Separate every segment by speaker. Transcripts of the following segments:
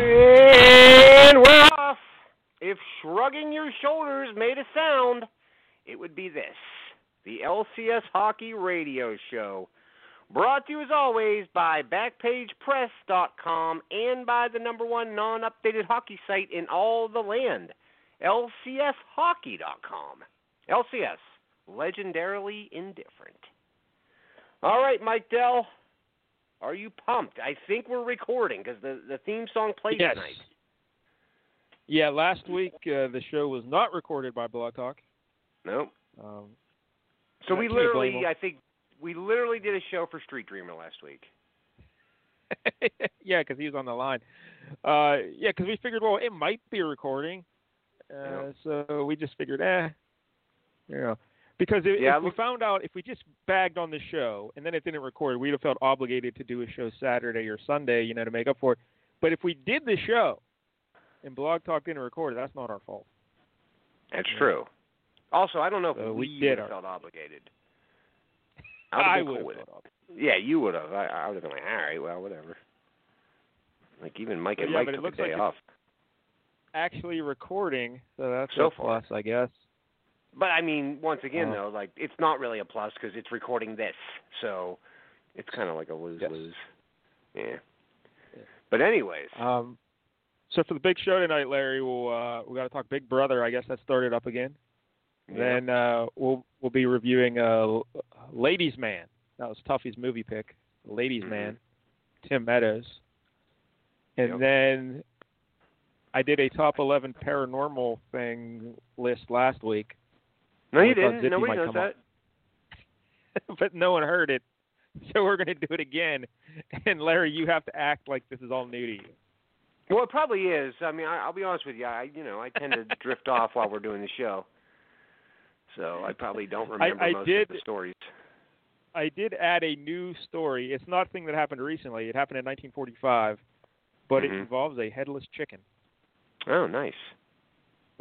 Speaker 1: And we're off. If shrugging your shoulders made a sound, it would be this the LCS Hockey Radio Show. Brought to you as always by BackpagePress.com and by the number one non updated hockey site in all the land, LCSHockey.com. LCS, legendarily indifferent. All right, Mike Dell, are you pumped? I think we're recording because the, the theme song plays
Speaker 2: yes.
Speaker 1: tonight.
Speaker 2: Yeah, last week uh, the show was not recorded by Blog Talk.
Speaker 1: Nope.
Speaker 2: Um,
Speaker 1: So
Speaker 2: Yeah,
Speaker 1: we
Speaker 2: can't blame
Speaker 1: literally,
Speaker 2: 'em.
Speaker 1: I think, we literally did a show for Street Dreamer last week.
Speaker 2: yeah, because he was on the line. Uh, yeah, because we figured, well, it might be recording, uh, so we just figured, eh, you know, because if,
Speaker 1: Yeah,
Speaker 2: if we
Speaker 1: look-
Speaker 2: found out if we just bagged on the show and then it didn't record, we'd have felt obligated to do a show Saturday or Sunday, you know, to make up for it. But if we did the show and Blog Talk didn't record, it, that's not our fault.
Speaker 1: That's true. Also, I don't know if
Speaker 2: So
Speaker 1: we,
Speaker 2: we did
Speaker 1: would've
Speaker 2: our-
Speaker 1: felt obligated. I
Speaker 2: I
Speaker 1: would have
Speaker 2: would
Speaker 1: been
Speaker 2: have
Speaker 1: cool with it. Yeah, you would have. I, I would have been like, all right, well, whatever. Like even Mike and
Speaker 2: Yeah,
Speaker 1: Mike
Speaker 2: but it
Speaker 1: took
Speaker 2: looks
Speaker 1: a day
Speaker 2: like it's-
Speaker 1: off.
Speaker 2: Actually, recording, so that's
Speaker 1: So
Speaker 2: a
Speaker 1: far.
Speaker 2: plus, I guess.
Speaker 1: But I mean, once again,
Speaker 2: Uh.
Speaker 1: though, like it's not really a plus because it's recording this, so it's kind of like a lose lose. Yeah. But anyways,
Speaker 2: Um, so for the big show tonight, Larry, we'll uh, we got to talk Big Brother. I guess that started up again.
Speaker 1: yeah.
Speaker 2: Then uh, we'll we'll be reviewing uh, Ladies Man. That was Tuffy's movie pick. Ladies
Speaker 1: Mhm.
Speaker 2: Man, Tim Meadows. And
Speaker 1: Yep.
Speaker 2: then I did a top eleven paranormal thing list last week,
Speaker 1: no, you
Speaker 2: I thought
Speaker 1: didn't.
Speaker 2: Zippy
Speaker 1: Nobody
Speaker 2: might
Speaker 1: knows
Speaker 2: come
Speaker 1: that.
Speaker 2: up. but no one heard it. So we're gonna do it again. And Larry, you have to act like this is all new to you.
Speaker 1: Well, it probably is. I mean, I, I'll be honest with you. I, you know, I tend to drift off while we're doing the show, so I probably don't
Speaker 2: I-
Speaker 1: remember
Speaker 2: I
Speaker 1: most
Speaker 2: did-
Speaker 1: of the stories.
Speaker 2: I did add a new story. It's not a thing that happened recently. It happened in 1945, but
Speaker 1: Mhm.
Speaker 2: it involves a headless chicken.
Speaker 1: Oh, nice.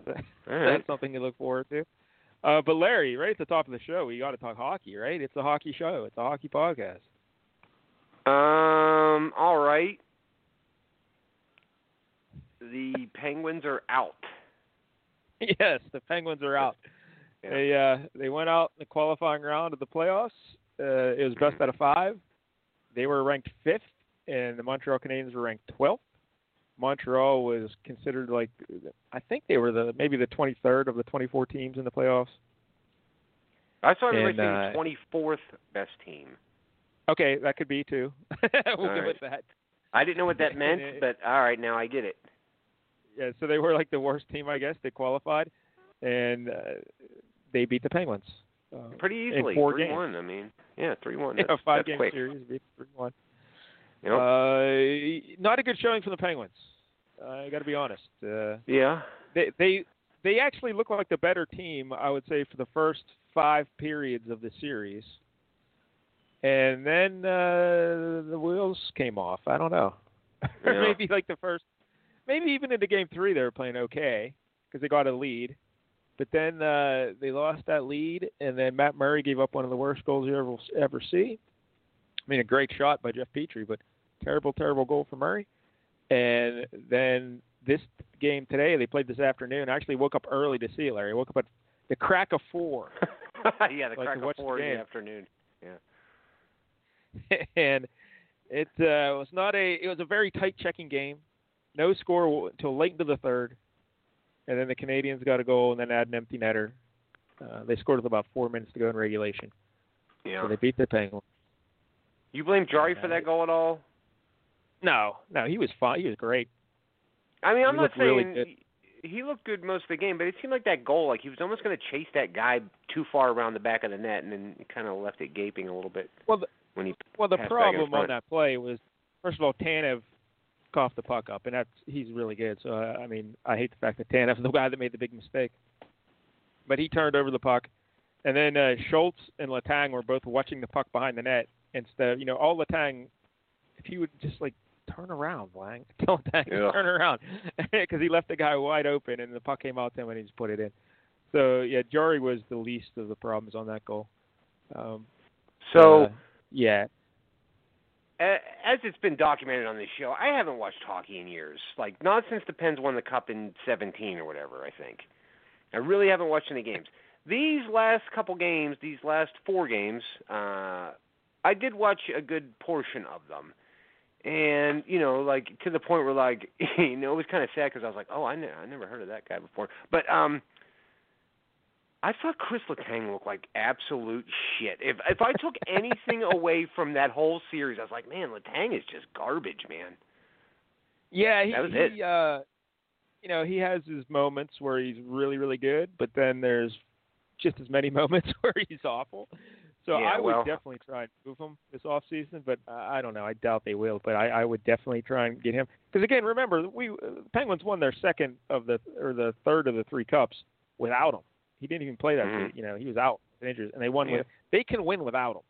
Speaker 1: All right.
Speaker 2: That's something you look forward to. Uh, but Larry, right at the top of the show, we got to talk hockey, right? It's a hockey show. It's a hockey podcast.
Speaker 1: Um. All right. The Penguins are out.
Speaker 2: yes, the Penguins are out.
Speaker 1: Yeah.
Speaker 2: They uh, they went out in the qualifying round of the playoffs. Uh, it was best out of five. They were ranked fifth, and the Montreal Canadiens were ranked twelfth. Montreal was considered like I think they were the maybe the 23rd of the 24 teams in the playoffs.
Speaker 1: I saw them
Speaker 2: And,
Speaker 1: racing
Speaker 2: uh,
Speaker 1: 24th best team.
Speaker 2: Okay, that could be too.
Speaker 1: All
Speaker 2: we'll go
Speaker 1: right.
Speaker 2: with that.
Speaker 1: I didn't know what that meant,
Speaker 2: and it-
Speaker 1: but all right, now I get it.
Speaker 2: Yeah, so they were like the worst team, I guess. They qualified, and uh, they beat the Penguins. Uh,
Speaker 1: Pretty
Speaker 2: In
Speaker 1: easily,
Speaker 2: four
Speaker 1: three
Speaker 2: games.
Speaker 1: one. I mean, yeah, three one.
Speaker 2: in a
Speaker 1: that's,
Speaker 2: five
Speaker 1: that's
Speaker 2: game
Speaker 1: quick.
Speaker 2: series, beat three one.
Speaker 1: Yep.
Speaker 2: Uh, not a good showing for the Penguins. I got to be honest. Uh,
Speaker 1: yeah.
Speaker 2: they they they actually look like the better team, I would say, for the first five periods of the series, and then uh, the wheels came off. I don't know. Or
Speaker 1: Yeah.
Speaker 2: maybe like the first, maybe even into game three they were playing okay because they got a lead, but then uh, they lost that lead, and then Matt Murray gave up one of the worst goals you ever ever see. I mean, a great shot by Jeff Petrie, but terrible, terrible goal for Murray. And then this game today, they played this afternoon. I actually woke up early to see it, Larry. I woke up at the crack of four.
Speaker 1: yeah, the
Speaker 2: Like
Speaker 1: crack
Speaker 2: to
Speaker 1: of
Speaker 2: watch the
Speaker 1: four in
Speaker 2: game.
Speaker 1: the afternoon.
Speaker 2: and it uh, was not a. It was a very tight checking game. No score w- until late into the third, and then the Canadians got a goal and then had an empty netter. Uh, they scored with about four minutes to go in regulation,
Speaker 1: Yeah.
Speaker 2: so they beat the Penguins.
Speaker 1: You blame Jari for
Speaker 2: Yeah.
Speaker 1: that goal at all?
Speaker 2: No, no, he was fine. He was great.
Speaker 1: I mean, I'm not
Speaker 2: looked
Speaker 1: saying
Speaker 2: really good.
Speaker 1: he looked good most of the game, but it seemed like that goal, like he was almost going to chase that guy too far around the back of the net, and then kind of left it gaping a little bit.
Speaker 2: Well, the-
Speaker 1: when he
Speaker 2: Well, the
Speaker 1: Pass back in
Speaker 2: problem on
Speaker 1: front.
Speaker 2: that play was, first of all, Tanev coughed the puck up, and that's he's really good. So uh, I mean, I hate the fact that Tanev's the guy that made the big mistake, but he turned over the puck, and then uh, Schultz and Latang were both watching the puck behind the net instead. You know, all Latang, if he would just like turn around, Lang, tell Latang to
Speaker 1: Yeah.
Speaker 2: turn around, because he left the guy wide open, and the puck came out to him, and he just put it in. So yeah, Jari was the least of the problems on that goal. Um,
Speaker 1: so.
Speaker 2: uh, yeah,
Speaker 1: a- as it's been documented on this show, I haven't watched hockey in years. Like not since the Pens won the cup in 17 or whatever, I think. I really haven't watched any games. These last couple games, these last four games, uh I did watch a good portion of them. And, you know, like to the point where like, you know, it was kind of sad cuz I was like, "Oh, I ne- I never heard of that guy before." But um I thought Chris Letang looked like absolute shit. If if I took anything away from that whole series, I was like, man, Letang is just garbage, man.
Speaker 2: Yeah, he,
Speaker 1: That was
Speaker 2: he
Speaker 1: it.
Speaker 2: uh you know, he has his moments where he's really, really good, but then there's just as many moments where he's awful. So
Speaker 1: Yeah,
Speaker 2: I would
Speaker 1: well-
Speaker 2: definitely try and move him this off season, but I I don't know. I doubt they will, but I, I would definitely try and get him because again, remember we uh, Penguins won their second of the or the third of the three cups without him. He didn't even play that.
Speaker 1: Mhm.
Speaker 2: season, You know, he was out with injuries, and they won
Speaker 1: Yeah.
Speaker 2: with. They can win without him.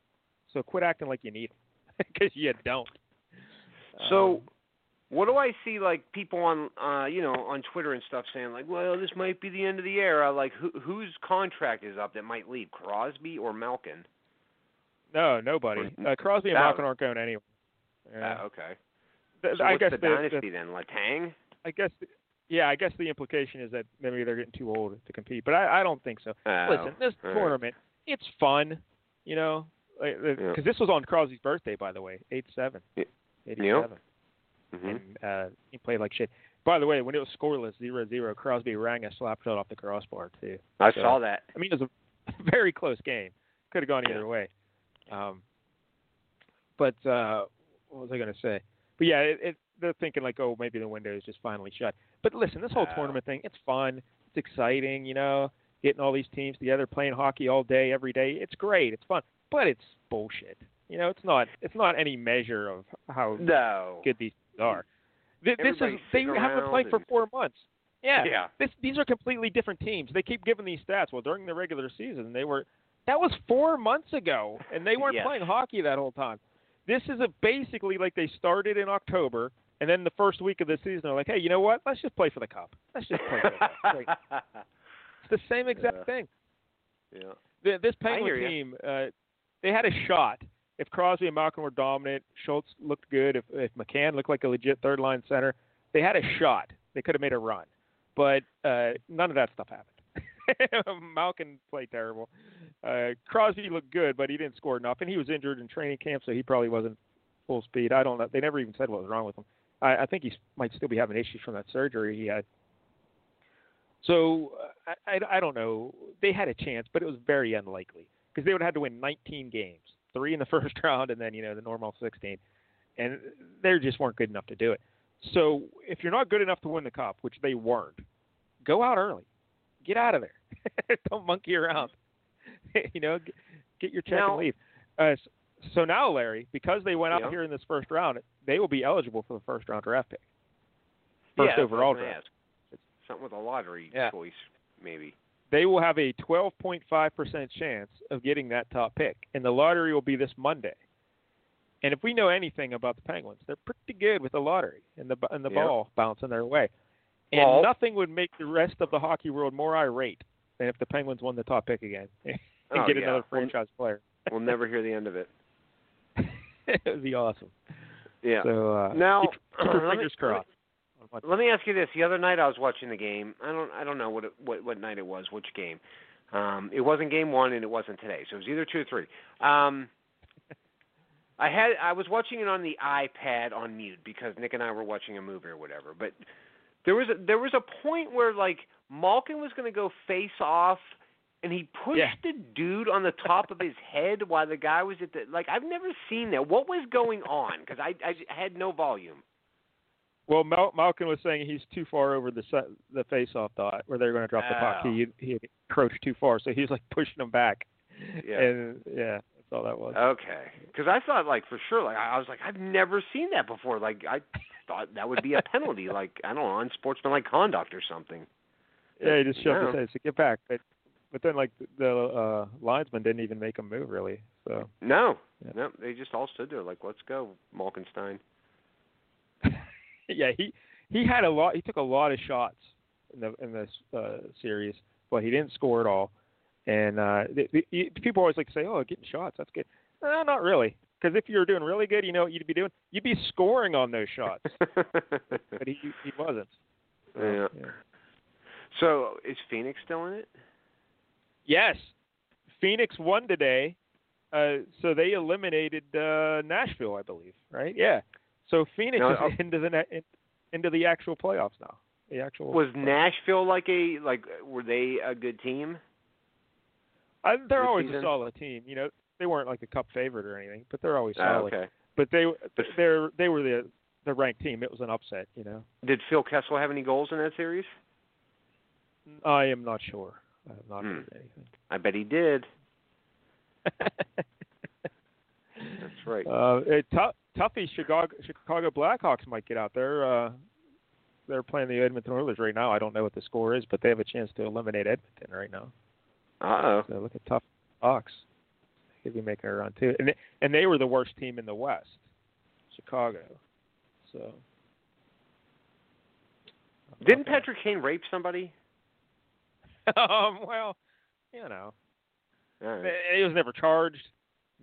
Speaker 2: So quit acting like you need him because you don't.
Speaker 1: So,
Speaker 2: Um,
Speaker 1: What do I see like people on uh you know on Twitter and stuff saying like, well, this might be the end of the era. Like, who, whose contract is up that might leave Crosby or Malkin?
Speaker 2: No, nobody.
Speaker 1: Or-
Speaker 2: Uh, Crosby and
Speaker 1: That-
Speaker 2: Malkin aren't going anywhere. Yeah.
Speaker 1: Uh, okay.
Speaker 2: Th-
Speaker 1: So
Speaker 2: I
Speaker 1: what's
Speaker 2: guess
Speaker 1: the dynasty then? Letang?
Speaker 2: I guess. The, yeah, I guess the implication is that maybe they're getting too old to compete, but I, I don't think so.
Speaker 1: Oh,
Speaker 2: Listen, this
Speaker 1: all right.
Speaker 2: tournament, it's fun, you know, because
Speaker 1: Yeah.
Speaker 2: this was on Crosby's birthday, by the way, eight seven,
Speaker 1: Y-
Speaker 2: eighty
Speaker 1: yeah.
Speaker 2: seven,
Speaker 1: Mhm.
Speaker 2: and uh, he played like shit. By the way, when it was scoreless, zero zero, Crosby rang a slap shot off the crossbar too.
Speaker 1: I
Speaker 2: so-
Speaker 1: saw that.
Speaker 2: I mean, it was a very close game. Could have gone
Speaker 1: Yeah.
Speaker 2: either way. Um, but uh, what was I going to say? But yeah, it, it, they're thinking like, oh, maybe the window is just finally shut. But listen, this whole
Speaker 1: Oh.
Speaker 2: tournament thing, it's fun. It's exciting, you know, getting all these teams together, playing hockey all day, every day. It's great. It's fun. But it's bullshit. You know, it's not. It's not any measure of how
Speaker 1: No.
Speaker 2: good these are. Th- This is
Speaker 1: Everybody
Speaker 2: they
Speaker 1: stick
Speaker 2: haven't been
Speaker 1: around
Speaker 2: playing for
Speaker 1: and-
Speaker 2: four months. Yeah,
Speaker 1: Yeah.
Speaker 2: This, these are completely different teams. They keep giving these stats. Well, during the regular season, they were that was four months ago, and they weren't
Speaker 1: Yes.
Speaker 2: playing hockey that whole time. This is a basically like they started in October, and then the first week of the season, they're like, hey, you know what? Let's just play for the cup. Let's just play for the cup. It's like- it's the same exact
Speaker 1: Yeah.
Speaker 2: thing.
Speaker 1: yeah.
Speaker 2: The, this Penguin
Speaker 1: hear ya.
Speaker 2: team, uh, they had a shot. If Crosby and Malkin were dominant, Schultz looked good. If, if McCann looked like a legit third line center, they had a shot. They could have made a run, but uh, none of that stuff happened. Malkin played terrible. Uh, Crosby looked good, but he didn't score enough, and he was injured in training camp, so he probably wasn't full speed. I don't know. They never even said what was wrong with him. I, I think he s- might still be having issues from that surgery he had. So uh, I, I, I don't know. They had a chance, but it was very unlikely because they would have had to win 19 games, three in the first round, and then you know the normal 16, and they just weren't good enough to do it. So if you're not good enough to win the cup, which they weren't, go out early, get out of there, don't monkey around. you know, get, get your check
Speaker 1: Now-
Speaker 2: and leave. Uh, s- so now, Larry, because they went out
Speaker 1: Yeah.
Speaker 2: here in this first round, they will be eligible for the first round draft pick,
Speaker 1: Yeah, that's
Speaker 2: first
Speaker 1: what I was
Speaker 2: overall
Speaker 1: gonna
Speaker 2: draft.
Speaker 1: ask. Something with a lottery
Speaker 2: Yeah.
Speaker 1: choice, maybe.
Speaker 2: they will have a 12.5% chance of getting that top pick, and the lottery will be this Monday. And if we know anything about the Penguins, they're pretty good with the lottery and the and the
Speaker 1: Yeah.
Speaker 2: ball bouncing their way. And
Speaker 1: Well-
Speaker 2: nothing would make the rest of the hockey world more irate than if the Penguins won the top pick again and
Speaker 1: Oh,
Speaker 2: get
Speaker 1: yeah.
Speaker 2: another
Speaker 1: We'll-
Speaker 2: franchise player.
Speaker 1: We'll never hear the end of it.
Speaker 2: it would be awesome.
Speaker 1: Yeah.
Speaker 2: So uh,
Speaker 1: Now,
Speaker 2: keep your
Speaker 1: let me-
Speaker 2: fingers crossed. on what-
Speaker 1: Let me ask you this: the other night I was watching the game. I don't, I don't know what it, what what night it was, which game. Um, it wasn't game one, and it wasn't today, so it was either two or three. Um, I had, I was watching it on the iPad on mute because Nick and I were watching a movie or whatever. But there was a, there was a point where like Malkin was going to go face off, and he pushed
Speaker 2: Yeah.
Speaker 1: the dude on the top of his head while the guy was at the like. I've never seen that. What was going on? Because I, I had no volume.
Speaker 2: Well, Mal- Malkin was saying he's too far over the set, the face-off dot where they're going to drop the puck.
Speaker 1: Oh.
Speaker 2: He he had encroached too far, so he was like pushing him back.
Speaker 1: Yeah. Uh,
Speaker 2: And yeah, that's all that was.
Speaker 1: Okay, because I thought like for sure, like I I was like I've never seen that before. Like I thought that would be a penalty, like I don't know, unsportsmanlike conduct or something.
Speaker 2: yeah, he just shoved
Speaker 1: Yeah.
Speaker 2: his head. So get back. But but then like the uh, linesman didn't even make a move really. So
Speaker 1: No,
Speaker 2: Yeah.
Speaker 1: no, they just all stood there like, let's go, Malkinstein.
Speaker 2: yeah, he he had a lot. He took a lot of shots in the in this uh, series, but he didn't score at all. And uh, the, the, you- people always like to say, "Oh, getting shots, that's good." No, not really. Because if you were doing really good, you know what you'd be doing. You'd be scoring on those shots, but he he wasn't. So,
Speaker 1: yeah. So is Phoenix still in it?
Speaker 2: Yes, Phoenix won today, uh, so they eliminated uh, Nashville, I believe. Right? Yeah. So Phoenix
Speaker 1: No,
Speaker 2: is
Speaker 1: I'll-
Speaker 2: into the ne- into the actual playoffs now. The actual
Speaker 1: Was Nashville like a like were they a good team?
Speaker 2: I, they're
Speaker 1: this
Speaker 2: always
Speaker 1: season?
Speaker 2: a solid team. You know, they weren't like a cup favorite or anything, but they're always
Speaker 1: Ah,
Speaker 2: solid.
Speaker 1: okay.
Speaker 2: But they
Speaker 1: But-
Speaker 2: they're they were the the ranked team. It was an upset. You know,
Speaker 1: Did Phil Kessel have any goals in that series?
Speaker 2: I am not sure. I'm not
Speaker 1: Hmm.
Speaker 2: heard anything.
Speaker 1: I bet he did. That's right.
Speaker 2: Uh, it, tough, toughy Chicago Chicago Blackhawks might get out there. Uh, they're playing the Edmonton Oilers right now. I don't know what the score is, but they have a chance to eliminate Edmonton right now.
Speaker 1: Uh oh.
Speaker 2: So look at tough Hawks. They could be making a run too, and they, and they were the worst team in the West, Chicago. So
Speaker 1: Didn't
Speaker 2: Okay.
Speaker 1: Patrick Kane rape somebody?
Speaker 2: um, well, you know,
Speaker 1: All right.
Speaker 2: it it was never charged,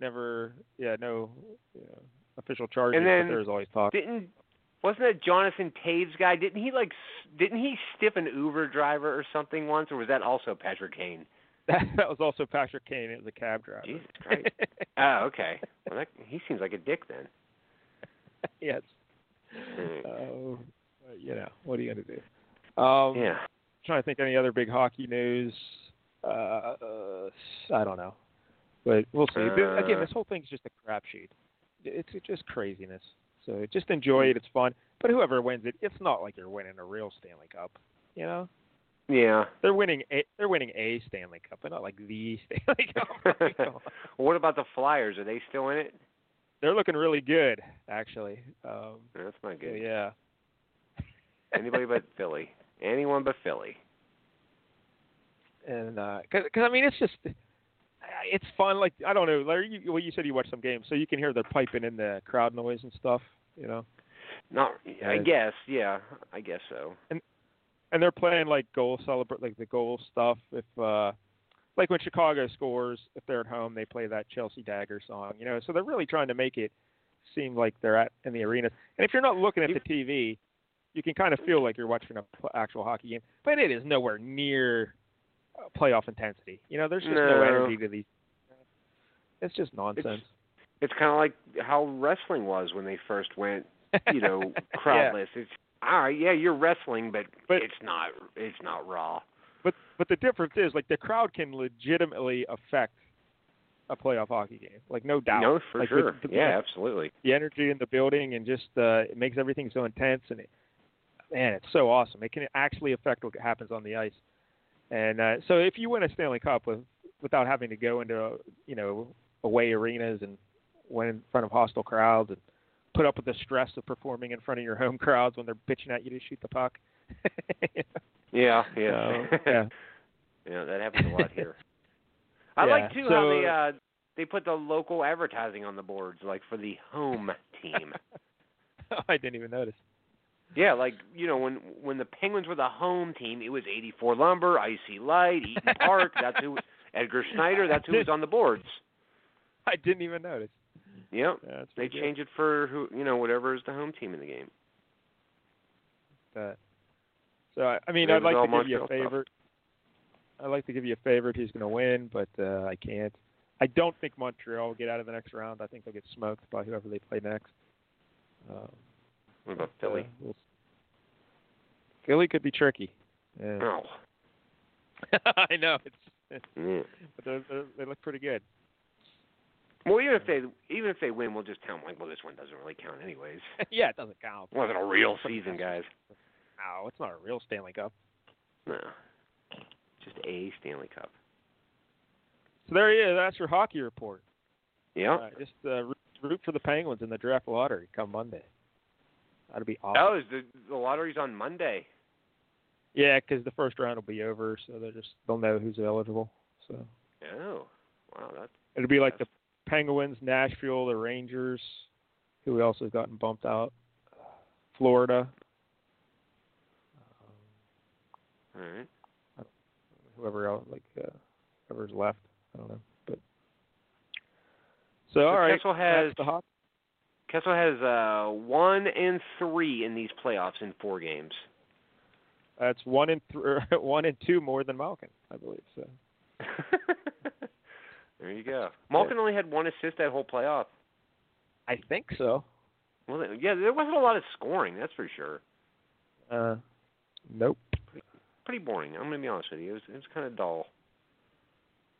Speaker 2: never, yeah, no you know, official charges.
Speaker 1: And then-
Speaker 2: but there was always talk.
Speaker 1: didn't wasn't that Jonathan Taves guy? Didn't he like s- didn't he stiff an Uber driver or something once, or was that also Patrick Kane?
Speaker 2: That, that was also Patrick Kane. It was a cab driver.
Speaker 1: Jesus Christ. Oh, okay. Well, that, he seems like a dick then.
Speaker 2: yes.
Speaker 1: Hmm.
Speaker 2: Oh, but, you know, what are you gonna do? Um,
Speaker 1: Yeah.
Speaker 2: trying to think any other big hockey news. Uh, uh, I don't know, but we'll see. But Again,
Speaker 1: Uh.
Speaker 2: this whole thing's just a crapshoot. It's it's just craziness. So just enjoy it. It's fun. But whoever wins it, it's not like you're winning a real Stanley Cup. You know,
Speaker 1: Yeah.
Speaker 2: they're winning a they're winning a Stanley Cup, but not like the Stanley Cup. Come on.
Speaker 1: What about the Flyers? Are they still in it?
Speaker 2: they're looking really good, actually. Um,
Speaker 1: No, that's not
Speaker 2: so
Speaker 1: good.
Speaker 2: yeah.
Speaker 1: Anybody but Philly. Anyone but Philly.
Speaker 2: and because I mean it's just it's fun. Like I don't know, Larry. You, well, you said you watched some games, so you can hear the piping in the crowd noise and stuff, you know.
Speaker 1: Not. I
Speaker 2: Yeah.
Speaker 1: guess. Yeah. I guess so.
Speaker 2: And they're playing like goal celebrate, like the goal stuff. If uh, like when Chicago scores, if they're at home, they play that Chelsea Dagger song, you know. So they're really trying to make it seem like they're at in the arena. And if you're not looking at the TV, you can kind of feel like you're watching a pl- actual hockey game, but it is nowhere near uh, playoff intensity. You know, there's just no,
Speaker 1: No.
Speaker 2: energy to these. It's just nonsense.
Speaker 1: It's kind of like how wrestling was when they first went, you know,
Speaker 2: Yeah.
Speaker 1: crowdless. It's all right. Yeah, you're wrestling, but,
Speaker 2: But-
Speaker 1: it's not. It's not raw.
Speaker 2: But but the difference is like the crowd can legitimately affect a playoff hockey game, like no doubt.
Speaker 1: No, for
Speaker 2: Like, with-
Speaker 1: sure.
Speaker 2: with-
Speaker 1: yeah, absolutely.
Speaker 2: the energy in the building and just uh, it makes everything so intense and it, man, it's so awesome. It can actually affect what happens on the ice. And uh, so if you win a Stanley Cup with, without having to go into you know away arenas and win in front of hostile crowds and put up with the stress of performing in front of your home crowds when they're bitching at you to shoot the puck.
Speaker 1: Yeah, yeah.
Speaker 2: So, yeah.
Speaker 1: Yeah, that happens a lot here. I
Speaker 2: Yeah,
Speaker 1: like too how
Speaker 2: so-
Speaker 1: they uh they put the local advertising on the boards, like for the home team.
Speaker 2: I didn't even notice.
Speaker 1: yeah, like you know when when the Penguins were the home team, it was 84 Lumber, Icy Light, Eaton Park. that's who Edgar Snyder. That's who was on the boards.
Speaker 2: I didn't even notice.
Speaker 1: Yep.
Speaker 2: Yeah, that's
Speaker 1: They
Speaker 2: pretty good.
Speaker 1: change it for who you know whatever is the home team in the game.
Speaker 2: But- so I I mean,
Speaker 1: Maybe
Speaker 2: I'd like
Speaker 1: it's all
Speaker 2: to give you a
Speaker 1: Montreal stuff.
Speaker 2: favorite. I'd like to give you a favorite who's going to win, but uh, I can't. I don't think Montreal will get out of the next round. I think they'll get smoked by whoever they play next. Um,
Speaker 1: What about
Speaker 2: but, uh,
Speaker 1: Philly?
Speaker 2: we'll s- Philly could be tricky. Yeah.
Speaker 1: Oh.
Speaker 2: I know. It's,
Speaker 1: Yeah.
Speaker 2: but they're, they're, they look pretty good.
Speaker 1: Well, even if they even if they win, we'll just tell them like, well, this one doesn't really count anyways.
Speaker 2: yeah, it doesn't count.
Speaker 1: Wasn't a real season, guys.
Speaker 2: No, it's not a real Stanley Cup.
Speaker 1: No, just a Stanley Cup.
Speaker 2: So there you is. That's your hockey report.
Speaker 1: Yeah.
Speaker 2: Uh, just uh, root- root for the Penguins in the draft lottery come Monday. That'll be awesome.
Speaker 1: Oh, is the the lottery's on Monday.
Speaker 2: Yeah, because the first round will be over, so they just they'll know who's eligible. So
Speaker 1: Oh, wow, that's
Speaker 2: it'll be like the Penguins, Nashville, the Rangers. Who else has gotten bumped out? Florida.
Speaker 1: all right.
Speaker 2: Whoever else, like uh, whoever's left. I don't know, but so all right.
Speaker 1: Kessel has
Speaker 2: that's the hockey.
Speaker 1: Kessel has uh one and three in these playoffs in four games.
Speaker 2: That's one and th- one and two more than Malkin, I believe. So
Speaker 1: there you go. Malkin only had one assist that whole playoff.
Speaker 2: I think so.
Speaker 1: Well, yeah, there wasn't a lot of scoring, that's for sure.
Speaker 2: Uh, nope.
Speaker 1: Pretty boring. I'm gonna be honest with you. It was it was kind of dull.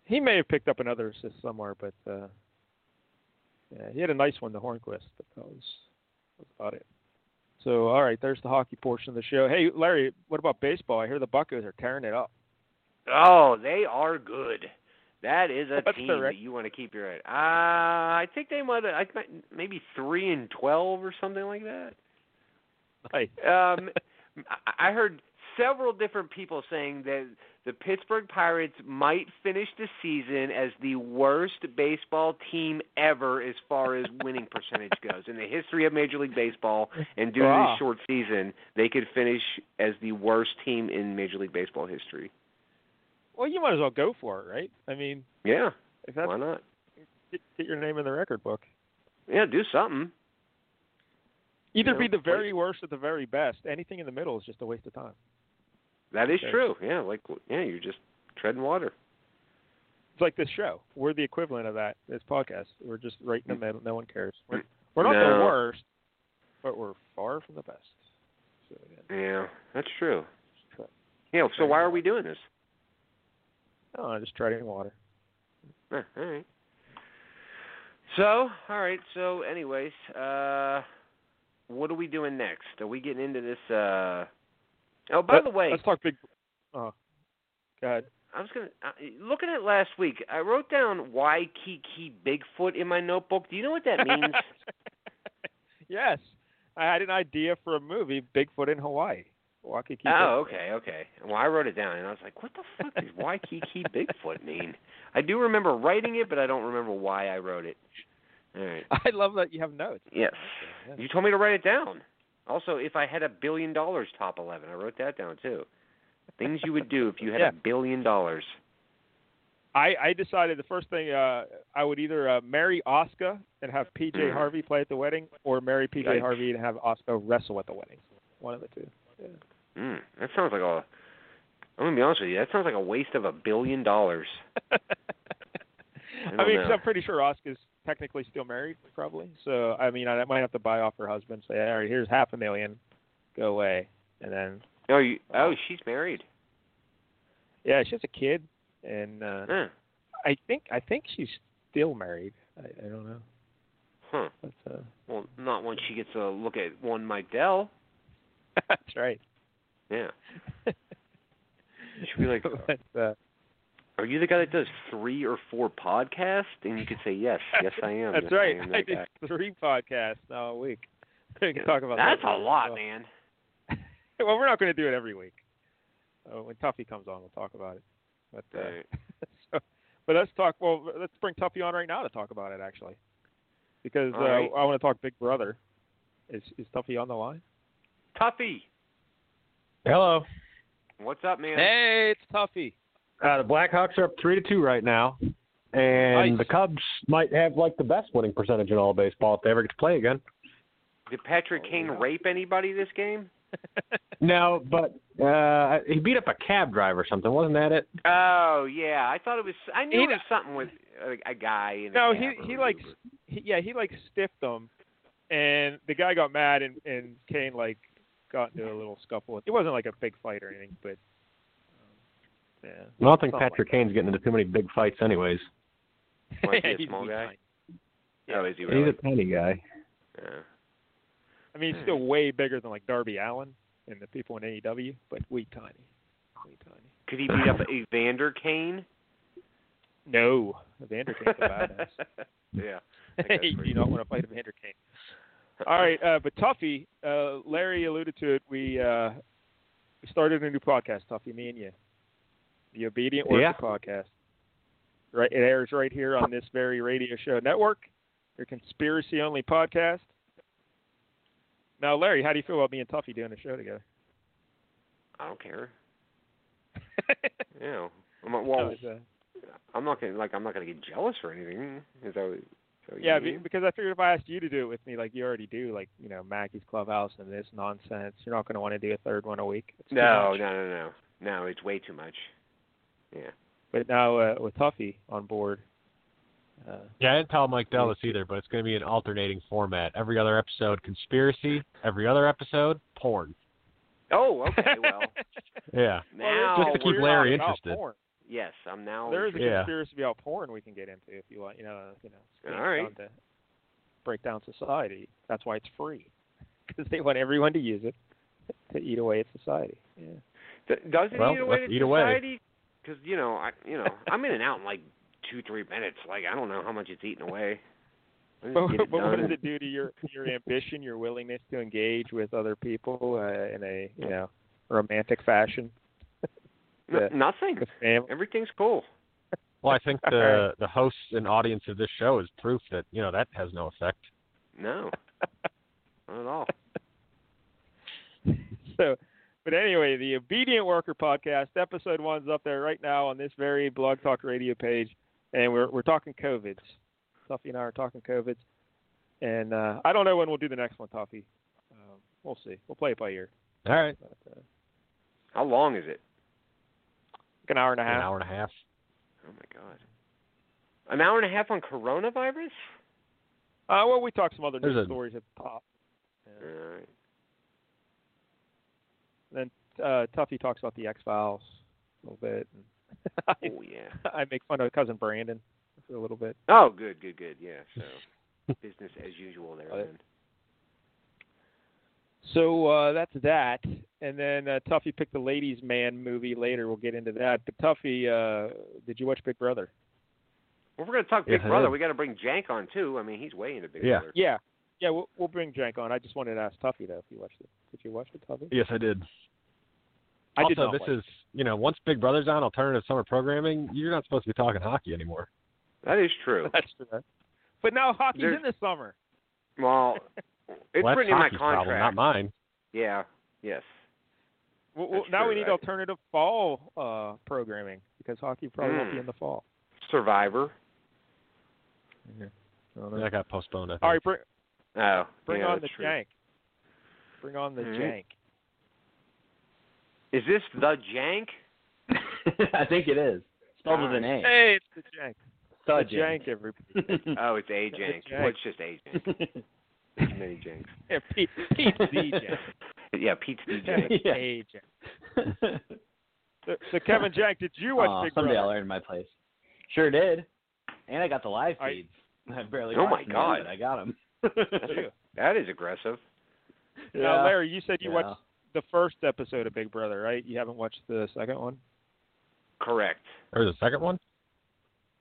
Speaker 2: He may have picked up another assist somewhere, but uh, yeah, he had a nice one to Hornquist, but that was, that was about it. So, all right, there's the hockey portion of the show. Hey, Larry, what about baseball? I hear the Buckos are tearing it up.
Speaker 1: Oh, they are good. That is a
Speaker 2: What's
Speaker 1: team
Speaker 2: the rec-
Speaker 1: that you want to keep your eye. Uh, I think they might. I think maybe three and twelve or something like that.
Speaker 2: Nice.
Speaker 1: Um, I- I heard several different people saying that the Pittsburgh Pirates might finish the season as the worst baseball team ever as far as winning percentage goes in the history of Major League Baseball. And due to
Speaker 2: Wow.
Speaker 1: this short season, they could finish as the worst team in Major League Baseball history.
Speaker 2: Well, you might as well go for it, right? I mean,
Speaker 1: Yeah,
Speaker 2: if that's
Speaker 1: why not?
Speaker 2: get, get your name in the record book,
Speaker 1: Yeah, do something.
Speaker 2: either
Speaker 1: Yeah,
Speaker 2: be the
Speaker 1: please.
Speaker 2: very worst or the very best. Anything in the middle is just a waste of time.
Speaker 1: That is
Speaker 2: Okay.
Speaker 1: true. Yeah, like yeah, you're just treading water.
Speaker 2: It's like this show. We're the equivalent of that. This podcast. We're just right in the middle. No one cares. We're, we're not the
Speaker 1: No.
Speaker 2: worst, but we're far from the best. So yeah,
Speaker 1: Yeah, that's true.
Speaker 2: just try.
Speaker 1: Yeah, so
Speaker 2: Treading
Speaker 1: why are
Speaker 2: water.
Speaker 1: we doing this?
Speaker 2: Oh, just treading water.
Speaker 1: Eh, all right. So, all right. So, anyways, uh, what are we doing next? Are we getting into this? Uh... Oh, by
Speaker 2: Let-
Speaker 1: the way,
Speaker 2: Uh, let's talk big. Oh, go ahead.
Speaker 1: I was gonna uh, looking at last week. I wrote down Waikiki Bigfoot in my notebook. Do you know what that means?
Speaker 2: yes, I had an idea for a movie, Bigfoot in Hawaii. Waikiki.
Speaker 1: Oh,
Speaker 2: Bigfoot.
Speaker 1: okay, okay. Well, I wrote it down, and I was like, "What the fuck does Waikiki Bigfoot mean?" I do remember writing it, but I don't remember why I wrote it. All right.
Speaker 2: I love that you have notes.
Speaker 1: Yes.
Speaker 2: Yeah.
Speaker 1: You told me to write it down. Also, if I had a billion dollars, top eleven, I wrote that down too. Things you would do if you had
Speaker 2: Yeah.
Speaker 1: a billion dollars.
Speaker 2: I, I decided the first thing uh, I would either uh, marry Oscar and have PJ
Speaker 1: Mhm.
Speaker 2: Harvey play at the wedding, or marry PJ
Speaker 1: Yikes.
Speaker 2: Harvey and have Oscar wrestle at the wedding. One of the two.
Speaker 1: Mm, that sounds like a. I'm gonna be honest with you. That sounds like a waste of a billion dollars.
Speaker 2: I,
Speaker 1: don't
Speaker 2: mean, 'cause
Speaker 1: know.
Speaker 2: I'm pretty sure Oscar's technically still married, probably. So I mean, I might have to buy off her husband. Say, all right, here's half a million, go away, and then
Speaker 1: Oh, you, oh, she's married.
Speaker 2: yeah, she has a kid, and uh,
Speaker 1: Huh.
Speaker 2: I think I think she's still married. I, I don't know,
Speaker 1: huh.
Speaker 2: but uh,
Speaker 1: Well, not once she gets a look at one Mike Dell.
Speaker 2: that's right.
Speaker 1: Yeah. She'll be like,
Speaker 2: but, uh,
Speaker 1: Are you the guy that does three or four podcasts? And you could say, Yes, yes, I am.
Speaker 2: That's
Speaker 1: yes,
Speaker 2: right.
Speaker 1: I, am
Speaker 2: I
Speaker 1: that
Speaker 2: do
Speaker 1: guy."
Speaker 2: three podcasts now a week. we can talk about
Speaker 1: That's
Speaker 2: that
Speaker 1: a
Speaker 2: later.
Speaker 1: lot,
Speaker 2: Well,
Speaker 1: man.
Speaker 2: Well, we're not going to do it every week. Uh, when Tuffy comes on, we'll talk about it. But uh,
Speaker 1: Right.
Speaker 2: so, but let's talk. Well, let's bring Tuffy on right now to talk about it actually, because
Speaker 1: All
Speaker 2: uh,
Speaker 1: right.
Speaker 2: I want to talk Big Brother. Is is Tuffy on the line?
Speaker 1: Tuffy,
Speaker 3: Hello.
Speaker 1: what's up, man?
Speaker 2: Hey, it's Tuffy.
Speaker 3: Uh, the Blackhawks are up three to two right now.
Speaker 4: And
Speaker 2: Nice.
Speaker 4: the Cubs might have like the best winning percentage in all of baseball if they ever get to play again.
Speaker 1: Did Patrick
Speaker 2: Oh,
Speaker 1: Kane rape anybody this game?
Speaker 4: No, but uh he beat up a cab driver or something, wasn't that it?
Speaker 1: Oh yeah, I thought it was. I knew
Speaker 2: He-
Speaker 1: it was something with a, a guy. In a
Speaker 2: No,
Speaker 1: cab
Speaker 2: he
Speaker 1: or
Speaker 2: he
Speaker 1: an
Speaker 2: like
Speaker 1: Uber.
Speaker 2: he, yeah he like stiffed him, and the guy got mad and and Kane like got into a little scuffle. It wasn't like a big fight or anything, but um, yeah.
Speaker 4: I don't think
Speaker 2: Something like
Speaker 4: Patrick Kane's getting into too many big fights anyways.
Speaker 1: Might be a
Speaker 2: Yeah, he's-
Speaker 1: small
Speaker 2: he's
Speaker 1: guy.
Speaker 2: fine.
Speaker 1: Oh, is he really?
Speaker 4: He's a tiny guy.
Speaker 1: Yeah.
Speaker 2: I mean, he's still way bigger than like Darby Allen and the people in AEW, but way tiny, way tiny.
Speaker 1: Could he beat up Evander Kane?
Speaker 2: No, Evander Kane's a badass.
Speaker 1: yeah.
Speaker 2: Hey, you do not want to fight Evander Kane. All right, uh, but Tuffy, uh, Larry alluded to it. We uh, we started a new podcast, Tuffy, me and you, the Obedient Worker
Speaker 4: Yeah.
Speaker 2: podcast. Right, it airs right here on this very radio show network, your conspiracy only podcast. Now, Larry, how do you feel about me and Tuffy doing a show together?
Speaker 1: I don't care. Yeah. I'm not, well,
Speaker 2: That was, uh,
Speaker 1: I'm not gonna like I'm not gonna get jealous or anything. Is that what, is that what
Speaker 2: yeah,
Speaker 1: you
Speaker 2: be-
Speaker 1: mean?
Speaker 2: because I figured if I asked you to do it with me, like you already do, like you know, Mackey's Clubhouse and this nonsense, you're not going to want to do a third one a week. It's too
Speaker 1: no,
Speaker 2: much.
Speaker 1: no, no, no, no. It's way too much. Yeah.
Speaker 2: But now uh, with Tuffy on board, uh,
Speaker 5: Yeah, I didn't tell Mike Dell this either, but it's going to be an alternating format. Every other episode, conspiracy. Every other episode, porn.
Speaker 1: Oh, okay. Well,
Speaker 5: Yeah.
Speaker 1: now
Speaker 5: Just to keep
Speaker 1: we're-
Speaker 2: we're not
Speaker 5: Larry
Speaker 2: about
Speaker 5: interested.
Speaker 2: Porn.
Speaker 1: Yes, I'm now.
Speaker 2: There is a
Speaker 5: Yeah.
Speaker 2: conspiracy about porn we can get into if you want. You know, you know. it's being
Speaker 1: All right.
Speaker 2: done To break down society. That's why it's free, because they want everyone to use it to eat away at society. Yeah.
Speaker 1: Th- Does it
Speaker 5: Well,
Speaker 1: eat away
Speaker 5: let's
Speaker 1: to
Speaker 5: eat away.
Speaker 1: society? Because you know, I you know, I'm in and out in like two, three minutes. Like I don't know how much it's eating away. Let's
Speaker 2: But,
Speaker 1: get it
Speaker 2: but what
Speaker 1: done.
Speaker 2: does it do to your your ambition, your willingness to engage with other people uh, in a you know romantic fashion
Speaker 1: N-
Speaker 2: Yeah.
Speaker 1: nothing.
Speaker 2: with family?
Speaker 1: Everything's cool.
Speaker 5: Well, I think the the hosts and audience of this show is proof that you know that has no effect.
Speaker 1: No, not at all.
Speaker 2: So, but anyway, the Obedient Worker podcast episode one's up there right now on this very Blog Talk Radio page, and we're we're talking covids. Tuffy and I are talking covids, and uh, I don't know when we'll do the next one, Tuffy. Um, we'll see. We'll play it by ear.
Speaker 5: All right,
Speaker 2: But, uh, like
Speaker 1: How long is it?
Speaker 2: an hour and a
Speaker 5: an
Speaker 4: Uh-huh.
Speaker 2: half.
Speaker 5: hour and a half.
Speaker 1: Oh my god. An hour and a half on coronavirus?
Speaker 2: Uh, well, we talked some other
Speaker 5: There's
Speaker 2: news
Speaker 5: a-
Speaker 2: stories at the top. Yeah.
Speaker 1: Alright.
Speaker 2: then uh, Tuffy talks about the X Files a little bit. And
Speaker 1: Oh yeah.
Speaker 2: I, I make fun of cousin Brandon for a little bit.
Speaker 1: Oh good, good, good. Yeah. So business as usual there
Speaker 6: Oh,
Speaker 2: Got it.
Speaker 1: then.
Speaker 2: So uh, that's that. And then uh, Tuffy picked the Ladies Man movie later. We'll get into that. But Tuffy, uh, did you watch Big Brother?
Speaker 1: Well, we're gonna talk Big
Speaker 5: Yes, I
Speaker 1: Brother.
Speaker 5: did.
Speaker 1: We got to bring Jank on too. I mean, he's way into Big
Speaker 5: Yeah.
Speaker 1: Brother.
Speaker 2: Yeah. Yeah, we'll, we'll bring Jank on. I just wanted to ask Tuffy, though, if you watched it. Did you watch it, Tuffy?
Speaker 5: Yes, I did.
Speaker 2: I
Speaker 5: also,
Speaker 2: did not
Speaker 5: this
Speaker 2: watch
Speaker 5: is you know once Big Brother's on alternative summer programming, you're not supposed to be talking hockey anymore.
Speaker 1: That is
Speaker 2: it.
Speaker 1: true.
Speaker 2: That's correct. But now hockey's
Speaker 1: There's-
Speaker 2: in the summer.
Speaker 1: Well, it's
Speaker 5: well, that's
Speaker 1: written in my
Speaker 5: hockey's
Speaker 1: contract.
Speaker 5: problem, not mine.
Speaker 1: Yeah. Yes.
Speaker 2: Well, well,
Speaker 1: That's
Speaker 2: now
Speaker 1: true,
Speaker 2: we need
Speaker 1: right.
Speaker 2: alternative fall uh, programming because hockey probably won't be
Speaker 1: Mm.
Speaker 2: in the fall.
Speaker 1: Survivor.
Speaker 5: That got postponed. I think.
Speaker 2: All right, bring,
Speaker 1: Oh,
Speaker 2: Bring
Speaker 1: yeah,
Speaker 2: on the
Speaker 1: that's true.
Speaker 2: jank. Bring on the
Speaker 1: All right.
Speaker 2: jank.
Speaker 1: Is this the Jank?
Speaker 6: I think it is. Spelled with an A.
Speaker 2: Hey, it's the jank.
Speaker 6: Thud
Speaker 2: the jank, everybody.
Speaker 1: Oh, it's a Jank.
Speaker 2: Jank.
Speaker 1: Well, it's just a Jank. There's many Janks.
Speaker 2: Yeah, Pete, Pete the jank.
Speaker 1: Yeah, Pete's the Jank.
Speaker 6: Yeah.
Speaker 2: Hey, jank. So, so Kevin Jank, did you watch
Speaker 6: Aw,
Speaker 2: Big
Speaker 6: someday I'll
Speaker 2: Brother?
Speaker 6: earn my place. Sure did. And I got the live
Speaker 2: I-
Speaker 6: feeds. I barely
Speaker 1: Oh my
Speaker 6: watched them,
Speaker 1: God.
Speaker 6: but I got them.
Speaker 2: You.
Speaker 1: That is aggressive.
Speaker 2: Now, Larry, you said you
Speaker 6: Yeah.
Speaker 2: watched the first episode of Big Brother, right? You haven't watched the second one.
Speaker 1: Correct.
Speaker 5: Or the second one?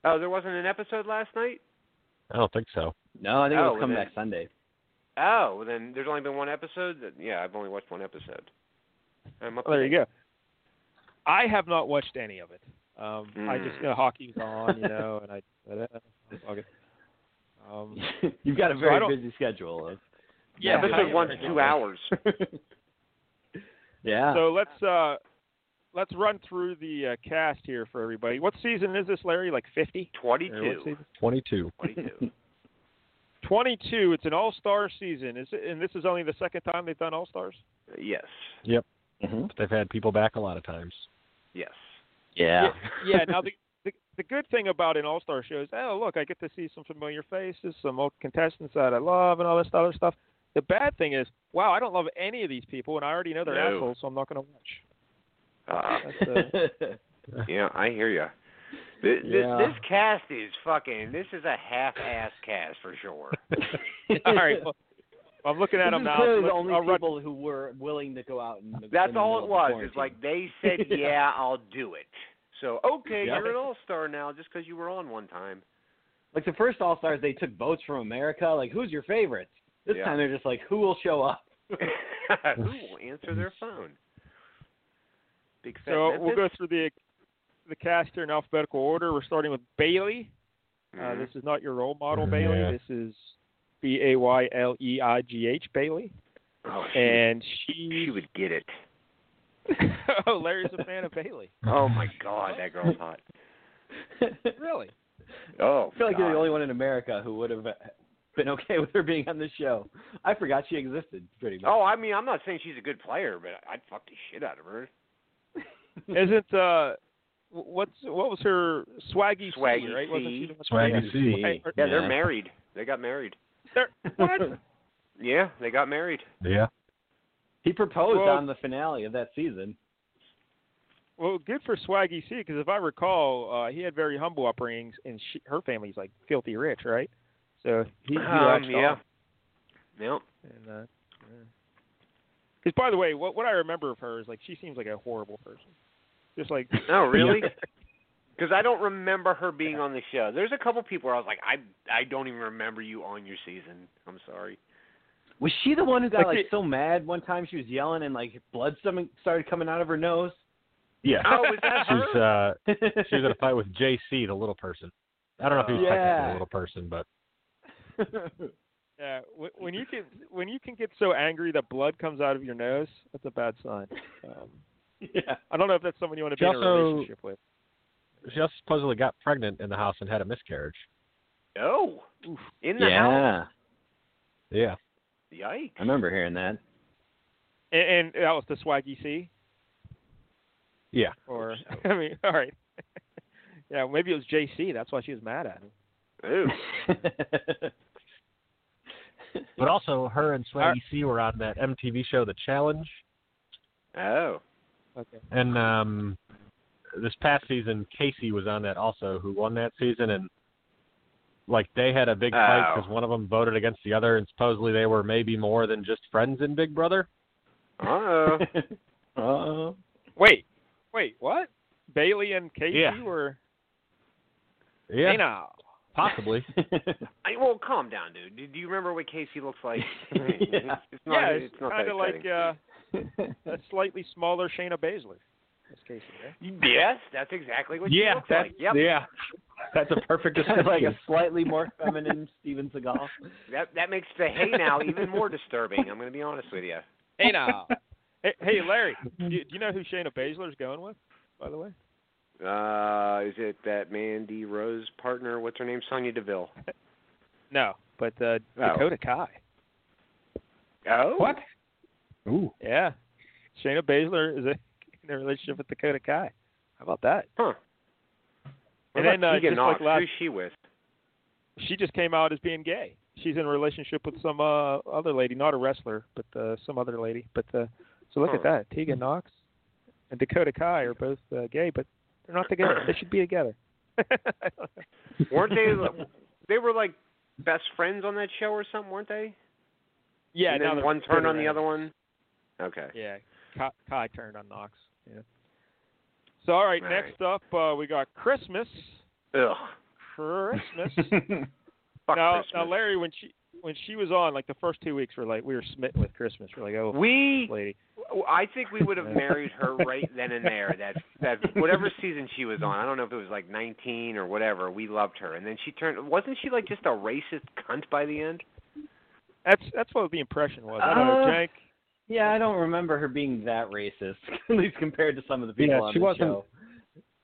Speaker 1: Oh, there wasn't an episode last night?
Speaker 5: I don't think so.
Speaker 6: No, I think
Speaker 1: Oh,
Speaker 6: it was coming
Speaker 1: then-
Speaker 6: back Sunday.
Speaker 1: Oh, well, then there's only been one episode? That- Yeah, I've only watched one episode. I'm up
Speaker 2: Well, there
Speaker 1: to
Speaker 2: you go. I have not watched any of it. Um, I just
Speaker 1: Mm.
Speaker 2: know hockey's on, you know, and I. Okay. Um,
Speaker 6: You've got a
Speaker 2: So
Speaker 6: very
Speaker 2: I don't-
Speaker 6: busy schedule of
Speaker 1: date.
Speaker 2: yeah,
Speaker 1: episode
Speaker 2: I-
Speaker 1: one's two hours.
Speaker 6: yeah.
Speaker 2: So let's uh let's run through the uh, cast here for everybody. What season is this, Larry? Like 50? Or what
Speaker 1: 22.
Speaker 2: season?
Speaker 5: 22.
Speaker 1: 22.
Speaker 2: 22. It's an All Star season. Is it, and this is only the second time they've done All Stars.
Speaker 1: yes.
Speaker 6: Mm-hmm.
Speaker 5: But they've had people back a lot of times.
Speaker 1: Yes.
Speaker 6: Yeah.
Speaker 2: yeah. Now the, the the good thing about an All Star show is, oh look, I get to see some familiar faces, some old contestants that I love, and all this other stuff. The bad thing is, wow, I don't love any of these people, and I already know they're
Speaker 1: No.
Speaker 2: assholes, so I'm not going to watch.
Speaker 1: Uh,
Speaker 2: That's, uh,
Speaker 1: yeah, I hear you. This,
Speaker 5: Yeah.
Speaker 1: this cast is fucking. This is a half-ass cast for sure.
Speaker 2: all right. Well, I'm looking at
Speaker 6: This
Speaker 2: them
Speaker 6: is
Speaker 2: now.
Speaker 6: clearly the
Speaker 2: Look,
Speaker 6: only
Speaker 2: I'll run-
Speaker 6: people who were willing to go out and.
Speaker 1: That's all it was. It's like they said,
Speaker 6: Yeah.
Speaker 1: "Yeah, I'll do it." So okay,
Speaker 6: Yeah.
Speaker 1: you're an all-star now just because you were on one time.
Speaker 6: like the first All Stars, they took votes from America. Like, who's your favorite? This
Speaker 1: Yeah.
Speaker 6: time they're just like, who will show up?
Speaker 1: Who will answer their phone? Big fat
Speaker 2: So
Speaker 1: Memphis?
Speaker 2: we'll go through the the cast here in alphabetical order. We're starting with Bailey. Uh,
Speaker 6: Mm-hmm.
Speaker 1: Mhm.
Speaker 2: this is not your role model,
Speaker 5: Mhm.
Speaker 2: Bailey.
Speaker 5: Yeah.
Speaker 2: This is B A Y L E I G H Bailey,
Speaker 1: oh, she,
Speaker 2: and
Speaker 1: she
Speaker 2: she.
Speaker 1: would get it.
Speaker 2: oh, Larry's a fan of Bailey.
Speaker 1: Oh my god, that girl's hot.
Speaker 6: I
Speaker 2: Really?
Speaker 1: Oh,
Speaker 6: feel like
Speaker 1: god.
Speaker 6: you're the only one in America who would have been okay with her being on the show. I forgot she existed pretty much.
Speaker 1: Oh, I mean, I'm not saying she's a good player, but I'd fuck the shit out of her.
Speaker 2: Isn't uh, wh- what's what was her swaggy C,
Speaker 1: Swaggy
Speaker 2: right?
Speaker 1: C.
Speaker 2: Wasn't she the one-
Speaker 5: Swaggy
Speaker 2: yeah.
Speaker 5: C.
Speaker 2: Hey, or-
Speaker 1: Yeah, they're
Speaker 6: Yeah.
Speaker 1: married. They got married.
Speaker 2: they're- what?
Speaker 1: Yeah, they got married.
Speaker 5: Yeah.
Speaker 6: He proposed
Speaker 2: Well-
Speaker 6: on the finale of that season.
Speaker 2: Well, good for Swaggy C because if I recall, uh, he had very humble upbringings, and she, her family's like filthy rich, right? So he, he
Speaker 1: um,
Speaker 2: latched
Speaker 1: yeah.
Speaker 2: on.
Speaker 1: Yep.
Speaker 2: And uh, because by the way, what what I remember of her is like she seems like a horrible person. Just like
Speaker 1: Oh, really? Because I don't remember her being on the show. There's a couple people where I was like, I I don't even remember you on your season. I'm sorry.
Speaker 6: Was she the one who got
Speaker 2: Like
Speaker 6: like
Speaker 2: the-
Speaker 6: so mad one time she was yelling and like blood stomach started coming out of her nose?
Speaker 5: Yeah.
Speaker 1: Oh, was that her?
Speaker 5: She's uh
Speaker 6: she
Speaker 5: she was in a fight with JC, the little person. I don't know if he was
Speaker 6: Yeah.
Speaker 5: technically a little person, but
Speaker 2: yeah, wh- when you can when you can get so angry that blood comes out of your nose, that's a bad sign. Um,
Speaker 6: yeah.
Speaker 2: I don't know if that's someone you want to be
Speaker 5: She
Speaker 2: in a
Speaker 5: also-
Speaker 2: relationship with.
Speaker 5: she also supposedly got pregnant in the house and had a miscarriage.
Speaker 1: Oh, in the house.
Speaker 6: Yeah.
Speaker 5: Yeah.
Speaker 1: Yikes.
Speaker 6: I remember hearing that.
Speaker 2: And, and that was the Swaggy C,
Speaker 5: Yeah.
Speaker 2: or I mean, all right, yeah, maybe it was JC. That's why she was mad at him.
Speaker 1: Ooh.
Speaker 5: But also her and
Speaker 2: Our-
Speaker 5: Swaggy C were on that MTV show The Challenge
Speaker 1: Oh.
Speaker 2: Okay.
Speaker 5: and um this past season Casey was on that also who won that season and like they had a big fight
Speaker 1: Oh.
Speaker 5: because one of them voted against the other and supposedly they were maybe more than just friends in Big Brother.
Speaker 1: Oh.
Speaker 6: oh.
Speaker 2: Wait, wait, what? Bailey and Casey
Speaker 5: Yeah.
Speaker 2: were
Speaker 5: Yeah,
Speaker 2: Hey, now.
Speaker 5: possibly.
Speaker 1: I, well, calm down, dude. Do- Do you remember what Casey looks like?
Speaker 6: Yeah.
Speaker 1: It's not.
Speaker 2: yeah,
Speaker 1: it's,
Speaker 2: it's,
Speaker 1: not
Speaker 2: kind
Speaker 1: that
Speaker 2: of like
Speaker 1: exciting.
Speaker 2: uh, a slightly smaller Shayna Baszler. That's Casey, right?
Speaker 1: yes, that's exactly what she
Speaker 5: yeah,
Speaker 1: looks
Speaker 5: that's
Speaker 1: like. Yep.
Speaker 5: yeah. That's a perfect
Speaker 6: like a
Speaker 5: description.
Speaker 6: slightly more feminine Steven Seagal.
Speaker 1: That that makes the hey now even more disturbing. I'm going to be honest with you.
Speaker 2: Hey now. hey, hey, Larry. Do, do you know who Shayna Baszler's going with? By the way,
Speaker 1: Uh, is it that Mandy Rose partner? What's her name? Sonya Deville.
Speaker 2: no, but uh,
Speaker 1: Oh.
Speaker 2: Dakota Kai.
Speaker 1: Oh.
Speaker 5: What? Ooh.
Speaker 2: Yeah, Shayna Baszler is a, in a relationship with Dakota Kai. How about that?
Speaker 1: Huh.
Speaker 2: And
Speaker 1: What
Speaker 2: then,
Speaker 1: about
Speaker 2: uh,
Speaker 1: Tegan
Speaker 2: just like
Speaker 1: Knox?
Speaker 2: last-
Speaker 1: Who's she with?
Speaker 2: She just came out as being gay. She's in a relationship with some uh, other lady, not a wrestler, but uh, some other lady. But uh, so look at
Speaker 1: Huh.
Speaker 2: that. Tegan Knox and Dakota Kai are both uh, gay, but they're not together. they should be together.
Speaker 1: Weren't they? they were like best friends on that show or something, weren't they?
Speaker 2: yeah,
Speaker 1: And
Speaker 2: now
Speaker 1: then
Speaker 2: they're
Speaker 1: one turned on the
Speaker 2: together.
Speaker 1: other one. Okay.
Speaker 2: Yeah, Kai, Kai turned on Knox. Yeah. So all right,
Speaker 1: All
Speaker 2: next up uh, we got Christmas.
Speaker 1: Ugh.
Speaker 2: Christmas.
Speaker 1: Fuck
Speaker 2: now,
Speaker 1: Christmas.
Speaker 2: now Larry, when she when she was on, like the first two weeks, were like we were smitten with Christmas. We're like, oh,
Speaker 1: we,
Speaker 2: this lady.
Speaker 1: I think we would have married her right then and there. That that whatever season she was on, I don't know if it was like 19 or whatever. We loved her, and then she turned. Wasn't she like just a racist cunt by the end?
Speaker 2: That's that's what the impression was. I don't know,
Speaker 6: Uh,
Speaker 2: Jank.
Speaker 6: Yeah, I don't remember her being that racist, at least compared to some of the people
Speaker 5: Yeah,
Speaker 6: on
Speaker 5: she
Speaker 6: the
Speaker 5: wasn't-
Speaker 6: show.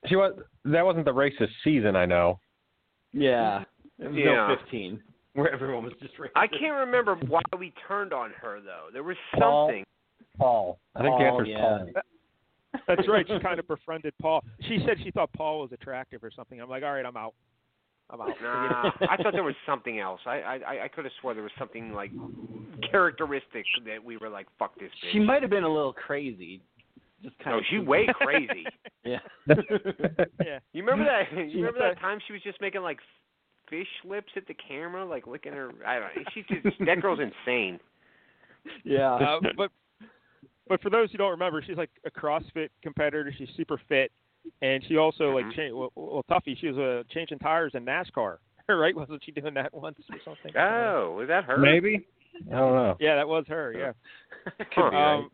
Speaker 5: She was that wasn't the racist season I know.
Speaker 6: Yeah, it was
Speaker 1: Yeah.
Speaker 6: no fifteen where everyone was just racist.
Speaker 1: I can't remember why we turned on her though. There was
Speaker 5: Paul.
Speaker 1: something.
Speaker 5: Paul. I think the
Speaker 6: Paul,
Speaker 5: answer's
Speaker 6: yeah.
Speaker 5: Paul.
Speaker 2: That's right. She kind of befriended Paul. She said she thought Paul was attractive or something. I'm like, all right, I'm out. I'm out.
Speaker 1: Nah, I thought there was something else. I I I- I could have swore there was something like characteristic that we were like, fuck this bitch.
Speaker 6: She might have been a little crazy. Just kind
Speaker 1: no,
Speaker 6: of
Speaker 1: she way crazy.
Speaker 6: yeah.
Speaker 2: yeah.
Speaker 1: You remember that? You remember
Speaker 2: might-
Speaker 1: that time she was just making like fish lips at the camera, like licking her. I don't. know. She just that girl's insane.
Speaker 6: yeah.
Speaker 2: Uh, but but for those who don't remember, she's like a CrossFit competitor. She's super fit, and she also like
Speaker 1: Mhm.
Speaker 2: cha- well, well, Tuffy. She was uh, changing tires in NASCAR, right? Wasn't she doing that once or something?
Speaker 1: Oh, was that her?
Speaker 5: Maybe? I don't
Speaker 1: Oh.
Speaker 5: know.
Speaker 2: Yeah, that was her. Yeah.
Speaker 1: Huh.
Speaker 2: Um,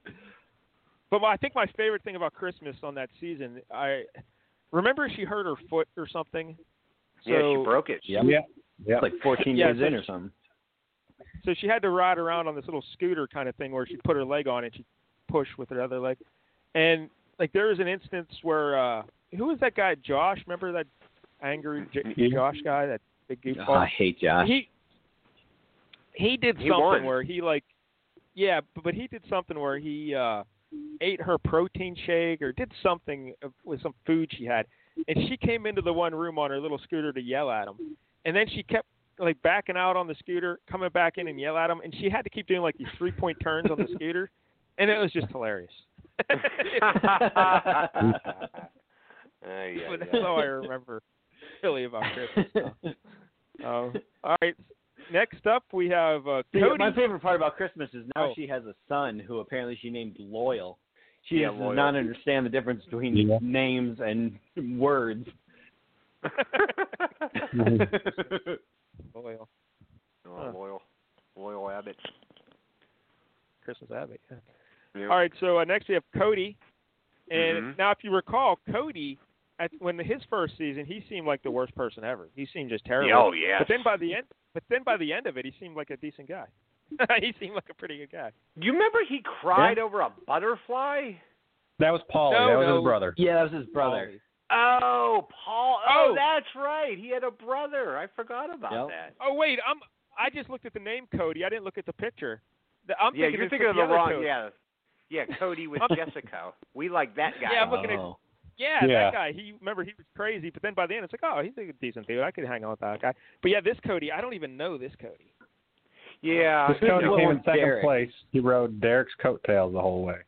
Speaker 2: but my, I think my favorite thing about Christmas on that season, I remember she hurt her foot or something. So,
Speaker 1: yeah, she broke it.
Speaker 6: yeah.
Speaker 5: Yeah.
Speaker 6: It's like fourteen
Speaker 2: Yeah,
Speaker 6: days
Speaker 2: so
Speaker 6: in or something.
Speaker 2: so she had to ride around on this little scooter kind of thing where she put her leg on and she pushed with her other leg. And like there was an instance where uh who was that guy Josh? Remember that angry J-
Speaker 1: Mm-hmm.
Speaker 2: Josh guy, that big goofball?
Speaker 6: Oh, I hate Josh.
Speaker 2: he he did
Speaker 1: He
Speaker 2: something
Speaker 1: won.
Speaker 2: where he like yeah but, but he did something where he uh ate her protein shake or did something uh, with some food she had and she came into the one room on her little scooter to yell at him and then she kept like backing out on the scooter coming back in and yell at him and she had to keep doing like these three point turns on the scooter and it was just hilarious
Speaker 1: Ay, ay,
Speaker 2: but that's
Speaker 1: ay.
Speaker 2: all i remember really about christmas um, all right next up we have uh,
Speaker 6: See,
Speaker 2: cody
Speaker 6: my favorite part about Christmas is now
Speaker 2: Oh.
Speaker 6: she has a son who apparently she named Loyal. She
Speaker 1: Yeah,
Speaker 6: just
Speaker 1: Loyal.
Speaker 6: does not understand the difference between
Speaker 5: Yeah.
Speaker 6: names and words.
Speaker 2: Loyal.
Speaker 1: Oh, loyal, loyal Abbott.
Speaker 2: Christmas Abbey. yeah.
Speaker 1: Yep.
Speaker 2: All right, so uh, next we have Cody, and
Speaker 1: Mhm.
Speaker 2: now if you recall, Cody, at, when his first season, he seemed like the worst person ever. He seemed just terrible.
Speaker 1: Yeah, oh yeah.
Speaker 2: But then by the end, but then by the end of it, he seemed like a decent guy. he seemed like a pretty good guy.
Speaker 1: you remember he cried over a butterfly?
Speaker 5: That was Paul.
Speaker 2: No,
Speaker 5: that was
Speaker 2: no.
Speaker 5: his brother.
Speaker 6: Yeah, that was his brother.
Speaker 1: Oh, Paul. Oh,
Speaker 2: Oh.
Speaker 1: that's right. He had a brother. I forgot about
Speaker 6: Yep.
Speaker 1: that.
Speaker 2: Oh wait, I'm I just looked at the name Cody. I didn't look at the picture. The, I'm
Speaker 1: yeah,
Speaker 2: thinking
Speaker 1: you're
Speaker 2: it's
Speaker 1: thinking of the
Speaker 2: other
Speaker 1: wrong.
Speaker 2: Cody.
Speaker 1: Yeah, yeah. Cody with
Speaker 2: I'm-
Speaker 1: Jessica. We like that guy.
Speaker 2: Yeah, I'm looking at-
Speaker 6: Oh.
Speaker 2: Yeah,
Speaker 5: Yeah.
Speaker 2: that guy. He remember he was crazy, but then by the end it's like, oh, he's a decent dude. I could hang out with that guy. But yeah, this Cody, I don't even know this Cody.
Speaker 1: yeah,
Speaker 5: This Cody
Speaker 6: no.
Speaker 5: came in second
Speaker 6: Derek.
Speaker 5: place. He rode Derek's coattails the whole way.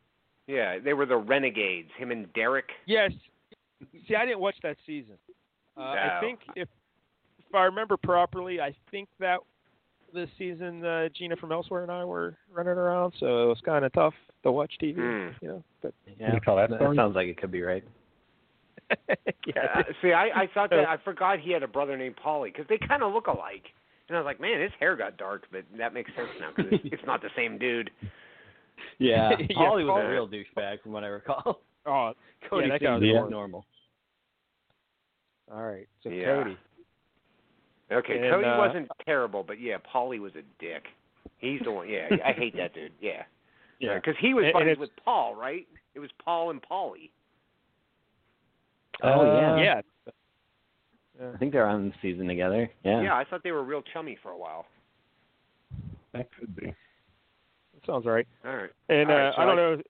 Speaker 1: yeah. They were the renegades. Him and Derek.
Speaker 2: Yes. See, I didn't watch that season. Uh, I
Speaker 1: No.
Speaker 2: think if if I remember properly, I think that this season uh, Gina from Elsewhere and I were running around, so it was kind of tough to watch TV.
Speaker 1: Hmm.
Speaker 2: You know, but
Speaker 6: Yeah.
Speaker 5: You call that
Speaker 6: That
Speaker 5: story?
Speaker 6: sounds like it could be right.
Speaker 2: yeah,
Speaker 1: Uh, see, I, I thought that I forgot he had a brother named Polly because they kind of look alike. And I was like, man, his hair got dark, but that makes sense now because it's, it's not the same dude.
Speaker 6: Yeah.
Speaker 2: Yeah,
Speaker 6: Holly was
Speaker 2: Paul-
Speaker 6: a real douchebag from what I recall.
Speaker 2: oh,
Speaker 6: Cody
Speaker 2: that guy was
Speaker 6: seemed more
Speaker 2: horrible.
Speaker 6: normal.
Speaker 2: all right. So
Speaker 1: Yeah.
Speaker 2: Cody,
Speaker 1: Okay,
Speaker 2: And,
Speaker 1: Cody
Speaker 2: uh,
Speaker 1: wasn't terrible, but yeah, Polly was a dick. He's the one. Yeah, I hate that dude. Yeah.
Speaker 5: Yeah.
Speaker 1: Because he was
Speaker 2: And- and
Speaker 1: buddies
Speaker 2: it's-
Speaker 1: with Paul, right? It was Paul and Polly.
Speaker 6: Oh,
Speaker 5: Uh,
Speaker 2: yeah,
Speaker 6: I think they're on the season together. Yeah.
Speaker 1: Yeah, I thought they were real chummy for a while.
Speaker 5: That could be.
Speaker 2: that sounds right.
Speaker 1: All right.
Speaker 2: And
Speaker 1: All right,
Speaker 2: uh,
Speaker 1: so
Speaker 2: I don't
Speaker 1: I-
Speaker 2: know.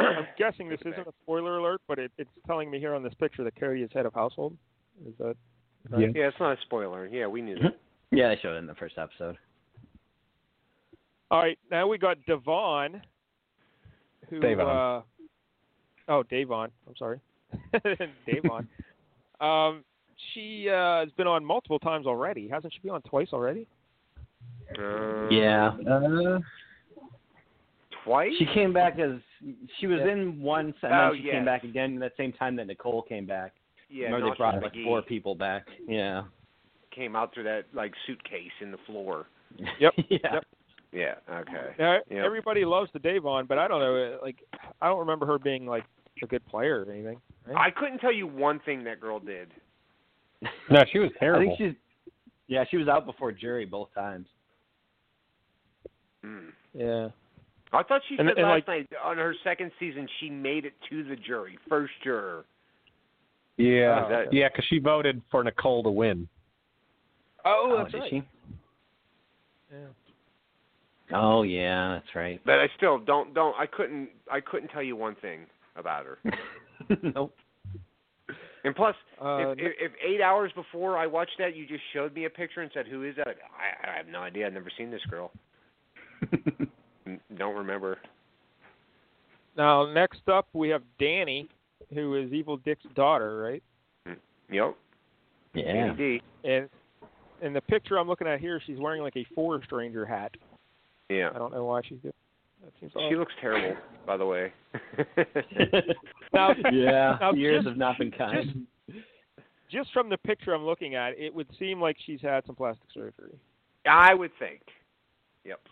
Speaker 2: I'm guessing this
Speaker 1: Take it
Speaker 2: isn't a spoiler alert, but it, it's telling me here on this picture that Cody is head of household. Is that
Speaker 5: Yeah.
Speaker 1: Yeah, it's not a spoiler. Yeah, we knew that.
Speaker 6: Yeah, they showed it in the first episode.
Speaker 2: All right, now we got Devon, who
Speaker 5: Davon.
Speaker 2: uh, oh Davon, I'm sorry, Davon. um, she uh, has been on multiple times already, hasn't she? Been on twice already?
Speaker 1: Uh,
Speaker 6: Mm-hmm. Yeah.
Speaker 5: Uh,
Speaker 1: Twice?
Speaker 6: She came back as she was
Speaker 2: Yeah.
Speaker 6: in one, and
Speaker 1: Oh,
Speaker 6: then she
Speaker 1: yes.
Speaker 6: came back again that same time that Nicole came back.
Speaker 1: yeah,
Speaker 6: Remember they
Speaker 1: Nacho
Speaker 6: brought like
Speaker 1: McGee
Speaker 6: four people back. Yeah.
Speaker 1: came out through that like suitcase in the floor.
Speaker 2: Yep.
Speaker 6: yeah.
Speaker 2: Yep.
Speaker 1: Yeah. Okay.
Speaker 2: Yeah,
Speaker 1: Yep.
Speaker 2: everybody loves the Davon, but I don't know, uh, like I don't remember her being like a good player or anything.
Speaker 1: I couldn't tell you one thing that girl did.
Speaker 5: no, she was
Speaker 6: I
Speaker 5: terrible.
Speaker 6: think she's yeah, she was out before jury both times.
Speaker 1: Mm.
Speaker 2: Yeah.
Speaker 1: I thought she
Speaker 2: And-
Speaker 1: said
Speaker 2: and,
Speaker 1: last night
Speaker 2: like-
Speaker 1: on her second season she made it to the jury, first juror.
Speaker 4: Yeah,
Speaker 2: Oh,
Speaker 4: that-
Speaker 5: Yeah, because she voted for Nicole to win.
Speaker 2: Oh,
Speaker 6: oh, did she? Oh yeah, that's right.
Speaker 1: But I still don't don't I couldn't I couldn't tell you one thing about her.
Speaker 6: nope.
Speaker 1: And plus,
Speaker 2: Uh,
Speaker 1: if, if, if eight hours before I watched that, you just showed me a picture and said, "Who is that?" I, I have no idea. I've never seen this girl. N- Don't remember.
Speaker 2: Now, next up, we have Danny, who is Evil Dick's daughter, right?
Speaker 1: Yep.
Speaker 6: Yeah.
Speaker 1: AD.
Speaker 2: And and the picture I'm looking at here, she's wearing like a forest ranger hat.
Speaker 1: Yeah.
Speaker 2: I don't know why she's doing that. Seems
Speaker 1: She
Speaker 2: odd.
Speaker 1: looks terrible, by the way.
Speaker 2: Now-
Speaker 6: yeah.
Speaker 2: now
Speaker 6: years
Speaker 2: just-
Speaker 6: have not been kind.
Speaker 2: Just from the picture I'm looking at, it would seem like she's had some plastic surgery.
Speaker 1: I would think. Yep.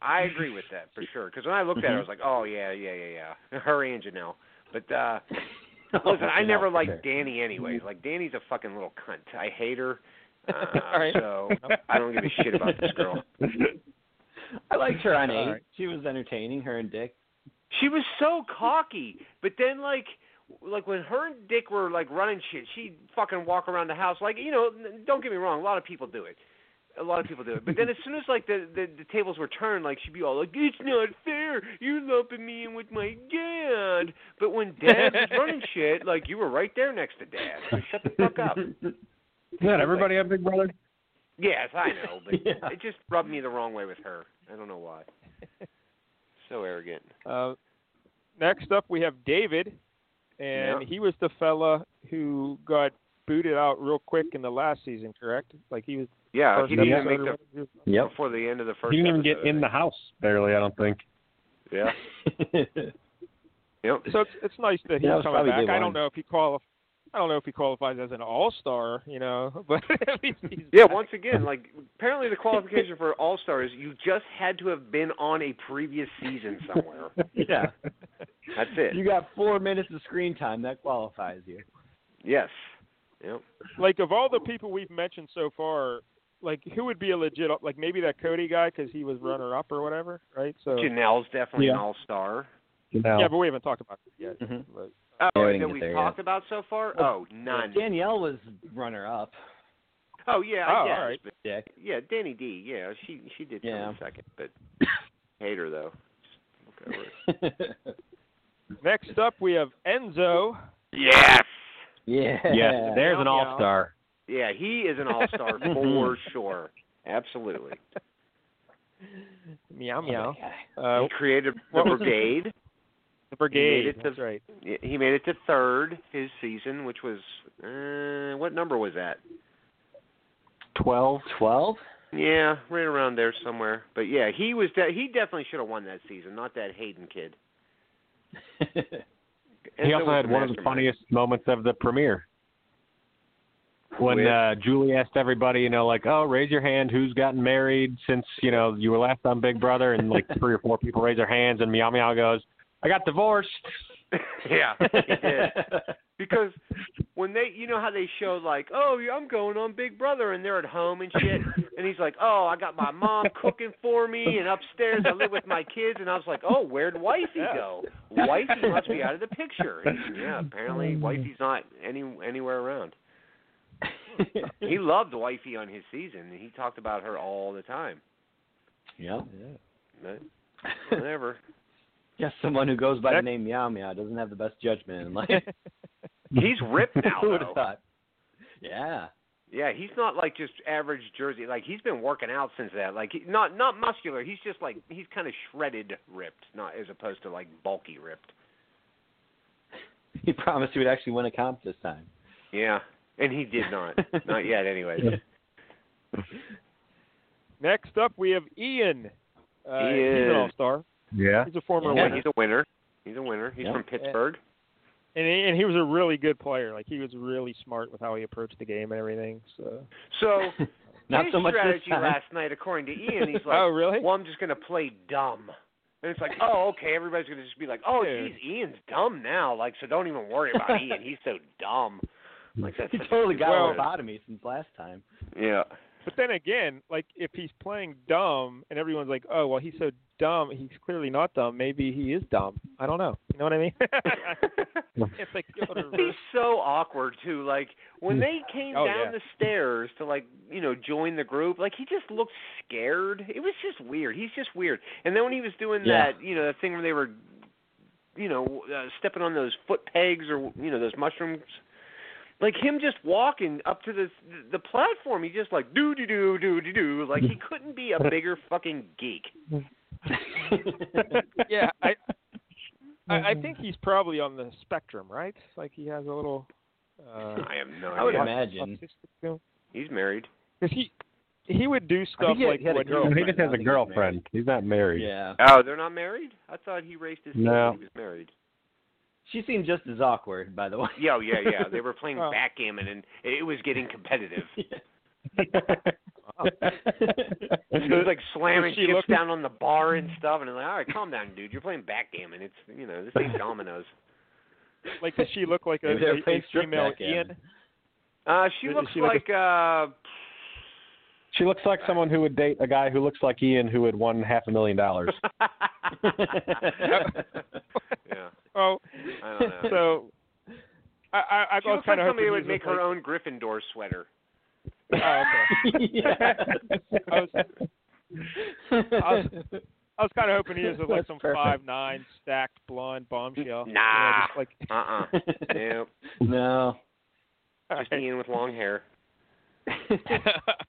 Speaker 1: I agree with that for sure. Because when I looked at her, I was like, "Oh yeah, yeah, yeah, yeah." Her and Janelle. But uh
Speaker 6: Oh,
Speaker 1: listen, I never liked Danny anyways. Like Danny's a fucking little cunt. I hate her. Uh,
Speaker 2: All right.
Speaker 1: So I don't give a shit about this girl.
Speaker 6: I liked her on eight.
Speaker 2: All right.
Speaker 6: She was entertaining. Her and Dick.
Speaker 1: She was so cocky, but then like like when her and Dick were like running shit, she'd fucking walk around the house like you know. n- Don't get me wrong, a lot of people do it. A lot of people do it, but then as soon as like the the, the tables were turned, like she'd be all like, "It's not fair! You're lumping me in with my dad." But when Dad was running shit, like you were right there next to Dad. So shut the fuck up.
Speaker 5: Isn't that everybody on Big Brother?
Speaker 1: Yes, I know, but
Speaker 6: Yeah.
Speaker 1: it just rubbed me the wrong way with her. I don't know why. So arrogant.
Speaker 2: Uh, next up, we have David, and
Speaker 1: Yeah.
Speaker 2: he was the fella who got booted out real quick in the last season, correct? Like he was
Speaker 1: Yeah,
Speaker 2: first
Speaker 1: he didn't even
Speaker 2: episode
Speaker 1: make
Speaker 2: or
Speaker 1: the
Speaker 2: whatever.
Speaker 6: Yep.
Speaker 1: before the end of the first.
Speaker 5: He didn't even get
Speaker 1: episode, I
Speaker 5: in the
Speaker 1: think.
Speaker 5: house, barely, I don't think.
Speaker 1: Yeah. Yep.
Speaker 2: So it's, it's nice that he's
Speaker 6: That was
Speaker 2: coming
Speaker 6: probably day
Speaker 2: back. I
Speaker 6: one.
Speaker 2: don't know if he qualif- I don't know if he qualifies as an all star, you know, but at least he's
Speaker 1: Yeah,
Speaker 2: back.
Speaker 1: once again, like apparently the qualification for All Star is you just had to have been on a previous season somewhere.
Speaker 6: yeah.
Speaker 1: That's it.
Speaker 6: You got four minutes of screen time. That qualifies you.
Speaker 1: Yes. Yep.
Speaker 2: like of all the people we've mentioned so far, like who would be a legit like maybe that Cody guy because he was runner up or whatever, right? So
Speaker 1: Janelle's definitely an
Speaker 5: Yeah.
Speaker 1: All Star.
Speaker 5: You know.
Speaker 2: yeah, but we haven't talked about it yet.
Speaker 6: Mhm.
Speaker 2: But,
Speaker 1: Oh,
Speaker 6: I didn't
Speaker 1: that
Speaker 6: get
Speaker 1: we've
Speaker 6: there
Speaker 1: talked about so far. Oh, none.
Speaker 6: Danielle was runner up.
Speaker 1: Oh yeah,
Speaker 2: Oh,
Speaker 1: I guess.
Speaker 2: all right.
Speaker 1: But
Speaker 6: Dick.
Speaker 1: yeah, Danny D. Yeah, she she did come
Speaker 6: Yeah.
Speaker 1: in second, but hate her though. Just look over it.
Speaker 2: next up we have Enzo.
Speaker 1: Yes.
Speaker 6: yeah.
Speaker 5: Yes, there's
Speaker 2: Meow,
Speaker 5: an
Speaker 2: meow.
Speaker 5: all star.
Speaker 1: Yeah, he is an All Star for sure. Absolutely.
Speaker 2: Meow
Speaker 6: Oh,
Speaker 2: meow.
Speaker 6: yeah.
Speaker 2: Uh,
Speaker 1: He created the
Speaker 2: What was-
Speaker 1: brigade.
Speaker 2: the brigade.
Speaker 1: made it to-
Speaker 2: That's right.
Speaker 1: Yeah, he made it to third his season, which was uh, what number was that?
Speaker 6: Twelve. Twelve.
Speaker 1: Yeah, right around there somewhere. But yeah, he was de- he definitely should have won that season, not that Hayden kid.
Speaker 5: He
Speaker 1: Enzo
Speaker 5: also
Speaker 1: was
Speaker 5: had
Speaker 1: a
Speaker 5: one of the
Speaker 1: mastermind.
Speaker 5: funniest moments of the premiere. When
Speaker 1: With-
Speaker 5: uh, Julie asked everybody, you know, like, oh, raise your hand, who's gotten married since, you know, you were last on Big Brother, and like three or four people raise their hands, and Meow Meow goes, I got divorced.
Speaker 1: yeah, he did. Because when they, you know how they show like, oh, yeah, I'm going on Big Brother, and they're at home and shit, and he's like, oh, I got my mom cooking for me, and upstairs I live with my kids, and I was like, oh, where'd Wifey go? Wifey must be out of the picture. And, yeah, apparently Wifey's not any anywhere around. He loved Wifey on his season, and he talked about her all the time.
Speaker 6: yeah.
Speaker 1: But whatever.
Speaker 6: Just someone who goes by the
Speaker 2: Next-
Speaker 6: name Meow Meow doesn't have the best judgment in life.
Speaker 1: He's ripped now.
Speaker 6: Who would have
Speaker 1: though.
Speaker 6: thought? Yeah.
Speaker 1: Yeah, he's not like just average Jersey. Like he's been working out since that. Like he, not not muscular. He's just like he's kind of shredded, ripped, not as opposed to like bulky ripped.
Speaker 6: He promised he would actually win a comp this time.
Speaker 1: Yeah, and he did not. not yet, anyway.
Speaker 2: Next up we have Ian. Uh, He's
Speaker 1: Ian.
Speaker 2: an all star.
Speaker 5: Yeah.
Speaker 2: He's a former
Speaker 1: Yeah,
Speaker 2: winner.
Speaker 1: he's a winner. He's a winner. He's
Speaker 6: Yeah.
Speaker 1: from Pittsburgh.
Speaker 2: and he, and he was a really good player. Like he was really smart with how he approached the game and everything. So.
Speaker 1: So
Speaker 6: Not
Speaker 1: his
Speaker 6: so much this
Speaker 1: strategy
Speaker 6: time.
Speaker 1: last night, according to Ian, he's
Speaker 2: oh
Speaker 1: like,
Speaker 2: really?
Speaker 1: "Well, I'm just gonna play dumb." And it's like, oh, okay, everybody's gonna just be like, oh,
Speaker 2: Dude.
Speaker 1: geez, Ian's dumb now. Like, so don't even worry about Ian. He's so dumb. Like that's
Speaker 6: He
Speaker 1: such a
Speaker 6: totally got
Speaker 2: Well-
Speaker 6: a lobotomy since last time.
Speaker 1: Yeah.
Speaker 2: But then again, like if he's playing dumb and everyone's like, "Oh, well, he's so dumb. He's clearly not dumb. Maybe he is dumb. I don't know." You know what I mean? it's like go to
Speaker 1: He's
Speaker 2: reverse.
Speaker 1: so awkward too. Like when they came
Speaker 2: Oh,
Speaker 1: down
Speaker 2: yeah.
Speaker 1: the stairs to like you know join the group, like he just looked scared. It was just weird. He's just weird. And then when he was doing
Speaker 6: Yeah.
Speaker 1: that, you know, that thing where they were, you know, uh, stepping on those foot pegs or you know those mushrooms. Like him just walking up to the the platform, he just like doo doo doo doo doo doo. Like he couldn't be a bigger fucking geek.
Speaker 2: yeah, I, I I think he's probably on the spectrum, right? Like he has a little. Uh,
Speaker 1: I have no
Speaker 6: I would
Speaker 1: idea.
Speaker 6: imagine.
Speaker 1: He's married.
Speaker 2: Because he he would do
Speaker 6: I
Speaker 2: stuff
Speaker 6: think he had-
Speaker 2: like
Speaker 6: he had a
Speaker 2: when
Speaker 6: girl.
Speaker 5: he just has a girlfriend. He's not married.
Speaker 6: Yeah.
Speaker 1: Oh, they're not married. I thought he raised his hand
Speaker 5: No.
Speaker 1: when He was married.
Speaker 6: She seemed just as awkward, by the way.
Speaker 1: Yeah, oh, yeah, yeah. They were playing
Speaker 2: Oh.
Speaker 1: backgammon, and it was getting competitive. Oh.
Speaker 2: uh,
Speaker 1: It was like slamming
Speaker 2: she
Speaker 1: chips
Speaker 2: looked-
Speaker 1: down on the bar and stuff, and I'm like, all right, calm down, dude. You're playing backgammon. It's you know this ain't dominoes.
Speaker 2: like does she look like a,
Speaker 6: Maybe they were
Speaker 2: a,
Speaker 6: playing
Speaker 2: a
Speaker 6: strip
Speaker 2: female
Speaker 6: backgammon.
Speaker 2: Ian?
Speaker 1: Uh, she
Speaker 2: Does
Speaker 1: looks
Speaker 2: she look
Speaker 1: like uh,
Speaker 5: She looks like someone who would date a guy who looks like Ian who had won half a million dollars.
Speaker 1: yeah,
Speaker 2: Oh,
Speaker 1: I don't know.
Speaker 2: so I I, I
Speaker 1: she
Speaker 2: was
Speaker 1: looks like
Speaker 2: kind of
Speaker 1: somebody
Speaker 2: hoping
Speaker 1: who would
Speaker 2: he
Speaker 1: make
Speaker 2: was
Speaker 1: her own Gryffindor sweater.
Speaker 2: like, oh, okay.
Speaker 6: yeah.
Speaker 2: I was I was kind of hoping he was with, like some five nine stacked blonde bombshell. You know,
Speaker 1: Nah.
Speaker 2: just like
Speaker 1: Uh uh Nope.
Speaker 6: no.
Speaker 1: Just Ian with long hair.
Speaker 2: All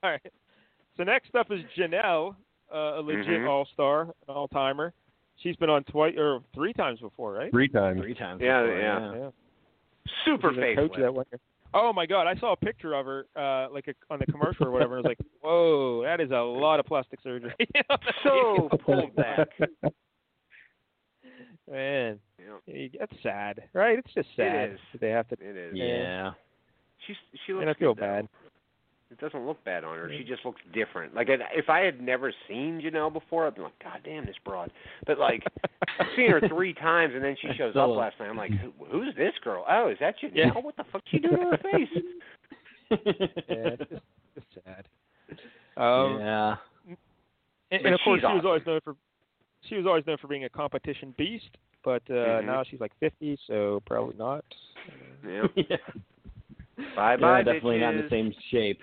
Speaker 2: right. So next up is Janelle, uh, a legit
Speaker 1: Mhm.
Speaker 2: all star, an all timer. She's been on twice or three times before, right?
Speaker 5: Three times.
Speaker 6: Three times.
Speaker 1: Yeah,
Speaker 6: before,
Speaker 1: yeah. Super
Speaker 2: She was a coach
Speaker 1: faceless.
Speaker 2: that one year. Oh my God! I saw a picture of her, uh, like a, on the commercial or whatever. and I was like, "Whoa, that is a lot of plastic surgery." You know?
Speaker 1: So pulled back.
Speaker 2: Man,
Speaker 1: Yep,
Speaker 2: you- that's sad, right? It's just
Speaker 1: It
Speaker 2: sad
Speaker 1: is.
Speaker 2: that they have to.
Speaker 1: It is.
Speaker 6: Yeah. Yeah.
Speaker 1: She's she looks
Speaker 2: And I feel
Speaker 1: good, though.
Speaker 2: bad.
Speaker 1: It doesn't look bad on her. She just looks different. Like if- if I had never seen Janelle before, I'd be like, God damn, this broad. But like, I've seen her three times, and then she shows up
Speaker 6: Still-
Speaker 1: last night. I'm like, Who, who's this girl? Oh, is that Janelle?
Speaker 2: Yeah.
Speaker 1: What the fuck's she doing to her face?
Speaker 2: Yeah, it's just, it's sad.
Speaker 1: Oh.
Speaker 2: Um,
Speaker 6: yeah.
Speaker 2: and,
Speaker 1: But
Speaker 2: and of course,
Speaker 1: she's
Speaker 2: she was
Speaker 1: awesome.
Speaker 2: always known for she was always known for being a competition beast, but uh,
Speaker 1: Mhm.
Speaker 2: now she's like 50, so probably not.
Speaker 1: Yeah.
Speaker 6: yeah.
Speaker 1: Bye bye.
Speaker 6: definitely not in the same shape.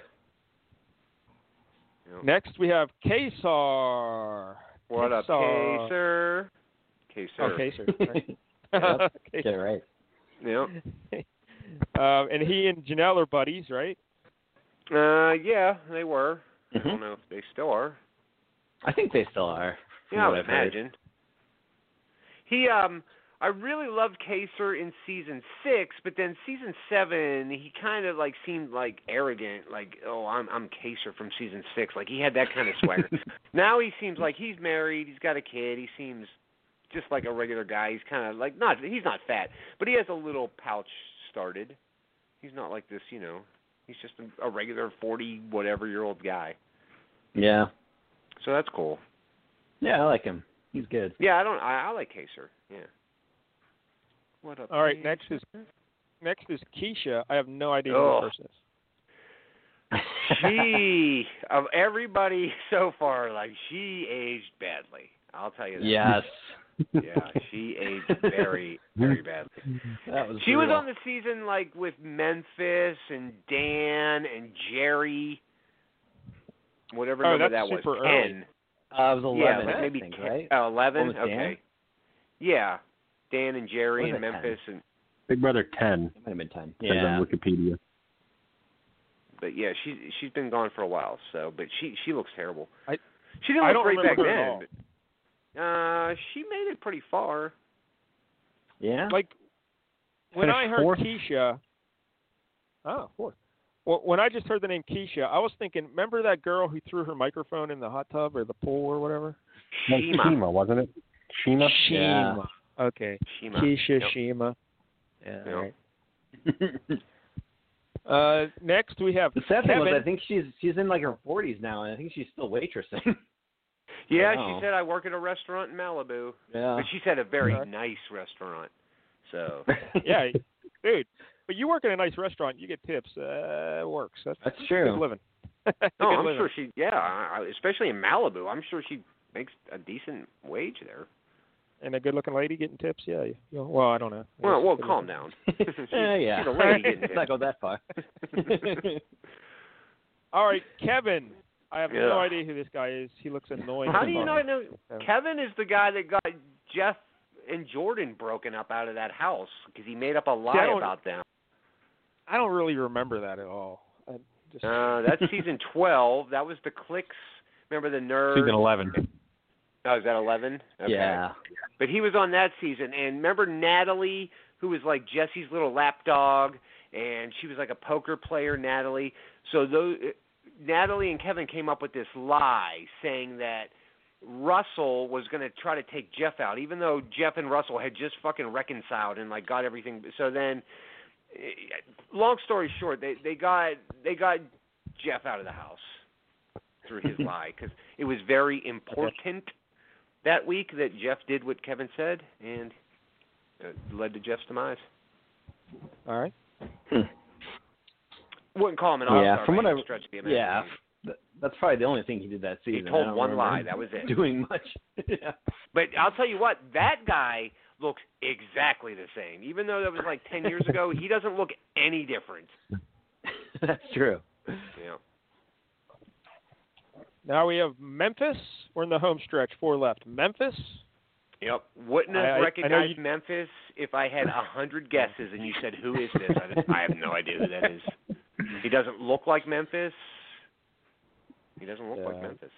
Speaker 2: Next, we have Kesar.
Speaker 1: What up,
Speaker 2: Kesar.
Speaker 1: Kaser? Kaser.
Speaker 2: Oh, Kesar. right. Okay.
Speaker 6: Yep. Get it right.
Speaker 1: Yep.
Speaker 2: Um, and he and Janelle are buddies, right?
Speaker 1: Uh, yeah, they were. I don't
Speaker 6: Mhm.
Speaker 1: know if they still are.
Speaker 6: I think they still are. from
Speaker 1: Yeah, I
Speaker 6: what
Speaker 1: would
Speaker 6: I've heard.
Speaker 1: imagine. He um I really loved Kaser in season six, but then season seven he kind of like seemed like arrogant, like, oh I'm I'm Kaser from season six. Like he had that kind of swagger. now he seems like he's married, he's got a kid, he seems just like a regular guy. He's kinda like not he's not fat, but he has a little pouch started. He's not like this, you know. He's just a, a regular forty whatever year old guy.
Speaker 6: Yeah.
Speaker 1: So that's cool.
Speaker 6: Yeah, I like him. He's good.
Speaker 1: Yeah, I don't. I, I like Kaser. Yeah. What up?
Speaker 2: All right.
Speaker 1: Kay?
Speaker 2: Next is next is Keisha. I have no idea
Speaker 1: Ugh.
Speaker 2: who this person is.
Speaker 1: she of everybody so far, like she aged badly. I'll tell you that.
Speaker 6: yes.
Speaker 1: Yeah, she aged very, very badly.
Speaker 6: That was
Speaker 1: She was
Speaker 6: brutal.
Speaker 1: on the season like with Memphis and Dan and Jerry. Whatever
Speaker 2: Oh,
Speaker 1: number
Speaker 2: that's
Speaker 1: that was.
Speaker 2: super early.
Speaker 1: Ten.
Speaker 6: Uh, it was 11,
Speaker 1: yeah, like
Speaker 6: I
Speaker 1: maybe
Speaker 6: think,
Speaker 1: ten-
Speaker 6: right?
Speaker 1: oh, eleven.
Speaker 6: One with Dan?
Speaker 1: okay. Yeah. Dan and Jerry
Speaker 6: Or
Speaker 1: and
Speaker 6: was it 10?
Speaker 1: Memphis and
Speaker 5: Big Brother 10
Speaker 6: It might have been 10.
Speaker 5: says
Speaker 6: Yeah.
Speaker 5: on Wikipedia.
Speaker 1: but yeah, she she's been gone for a while. So, but she she looks terrible.
Speaker 2: I-
Speaker 1: she didn't
Speaker 2: I
Speaker 1: look
Speaker 2: don't
Speaker 1: great back
Speaker 2: remember her at all.
Speaker 1: then. But, uh, she made it pretty far.
Speaker 6: Yeah.
Speaker 2: Like when
Speaker 5: Finished
Speaker 2: I heard
Speaker 5: fourth.
Speaker 2: Keisha. Oh, fourth. Well, when I just heard the name Keisha, I was thinking, remember that girl who threw her microphone in the hot tub or the pool or whatever?
Speaker 5: No,
Speaker 1: Shima.
Speaker 5: Shima, wasn't it? Shima?
Speaker 6: Yeah.
Speaker 2: Okay.
Speaker 1: Shima.
Speaker 2: Keisha
Speaker 1: Yep.
Speaker 2: Shima. Yeah.
Speaker 1: Yep.
Speaker 2: all right. Uh, next we have
Speaker 6: the sad thing was,
Speaker 2: Kevin.
Speaker 6: I think she's she's in like her 40s now, and I think she's still waitressing.
Speaker 1: Yeah,
Speaker 6: Wow.
Speaker 2: Oh.
Speaker 1: she said I work at a restaurant in Malibu,
Speaker 6: yeah.
Speaker 2: Uh,
Speaker 1: but she said a very
Speaker 2: Alright.
Speaker 1: nice restaurant. So
Speaker 2: yeah, dude. But you work in a nice restaurant, you get tips. Uh, it works. That's
Speaker 6: That's
Speaker 2: good
Speaker 6: true.
Speaker 2: living.
Speaker 1: No, Oh, I'm sure she. Yeah, I- I- especially in Malibu, I'm sure she makes a decent wage there.
Speaker 2: And a good-looking lady getting tips. Yeah. you- you know, well, I don't know.
Speaker 1: Well, well,
Speaker 2: Good-looking.
Speaker 1: calm down. She's-
Speaker 6: yeah, yeah.
Speaker 1: she's a lady getting
Speaker 6: Let's not go that far.
Speaker 2: All right, Kevin. I have no
Speaker 1: Yeah.
Speaker 2: idea who this guy is. He looks annoying.
Speaker 1: How
Speaker 2: as
Speaker 1: do you
Speaker 2: fuck.
Speaker 1: not know? Kevin is the guy that got Jeff and Jordan broken up out of that house because he made up a
Speaker 2: See, I
Speaker 1: lie
Speaker 2: don't-
Speaker 1: about them.
Speaker 2: I don't really remember that at all. I just,
Speaker 1: Uh, that's season twelve. That was the clicks. Remember the nerd?
Speaker 5: Season 11.
Speaker 1: Oh, is that eleven? Okay.
Speaker 6: Yeah.
Speaker 1: But he was on that season, and remember Natalie, who was like Jesse's little lapdog, and she was like a poker player, Natalie. So those Natalie and Kevin came up with this lie saying that Russell was going to try to take Jeff out, even though Jeff and Russell had just fucking reconciled and like got everything. So then, eh, long story short, they they got they got Jeff out of the house through his lie because it was very important that week that Jeff did what Kevin said and it led to Jeff's demise.
Speaker 2: all right.
Speaker 1: Wouldn't call him an
Speaker 6: Yeah,
Speaker 1: all-star
Speaker 6: from
Speaker 1: by
Speaker 6: what
Speaker 1: any
Speaker 6: I-
Speaker 1: stretch of the
Speaker 6: yeah.
Speaker 1: imagination.
Speaker 6: Th- That's probably the only thing he did that
Speaker 1: He
Speaker 6: season. I
Speaker 1: told
Speaker 6: don't
Speaker 1: one lie.
Speaker 6: remember
Speaker 1: That was it.
Speaker 6: Doing much. yeah.
Speaker 1: But I'll tell you what, that guy looks exactly the same. Even though that was like 10 years ago, he doesn't look any different.
Speaker 6: That's true.
Speaker 1: Yeah.
Speaker 2: Now we have Memphis. We're in the home stretch. Four left. Memphis.
Speaker 1: Yep. Wouldn't have
Speaker 2: I- I- I know
Speaker 1: recognized
Speaker 2: you-
Speaker 1: Memphis if I had a hundred guesses and you said, "Who is this?" I, I have no idea who that is. He doesn't look like Memphis. He doesn't look like
Speaker 2: Yeah.
Speaker 1: Memphis.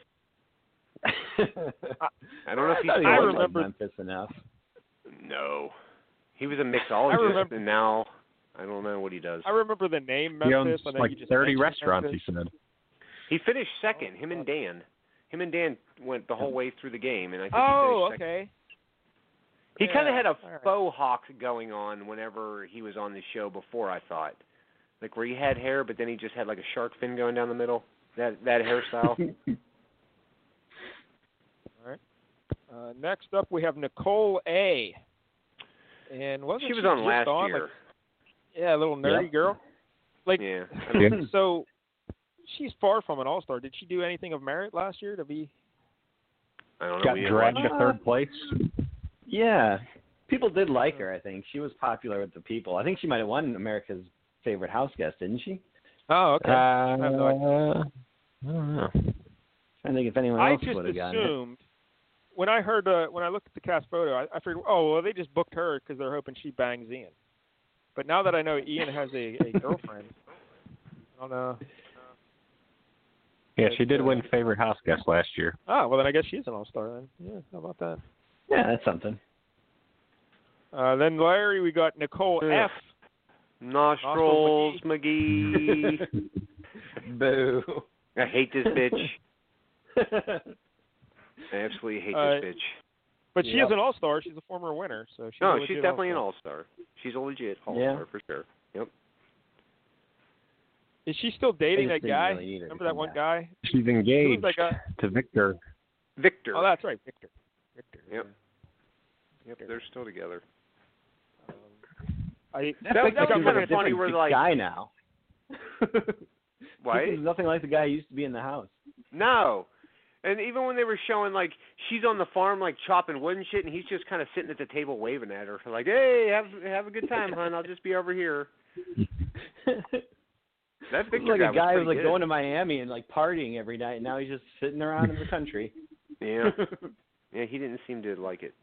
Speaker 6: I
Speaker 1: I don't know if he's
Speaker 6: thought he
Speaker 1: still
Speaker 2: I
Speaker 1: in Memphis.
Speaker 6: looked like
Speaker 2: remember-
Speaker 6: Memphis enough.
Speaker 1: No. He was a mixologist,
Speaker 2: I remember-
Speaker 1: and now I don't know what he does.
Speaker 2: I remember the name
Speaker 5: He
Speaker 2: Memphis.
Speaker 5: owns
Speaker 2: I know
Speaker 5: like
Speaker 2: you just
Speaker 5: 30
Speaker 2: mentioned
Speaker 5: restaurants,
Speaker 2: Memphis.
Speaker 5: he said.
Speaker 1: He finished second. Him and Dan. Him and Dan went the whole way through the game, and I think
Speaker 2: Oh,
Speaker 1: he finished second.
Speaker 2: okay.
Speaker 1: He kind of
Speaker 2: Yeah,
Speaker 1: had a
Speaker 2: all right.
Speaker 1: faux hawk going on whenever he was on the show before. I thought, like where he had hair, but then he just had like a shark fin going down the middle. That that hairstyle.
Speaker 2: Uh, next up, we have Nicole A. And wasn't
Speaker 1: she
Speaker 2: she
Speaker 1: was on
Speaker 2: just
Speaker 1: last
Speaker 2: on,
Speaker 1: year.
Speaker 2: Like, yeah, a little nerdy
Speaker 6: Yeah.
Speaker 2: girl. Like,
Speaker 1: yeah.
Speaker 2: so she's far from an all star. Did she do anything of merit last year to be?
Speaker 1: I don't know.
Speaker 5: Got
Speaker 1: we didn't
Speaker 5: dragged
Speaker 1: watch
Speaker 5: to
Speaker 1: it.
Speaker 5: third place.
Speaker 6: Yeah. People did like her, I think. She was popular with the people. I think she might have won America's favorite house guest, didn't she?
Speaker 2: Oh, okay.
Speaker 5: I
Speaker 2: have no
Speaker 5: I don't know.
Speaker 6: I think if anyone
Speaker 2: I
Speaker 6: else
Speaker 2: just
Speaker 6: would have gotten it.
Speaker 2: assumed when I heard uh, when I looked at the cast photo, I, I figured, oh well, they just booked her because they're hoping she bangs Ian. But now that I know Ian has a, a girlfriend, I don't know.
Speaker 5: Yeah, she did win favorite house guest last year.
Speaker 2: Oh well, then I guess she's an all star then. Yeah, how about that?
Speaker 6: Yeah, that's something.
Speaker 2: Uh, then Larry, we got Nicole
Speaker 1: Ugh.
Speaker 2: F.
Speaker 1: Nostrils McGee.
Speaker 6: Boo.
Speaker 1: I hate this bitch. I absolutely hate
Speaker 2: Uh,
Speaker 1: this bitch.
Speaker 2: But she
Speaker 6: Yep.
Speaker 2: is an all star. She's a former winner, so she's
Speaker 1: No,
Speaker 2: a
Speaker 1: she's
Speaker 2: legit
Speaker 1: definitely an
Speaker 2: all-star.
Speaker 1: all star. She's a legit all
Speaker 6: Yeah.
Speaker 1: star for sure.
Speaker 2: Is she still dating
Speaker 6: They
Speaker 2: that
Speaker 6: just didn't
Speaker 2: guy?
Speaker 6: really need her to
Speaker 2: Remember that
Speaker 6: come
Speaker 2: one
Speaker 6: back.
Speaker 2: guy?
Speaker 5: She's
Speaker 2: Who was
Speaker 5: engaged
Speaker 2: that guy?
Speaker 5: to Victor.
Speaker 1: Victor.
Speaker 2: Oh, that's right, Victor. Victor.
Speaker 1: Yep.
Speaker 2: yeah.
Speaker 1: Yep, they're still together.
Speaker 2: I,
Speaker 1: That was- that was
Speaker 2: I'm
Speaker 1: kinda
Speaker 6: kind
Speaker 2: gonna-
Speaker 6: of
Speaker 1: funny where, like-
Speaker 6: guy now.
Speaker 1: Why?
Speaker 6: He's nothing like the guy who used to be in the house.
Speaker 1: No. And even when they were showing like she's on the farm like chopping wood and shit, and he's just kind of sitting at the table waving at her like, "Hey, have have a good time, hon. I'll just be over here." That
Speaker 6: He's
Speaker 1: Victor
Speaker 6: like
Speaker 1: guy
Speaker 6: a guy
Speaker 1: was
Speaker 6: who's like
Speaker 1: pretty
Speaker 6: going
Speaker 1: good.
Speaker 6: to Miami and like partying every night, and now he's just sitting around in the country.
Speaker 1: Yeah, yeah, he didn't seem to like it.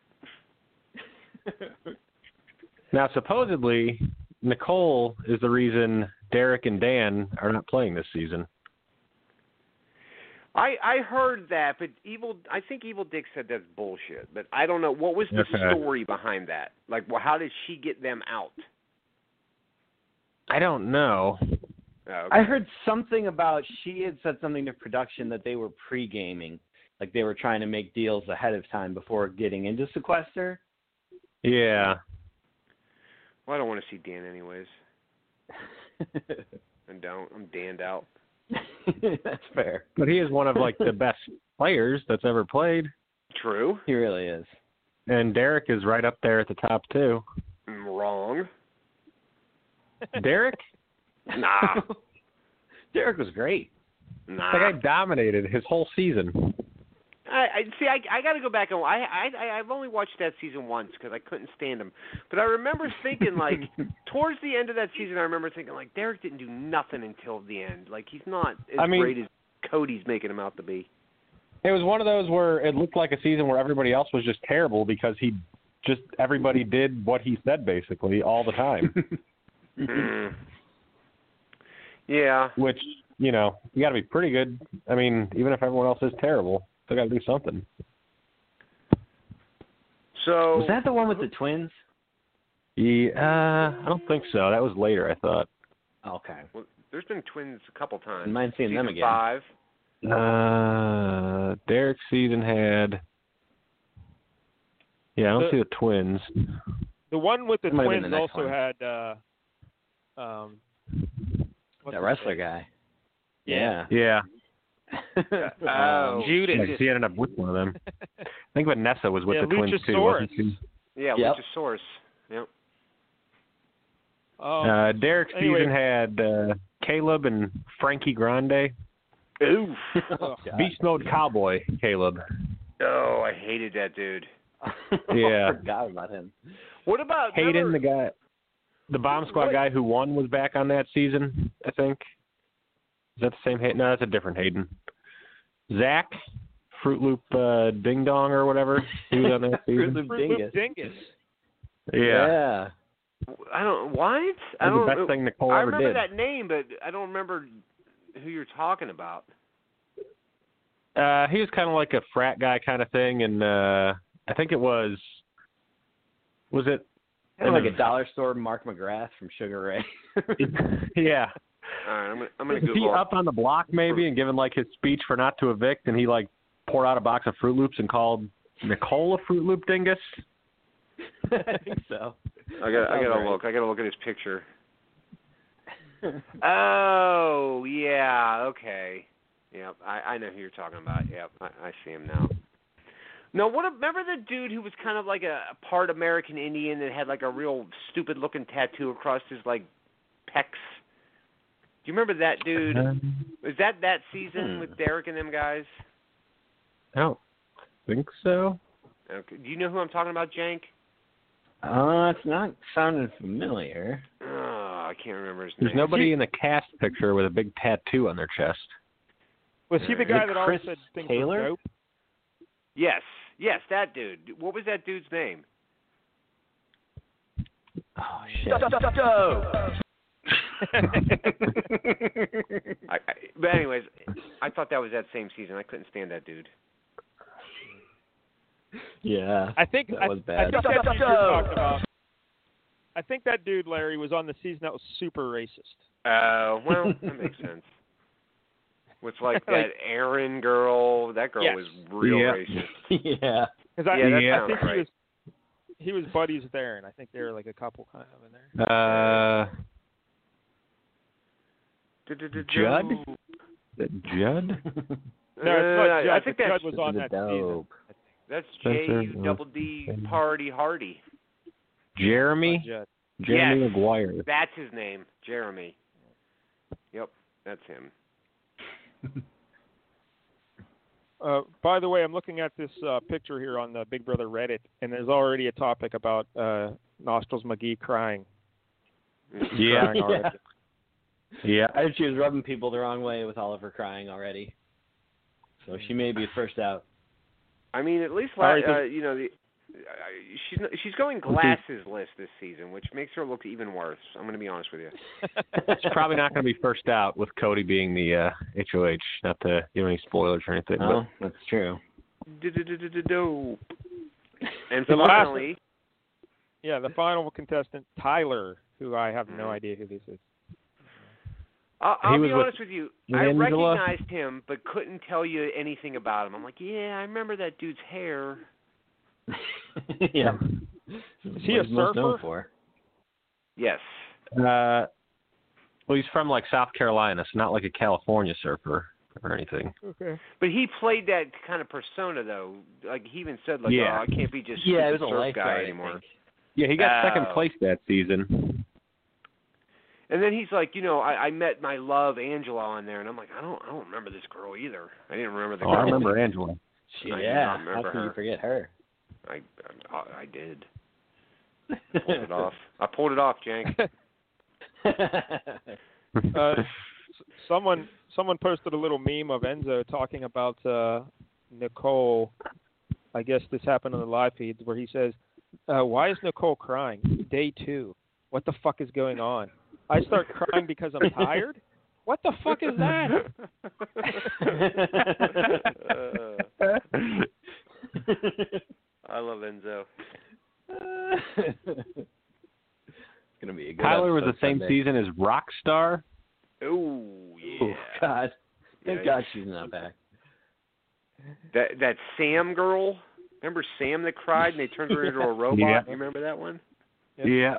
Speaker 5: Now, supposedly, Nicole is the reason Derek and Dan are not playing this season.
Speaker 1: I I heard that, but evil. I think Evil Dick said that's bullshit. But I don't know what was the
Speaker 5: Okay.
Speaker 1: story behind that. Like, well, how did she get them out?
Speaker 5: I don't know.
Speaker 1: Oh,
Speaker 6: I heard something about she had said something to production that they were pre gaming. Like they were trying to make deals ahead of time before getting into sequester.
Speaker 5: Yeah.
Speaker 1: Well, I don't want to see Dan anyways. I don't. I'm danned out.
Speaker 6: That's fair.
Speaker 5: But he is one of like the best players that's ever played,
Speaker 1: True.
Speaker 6: He really is.
Speaker 5: and Derek is right up there at the top too.
Speaker 1: I'm wrong.
Speaker 5: Derek,
Speaker 1: Nah.
Speaker 6: Derek was great.
Speaker 1: Nah.
Speaker 5: That guy dominated his whole season.
Speaker 1: I, I see. I, I got to go back and I, I I- I've only watched that season once because I couldn't stand him. But I remember thinking like towards the end of that season, I remember thinking like Derek didn't do nothing until the end. Like he's not as
Speaker 5: I mean-
Speaker 1: great as Cody's making him out to be.
Speaker 5: It was one of those where it looked like a season where everybody else was just terrible because he just everybody did what he said basically all the time.
Speaker 1: Mm. yeah.
Speaker 5: Which you know you got to be pretty good. I mean, even if everyone else is terrible, still got to do something.
Speaker 1: So
Speaker 6: Was that the one with the twins?
Speaker 5: Yeah, uh, I don't think so. That was later, I thought.
Speaker 6: Okay.
Speaker 1: well, there's been twins a couple times.
Speaker 6: Mind seeing
Speaker 1: season
Speaker 6: them again.
Speaker 1: Five.
Speaker 5: Uh, Derek's season had. Yeah, I don't
Speaker 2: Uh,
Speaker 5: see the twins.
Speaker 2: The one with the
Speaker 6: That might have been
Speaker 2: twins
Speaker 6: the next
Speaker 2: also
Speaker 6: one.
Speaker 2: had uh, um, what's
Speaker 6: That
Speaker 2: his
Speaker 6: wrestler
Speaker 2: name?
Speaker 6: guy. Yeah.
Speaker 5: Yeah,
Speaker 1: Oh,
Speaker 5: I
Speaker 1: Judas.
Speaker 5: see. I ended up with one of them. I think Vanessa was with
Speaker 2: Yeah,
Speaker 5: the twins too. Wasn't
Speaker 2: Luchasaurus.
Speaker 5: she?
Speaker 1: Yeah,
Speaker 6: Yep.
Speaker 1: Luchasaurus. Yep.
Speaker 2: Oh,
Speaker 5: Uh, Derek's
Speaker 2: Anyway.
Speaker 5: season had uh, Caleb and Frankie Grande.
Speaker 1: Oof.
Speaker 6: Oh,
Speaker 2: ugh.
Speaker 5: Beast mode cowboy Caleb.
Speaker 1: Oh, I hated that dude.
Speaker 5: Yeah.
Speaker 6: I forgot about him.
Speaker 1: What about
Speaker 5: Hayden,
Speaker 1: remember-
Speaker 5: the guy, the Bomb Squad guy who won, was back on that season. I think. Is that the same Hayden? No, that's a different Hayden. Zach, Fruit Loop uh, Ding Dong or whatever. He was on that
Speaker 6: Fruit
Speaker 5: season.
Speaker 6: Loop
Speaker 2: Fruit Loop
Speaker 6: Dingus.
Speaker 2: Dingus.
Speaker 5: Yeah.
Speaker 6: Yeah.
Speaker 1: I don't what? I
Speaker 5: That
Speaker 1: don't.
Speaker 5: was the best thing Nicole
Speaker 1: I
Speaker 5: ever
Speaker 1: remember
Speaker 5: did.
Speaker 1: that name, but I don't remember who you're talking about.
Speaker 5: Uh, he was kind of like a frat guy kind of thing, and uh, I think it was. Was it?
Speaker 6: Kind of like a dollar store Mark McGrath from Sugar Ray.
Speaker 5: yeah.
Speaker 1: All right, I'm gonna I'm gonna
Speaker 5: Is he
Speaker 1: Google.
Speaker 5: up on the block maybe and giving like his speech for not to evict and he like poured out a box of Fruit Loops and called Nicole a Fruit Loop dingus?
Speaker 6: I think so.
Speaker 1: I got I
Speaker 6: Sounds
Speaker 1: gotta
Speaker 6: right.
Speaker 1: look. I gotta look at his picture. oh yeah, okay. Yep, I I know who you're talking about. Yep, I, I see him now. No, what? a- Remember the dude who was kind of like a, a part American Indian that had like a real stupid looking tattoo across his like pecs. Do you remember that dude?
Speaker 5: Uh-huh.
Speaker 1: Was that that season
Speaker 6: Hmm.
Speaker 1: with Derek and them guys?
Speaker 5: I don't think so.
Speaker 1: Okay. Do you know who I'm talking about, Jank?
Speaker 6: Uh, it's not sounding familiar.
Speaker 1: Oh, I can't remember his name.
Speaker 5: There's nobody in the cast picture with a big tattoo on their chest.
Speaker 2: Was he the
Speaker 1: Is it
Speaker 2: guy that always
Speaker 6: Chris
Speaker 2: said things
Speaker 6: Taylor?
Speaker 2: were dope?
Speaker 1: Yes, yes, that dude. What was that dude's name?
Speaker 6: Oh shit.
Speaker 1: I, I, but anyways, I thought that was that same season. I couldn't stand that dude.
Speaker 6: Yeah.
Speaker 2: I think
Speaker 6: That
Speaker 2: I,
Speaker 6: was
Speaker 2: I
Speaker 6: bad.
Speaker 2: think that dude you're talking about. I think that dude Larry was on the season that was super racist.
Speaker 1: Oh, well, that makes sense. With like that
Speaker 2: Like-
Speaker 1: Aaron girl, that girl
Speaker 2: Yes.
Speaker 1: was real
Speaker 5: Yeah.
Speaker 1: racist.
Speaker 6: yeah.
Speaker 2: Because I,
Speaker 1: Yeah, that
Speaker 2: I
Speaker 1: sounds
Speaker 2: think
Speaker 1: right.
Speaker 2: he was he was buddies there, and I think they were like a couple kind of in there.
Speaker 5: Uh,
Speaker 1: Du-du-du-du.
Speaker 5: Judd? is it Judd?
Speaker 1: Uh,
Speaker 2: No, it's not Judd.
Speaker 1: I think
Speaker 2: but
Speaker 1: that's
Speaker 2: Judd was on
Speaker 6: The
Speaker 2: that
Speaker 6: dope.
Speaker 1: that's J
Speaker 5: Spencer,
Speaker 1: U
Speaker 5: uh,
Speaker 1: double D Party Hardy.
Speaker 2: season.
Speaker 5: Jeremy?
Speaker 2: Judd.
Speaker 5: Jeremy
Speaker 1: Yes.
Speaker 5: McGuire.
Speaker 1: That's his name, Jeremy. Yep, that's him.
Speaker 2: Uh, by the way, I'm looking at this uh, picture here on the Big Brother Reddit, and there's already a topic about uh, Nostrils McGee crying.
Speaker 5: Yeah.
Speaker 2: Crying already.
Speaker 6: Yeah.
Speaker 5: Yeah.
Speaker 6: I she was rubbing people the wrong way with Oliver crying already. So she may be first out.
Speaker 1: I mean, at least
Speaker 2: All
Speaker 1: la-
Speaker 2: right,
Speaker 1: uh,
Speaker 2: then-
Speaker 1: you know the. Uh, she's not- she's going glasses list this season, which makes her look even worse. I'm going to be honest with you.
Speaker 5: It's probably not going to be first out with Cody being the uh, HOH. Not to give any spoilers or anything, but
Speaker 6: Oh, that's true.
Speaker 1: Du-du-du-du-du-dope. And
Speaker 2: The last-
Speaker 1: finally,
Speaker 2: yeah, the final contestant, Tyler, who I have no idea who this is.
Speaker 1: I'll, I'll
Speaker 5: He
Speaker 1: be
Speaker 5: was with-
Speaker 1: honest with you.
Speaker 5: with
Speaker 1: I
Speaker 5: Angela?
Speaker 1: recognized him, but couldn't tell you anything about him. I'm like, yeah, I remember that dude's hair.
Speaker 6: yeah.
Speaker 2: Is he a
Speaker 6: What he's most known
Speaker 2: surfer?
Speaker 6: for.
Speaker 1: Yes.
Speaker 5: Uh, well, he's from like South Carolina, so not like a California surfer or anything.
Speaker 2: Okay.
Speaker 1: But he played that kind of persona, though. Like he even said, like,
Speaker 5: Yeah.
Speaker 1: oh, I can't be just
Speaker 6: Yeah, he was
Speaker 1: stupid
Speaker 6: a
Speaker 1: surf
Speaker 6: lifeguard
Speaker 1: guy
Speaker 6: I
Speaker 1: anymore.
Speaker 6: think.
Speaker 5: Yeah, he got
Speaker 1: Oh.
Speaker 5: second place that season.
Speaker 1: And then he's like, you know, I, I met my love Angela on there, and I'm like, I don't, I don't remember this girl either. I didn't remember the
Speaker 5: Oh,
Speaker 1: girl.
Speaker 5: I remember Angela.
Speaker 6: She,
Speaker 1: I do
Speaker 6: yeah,
Speaker 1: not
Speaker 6: how
Speaker 1: remember
Speaker 6: can you
Speaker 1: her.
Speaker 6: forget her?
Speaker 1: I, I, I did. Pulled it off. I pulled it off, Jank.
Speaker 2: Uh, s- someone someone posted a little meme of Enzo talking about uh, Nicole. I guess this happened on the live feeds where he says, uh, "Why is Nicole crying? Day two. What the fuck is going on? I start crying because I'm tired. What the fuck is that?
Speaker 1: Uh, I love Enzo.
Speaker 6: it's gonna be a good.
Speaker 5: Tyler was the
Speaker 6: episode
Speaker 5: same
Speaker 6: someday.
Speaker 5: season as Rockstar.
Speaker 1: Ooh, yeah.
Speaker 6: Oh God! Thank
Speaker 1: Yeah.
Speaker 6: God she's not back.
Speaker 1: That that Sam girl. Remember Sam that cried and they turned her into a robot?
Speaker 5: Yeah.
Speaker 1: You remember that one?
Speaker 2: Yep.
Speaker 5: Yeah.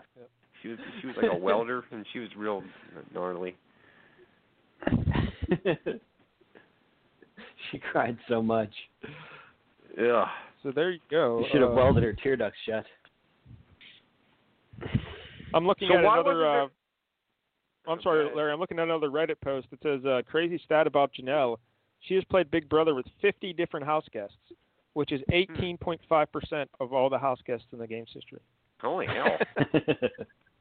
Speaker 1: She was she was like a welder and she was real gnarly.
Speaker 6: she cried so much.
Speaker 1: Ugh.
Speaker 2: So there you
Speaker 1: Oh,
Speaker 2: go.
Speaker 6: You should have
Speaker 2: Uh,
Speaker 6: welded her tear ducts shut.
Speaker 2: I'm looking
Speaker 1: So
Speaker 2: at
Speaker 1: why
Speaker 2: another. Uh,
Speaker 1: wasn't
Speaker 2: I'm sorry, Larry. I'm looking at another Reddit post that says uh, crazy stat about Janelle. She has played Big Brother with 50 different house guests, which
Speaker 1: Hmm.
Speaker 2: is 18.5 percent of all the house guests in the game's history.
Speaker 1: Holy hell!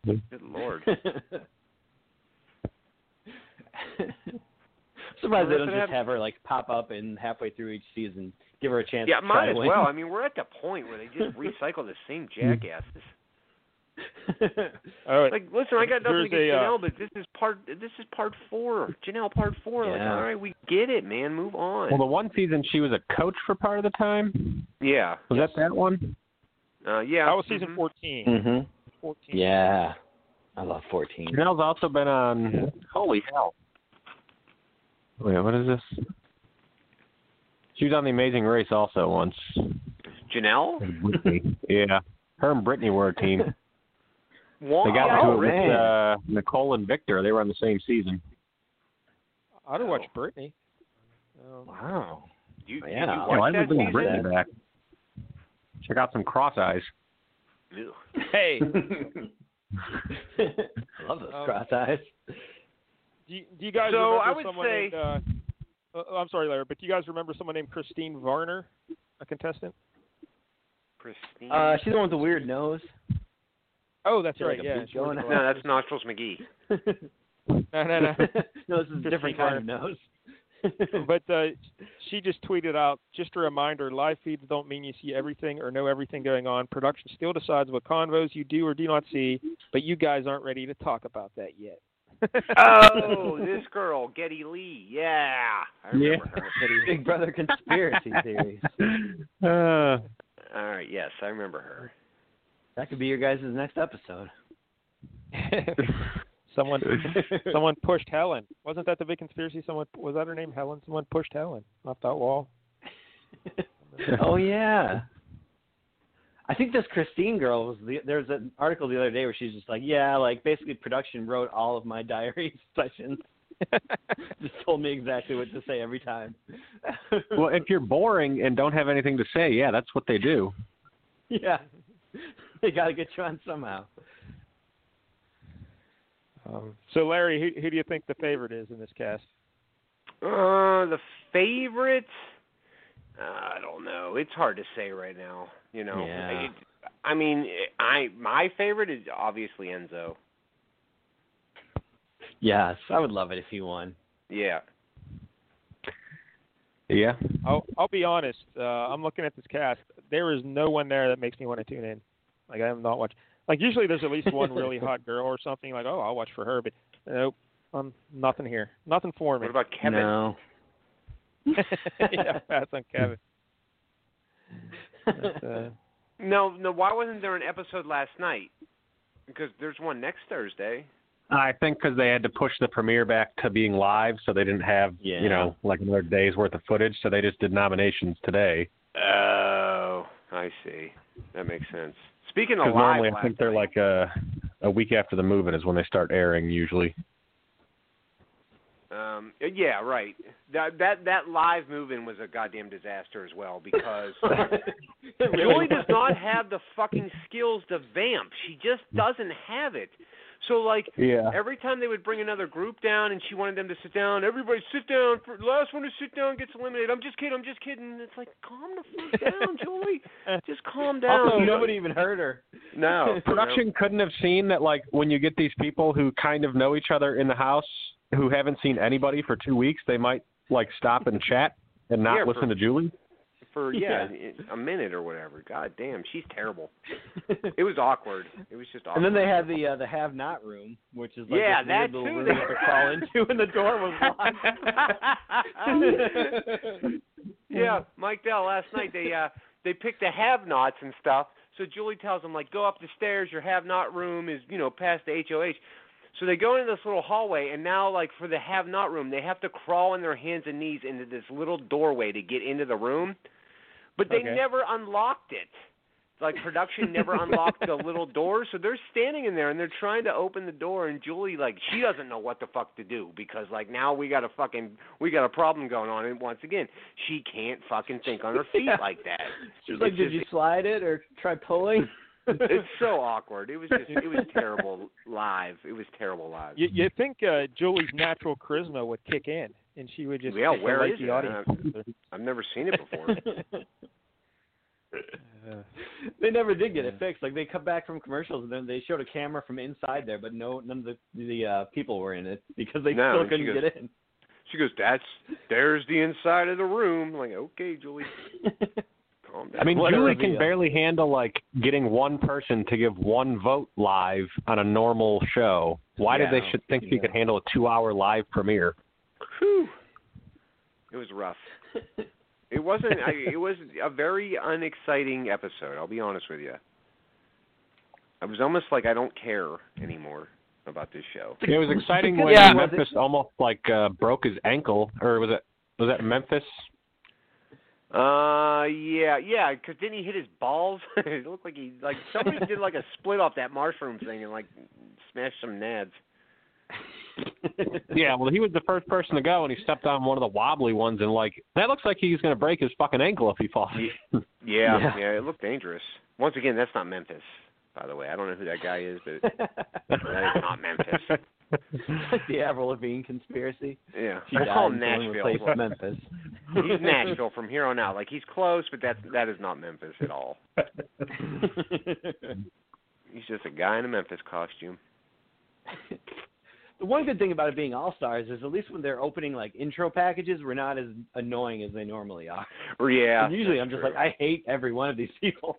Speaker 1: Good lord.
Speaker 6: Surprised they
Speaker 1: Marissa
Speaker 6: don't
Speaker 1: had-
Speaker 6: just have her like pop up and halfway through each season, give her a chance.
Speaker 1: Yeah,
Speaker 6: to try
Speaker 1: might
Speaker 6: to
Speaker 1: as
Speaker 6: win.
Speaker 1: well. I mean, we're at the point where they just recycle the same
Speaker 6: Mm.
Speaker 1: jackasses.
Speaker 2: All right.
Speaker 1: Like, listen, I got nothing
Speaker 2: Here's
Speaker 1: against
Speaker 2: a, uh,
Speaker 1: Janelle, but this is part this is part four. Janelle, part four. Like,
Speaker 6: Yeah.
Speaker 1: all right, we get it, man. Move on.
Speaker 5: Well, the one season she was a coach for part of the time.
Speaker 1: yeah,
Speaker 5: Was that that one?
Speaker 1: uh, yeah.
Speaker 2: That was season
Speaker 1: mhm.
Speaker 2: 14.
Speaker 6: mhm.
Speaker 2: 14.
Speaker 6: Yeah. I love 14.
Speaker 5: Janelle's also been on. Holy hell! Wait, what is this? She was on The Amazing Race also once.
Speaker 1: Janelle.
Speaker 5: yeah, her and Brittany were a team.
Speaker 1: Wong?
Speaker 5: They got
Speaker 1: yeah,
Speaker 5: into
Speaker 1: oh,
Speaker 5: it with
Speaker 1: man.
Speaker 5: uh, Nicole and Victor. They were on the same season.
Speaker 2: I'd
Speaker 1: Oh.
Speaker 2: have watched Britney. Um,
Speaker 6: Wow.
Speaker 1: You, you-
Speaker 6: yeah.
Speaker 1: you
Speaker 6: Oh,
Speaker 5: Oh, I
Speaker 1: watched
Speaker 5: would
Speaker 1: that
Speaker 5: bring
Speaker 1: season?
Speaker 5: Brittany back. Check out some cross eyes.
Speaker 1: Ew.
Speaker 2: hey,
Speaker 6: I love those
Speaker 2: Um,
Speaker 6: cross eyes.
Speaker 2: do you, do you guys
Speaker 1: So,
Speaker 2: remember
Speaker 1: I would
Speaker 2: someone
Speaker 1: say-
Speaker 2: named? Uh, uh, I'm sorry, Larry, but do you guys remember someone named Christine Varner, a contestant?
Speaker 1: Christine.
Speaker 6: Uh, she's the one with the weird nose.
Speaker 2: Oh, that's
Speaker 6: Like
Speaker 2: right.
Speaker 6: a
Speaker 2: yeah.
Speaker 6: big
Speaker 2: she was
Speaker 6: donut.
Speaker 2: the
Speaker 1: no, that's Nostrils McGee.
Speaker 6: no,
Speaker 2: No, no, no.
Speaker 6: this is a different kind of nose.
Speaker 2: but uh, she just tweeted out just a reminder live feeds don't mean you see everything or know everything going on production still decides what convos you do or do not see but you guys aren't ready to talk about that yet
Speaker 1: Oh, this girl, Getty Lee. Yeah, I remember
Speaker 6: Big Brother conspiracy theories.
Speaker 5: Uh,
Speaker 1: her. All right, yes, I remember her.
Speaker 6: That could be your guys' next episode.
Speaker 2: someone someone pushed helen wasn't that the big conspiracy someone was that her name helen someone pushed helen off that wall
Speaker 6: oh yeah. I think this Christine girl was the, there was an article the other day where she's just like, yeah, like basically production wrote all of my diary sessions. just told me exactly what to say every time.
Speaker 5: well, if you're boring and don't have anything to say, yeah, that's what they do.
Speaker 6: yeah. They got to get you on somehow.
Speaker 2: um, so larry who, who do you think the favorite is in this cast
Speaker 1: Uh, the favorite? Uh, I don't know. It's hard to say right now. You know,
Speaker 6: Yeah.
Speaker 1: I, it- I mean, I my favorite is obviously Enzo.
Speaker 6: Yes, I would love it if he won.
Speaker 1: Yeah.
Speaker 5: Yeah.
Speaker 2: I'll, I'll be honest. Uh, I'm looking at this cast. There is no one there that makes me want to tune in. Like I'm not watching. Like usually there's at least one really hot girl or something. Like oh I'll watch for her, but nope. I'm nothing here. Nothing for me.
Speaker 1: What about Kevin?
Speaker 6: No.
Speaker 2: yeah, pass on Kevin. But, uh,
Speaker 1: No, no. Why wasn't there an episode last night? Because there's one next Thursday.
Speaker 5: I think because they had to push the premiere back to being live, so they didn't have
Speaker 6: Yeah.
Speaker 5: you know like another day's worth of footage, so they just did nominations today.
Speaker 1: Oh, I see. That makes sense. Speaking of
Speaker 5: Because
Speaker 1: live,
Speaker 5: normally I
Speaker 1: last
Speaker 5: think they're
Speaker 1: night-
Speaker 5: like a a week after the moving is when they start airing usually.
Speaker 1: Um, yeah, right. That that that live move-in was a goddamn disaster as well because Julie does not have the fucking skills to vamp. She just doesn't have it. So like
Speaker 2: Yeah.
Speaker 1: every time they would bring another group down and she wanted them to sit down, everybody sit down. For, last one to sit down gets eliminated. I'm just kidding. I'm just kidding. And It's like calm the fuck down, Julie. Just calm down.
Speaker 6: Also, nobody even heard her.
Speaker 1: no
Speaker 5: Production couldn't have seen that, like, when you get these people who kind of know each other in the house who haven't seen anybody for two weeks, they might, like, stop and chat and not
Speaker 1: Yeah, for-
Speaker 5: listen to Julie.
Speaker 1: for yeah, a minute or whatever. God damn, she's terrible. It was awkward. It was just awkward.
Speaker 6: And then they had the uh, the have not room, which is like
Speaker 1: Yeah,
Speaker 6: this
Speaker 1: that
Speaker 6: weird little
Speaker 1: too.
Speaker 6: room you have to crawl into, and the door was locked.
Speaker 1: yeah, Mike Dell last night they uh they picked the have nots and stuff. So Julie tells them like go up the stairs, your have not room is, you know, past the HOH. So they go into this little hallway and now like for the have not room, they have to crawl on their hands and knees into this little doorway to get into the room. But they
Speaker 2: Okay.
Speaker 1: never unlocked it. Like production never unlocked the little door, so they're standing in there and they're trying to open the door and Julie like she doesn't know what the fuck to do because like now we got a fucking we got a problem going on and once again she can't fucking think on her feet
Speaker 6: Yeah.
Speaker 1: like that.
Speaker 6: She was like,
Speaker 1: It's
Speaker 6: "Did
Speaker 1: just-
Speaker 6: you slide it or try pulling?"
Speaker 1: It's so awkward. It was just it was terrible live. It was terrible live.
Speaker 2: You you think uh, Julie's natural charisma would kick in, and she would just
Speaker 1: Yeah,
Speaker 2: kinda
Speaker 1: where
Speaker 2: light
Speaker 1: is
Speaker 2: the
Speaker 1: it? Uh,
Speaker 2: audience?
Speaker 1: I've never seen it before.
Speaker 6: they never did get it fixed. Like they come back from commercials and then they showed a camera from inside there, but no, none of the the uh, people were in it because they
Speaker 1: No,
Speaker 6: still
Speaker 1: and she
Speaker 6: couldn't
Speaker 1: goes-
Speaker 6: get in.
Speaker 1: She goes, "That's there's the inside of the room." I'm like, "Okay, Julie, calm down."
Speaker 5: I mean,
Speaker 6: What a
Speaker 5: Julie can
Speaker 6: reveal.
Speaker 5: barely handle like getting one person to give one vote live on a normal show. Why
Speaker 1: Yeah.
Speaker 5: did they should think she could handle a two-hour live premiere?
Speaker 1: Whew. It was rough. It wasn't. I, it was a very unexciting episode. I'll be honest with you. I was almost like I don't care anymore about this show.
Speaker 5: It was exciting
Speaker 6: Because-
Speaker 5: when
Speaker 6: Yeah.
Speaker 5: Memphis almost like uh, broke his ankle, or was it was that Memphis?
Speaker 1: Uh, yeah, yeah. Because didn't he hit his balls? it looked like he like somebody did like a split off that mushroom thing and like smashed some nads.
Speaker 5: Yeah, well, he was the first person to go, and he stepped on one of the wobbly ones, and like that looks like he's going to break his fucking ankle if he falls.
Speaker 1: Yeah, yeah,
Speaker 6: Yeah.
Speaker 1: It looked dangerous. Once again, that's not Memphis, by the way. I don't know who that guy is, but that is not Memphis.
Speaker 6: like the Avril Lavigne conspiracy.
Speaker 1: Yeah,
Speaker 6: She
Speaker 1: I
Speaker 6: died
Speaker 1: call him
Speaker 6: and someone
Speaker 1: Nashville.
Speaker 6: replaced Memphis.
Speaker 1: He's Nashville from here on out. Like he's close, but that's that is not Memphis at all. He's just a guy in a Memphis costume.
Speaker 6: the one good thing about it being All Stars is at least when they're opening like intro packages, we're not as annoying as they normally are.
Speaker 1: Or yeah.
Speaker 6: and usually
Speaker 1: that's
Speaker 6: I'm just
Speaker 1: true.
Speaker 6: like, I hate every one of these people.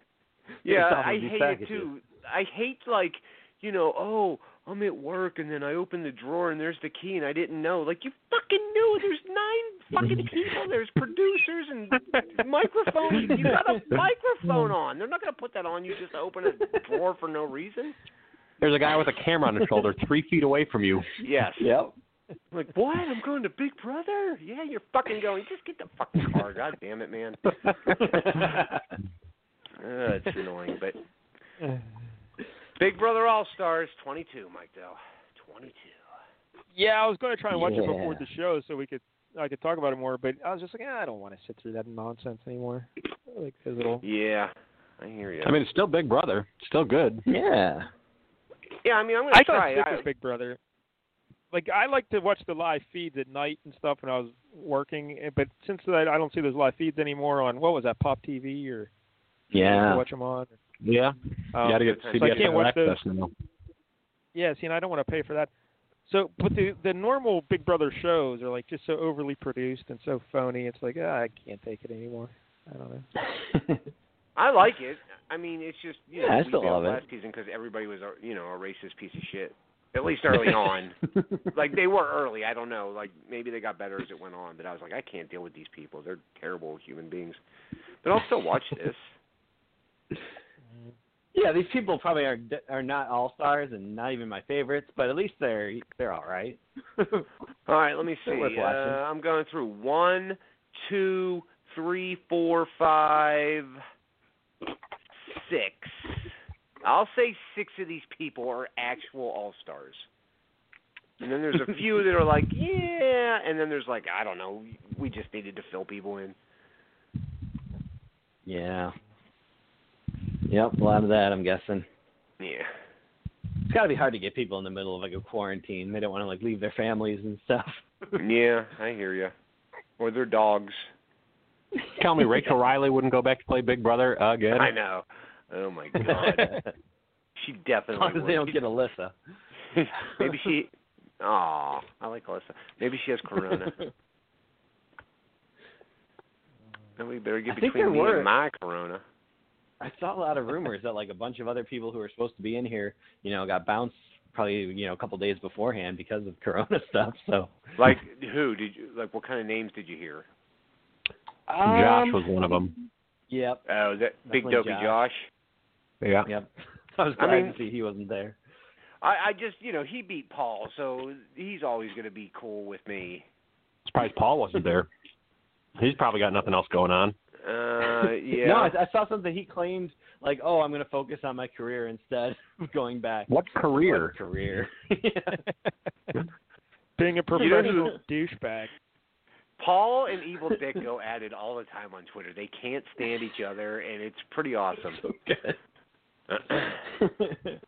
Speaker 1: yeah,
Speaker 6: off of
Speaker 1: I
Speaker 6: these
Speaker 1: hate
Speaker 6: packages.
Speaker 1: it too. I hate like you know, oh, I'm at work and then I open the drawer and there's the key and I didn't know. Like you fucking knew. There's nine fucking people. There's producers and microphones. You got a microphone on. They're not gonna put that on you just to open a drawer for no reason.
Speaker 5: There's a guy with a camera on his shoulder, three feet away from you.
Speaker 1: Yes.
Speaker 6: Yep.
Speaker 1: I'm like, what? I'm going to Big Brother? Yeah, you're fucking going. Just get the fucking car. God damn it, man. Uh, it's annoying, but Big Brother All Stars 22, Mike Dell. 22.
Speaker 2: Yeah, I was going to try and watch it before
Speaker 6: Yeah.
Speaker 2: the show so we could I could talk about it more, but I was just like, ah, I don't want to sit through that nonsense anymore. I Like his little
Speaker 1: Yeah, I hear you.
Speaker 5: I mean, it's still Big Brother, it's still good.
Speaker 6: Yeah.
Speaker 1: yeah, I mean, I'm gonna
Speaker 2: I got
Speaker 1: try.
Speaker 2: sick
Speaker 1: I,
Speaker 2: of Big Brother. Like I like to watch the live feeds at night and stuff when I was working, eh, but since that I don't see those live feeds anymore on what was that Pop TV or
Speaker 6: Yeah.
Speaker 2: watch them on.
Speaker 5: Yeah,
Speaker 2: Um,
Speaker 5: you got to get
Speaker 1: sometimes-
Speaker 2: So I
Speaker 5: CBS
Speaker 2: can't
Speaker 5: All
Speaker 2: watch those.
Speaker 5: access now.
Speaker 2: Yeah, see, and I don't want to pay for that. So, but the the normal Big Brother shows are like just so overly produced and so phony. It's like ah, I can't take it anymore. I don't know.
Speaker 1: I like it. I mean, it's just you know
Speaker 6: Yeah, I
Speaker 1: we
Speaker 6: still
Speaker 1: bailed
Speaker 6: love it.
Speaker 1: last season because everybody was a- you know a racist piece of shit. At least early on, like they were early. I don't know. Like maybe they got better as it went on, but I was like, I can't deal with these people. They're terrible human beings. But I'll still watch this.
Speaker 6: yeah, these people probably are are not all stars and not even my favorites, but at least they're they're all right.
Speaker 1: All right, let me see.
Speaker 6: Still worth
Speaker 1: Uh,
Speaker 6: watching.
Speaker 1: I'm going through one, two, three, four, five, six. I'll say six of these people are actual all stars. And then there's a few that are like, yeah, and then there's like, I don't know, we just needed to fill people in.
Speaker 6: yeah. Yep, a lot of that I'm guessing.
Speaker 1: Yeah.
Speaker 6: got to be hard to get people in the middle of like a quarantine. They don't want to like leave their families and stuff.
Speaker 1: yeah, I hear you. Or their dogs.
Speaker 5: Tell me Rachel Riley wouldn't go back to play Big Brother again.
Speaker 1: I know. Oh my god. she
Speaker 6: as long
Speaker 1: definitely.
Speaker 6: as they don't
Speaker 1: would.
Speaker 6: get Alyssa.
Speaker 1: Maybe she. Aw, I like Alyssa. Maybe she has corona. Nobody better
Speaker 6: I
Speaker 1: get
Speaker 6: think
Speaker 1: between
Speaker 6: there
Speaker 1: me
Speaker 6: were-
Speaker 1: and my corona.
Speaker 6: I saw a lot of rumors that like a bunch of other people who were supposed to be in here, you know, got bounced probably you know a couple days beforehand because of Corona stuff. So
Speaker 1: Like who did you? Like what kind of names did you hear?
Speaker 5: Josh was one of them.
Speaker 6: Yep.
Speaker 1: Oh, that big dopey
Speaker 6: Definitely Josh.
Speaker 1: Josh.
Speaker 5: Yeah.
Speaker 6: Yep. I was
Speaker 1: I
Speaker 6: glad
Speaker 1: mean-
Speaker 6: to see he wasn't there.
Speaker 1: I, I just, you know, he beat Paul, so he's always going to be cool with me.
Speaker 5: Surprised Paul wasn't there. He's probably got nothing else going on.
Speaker 1: Uh, yeah.
Speaker 6: No, I, I saw something he claimed like, "Oh, I'm going to focus on my career instead of going back."
Speaker 5: What career?
Speaker 6: What career. yeah.
Speaker 2: Being a professional douchebag.
Speaker 1: Paul and Evil Dick go at it all the time on Twitter. They can't stand each other, and it's pretty awesome.
Speaker 6: So good.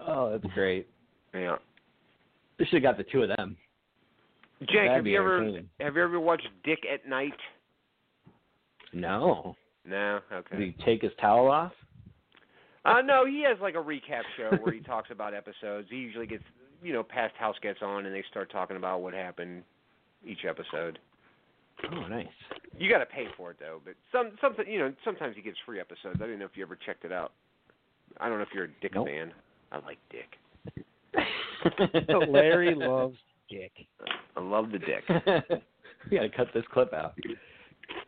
Speaker 6: oh, that's great.
Speaker 1: yeah.
Speaker 6: They should have got the two of them.
Speaker 1: Jake,
Speaker 6: That'd
Speaker 1: have
Speaker 6: be
Speaker 1: you ever
Speaker 6: entertaining.
Speaker 1: have you ever watched Dick at Night?
Speaker 6: No.
Speaker 1: No.
Speaker 6: Did
Speaker 1: Okay.
Speaker 6: he take his towel off?
Speaker 1: Uh, no, he has like a recap show where he talks about episodes. He usually gets, you know, past house gets on, and they start talking about what happened each episode.
Speaker 6: Oh, nice.
Speaker 1: You got to pay for it though, but some something you know sometimes he gets free episodes. I don't know if you ever checked it out. I don't know if you're a Dick
Speaker 6: Nope.
Speaker 1: fan. I like Dick.
Speaker 2: Larry loves dick.
Speaker 1: I love the Dick.
Speaker 6: we gotta cut this clip out.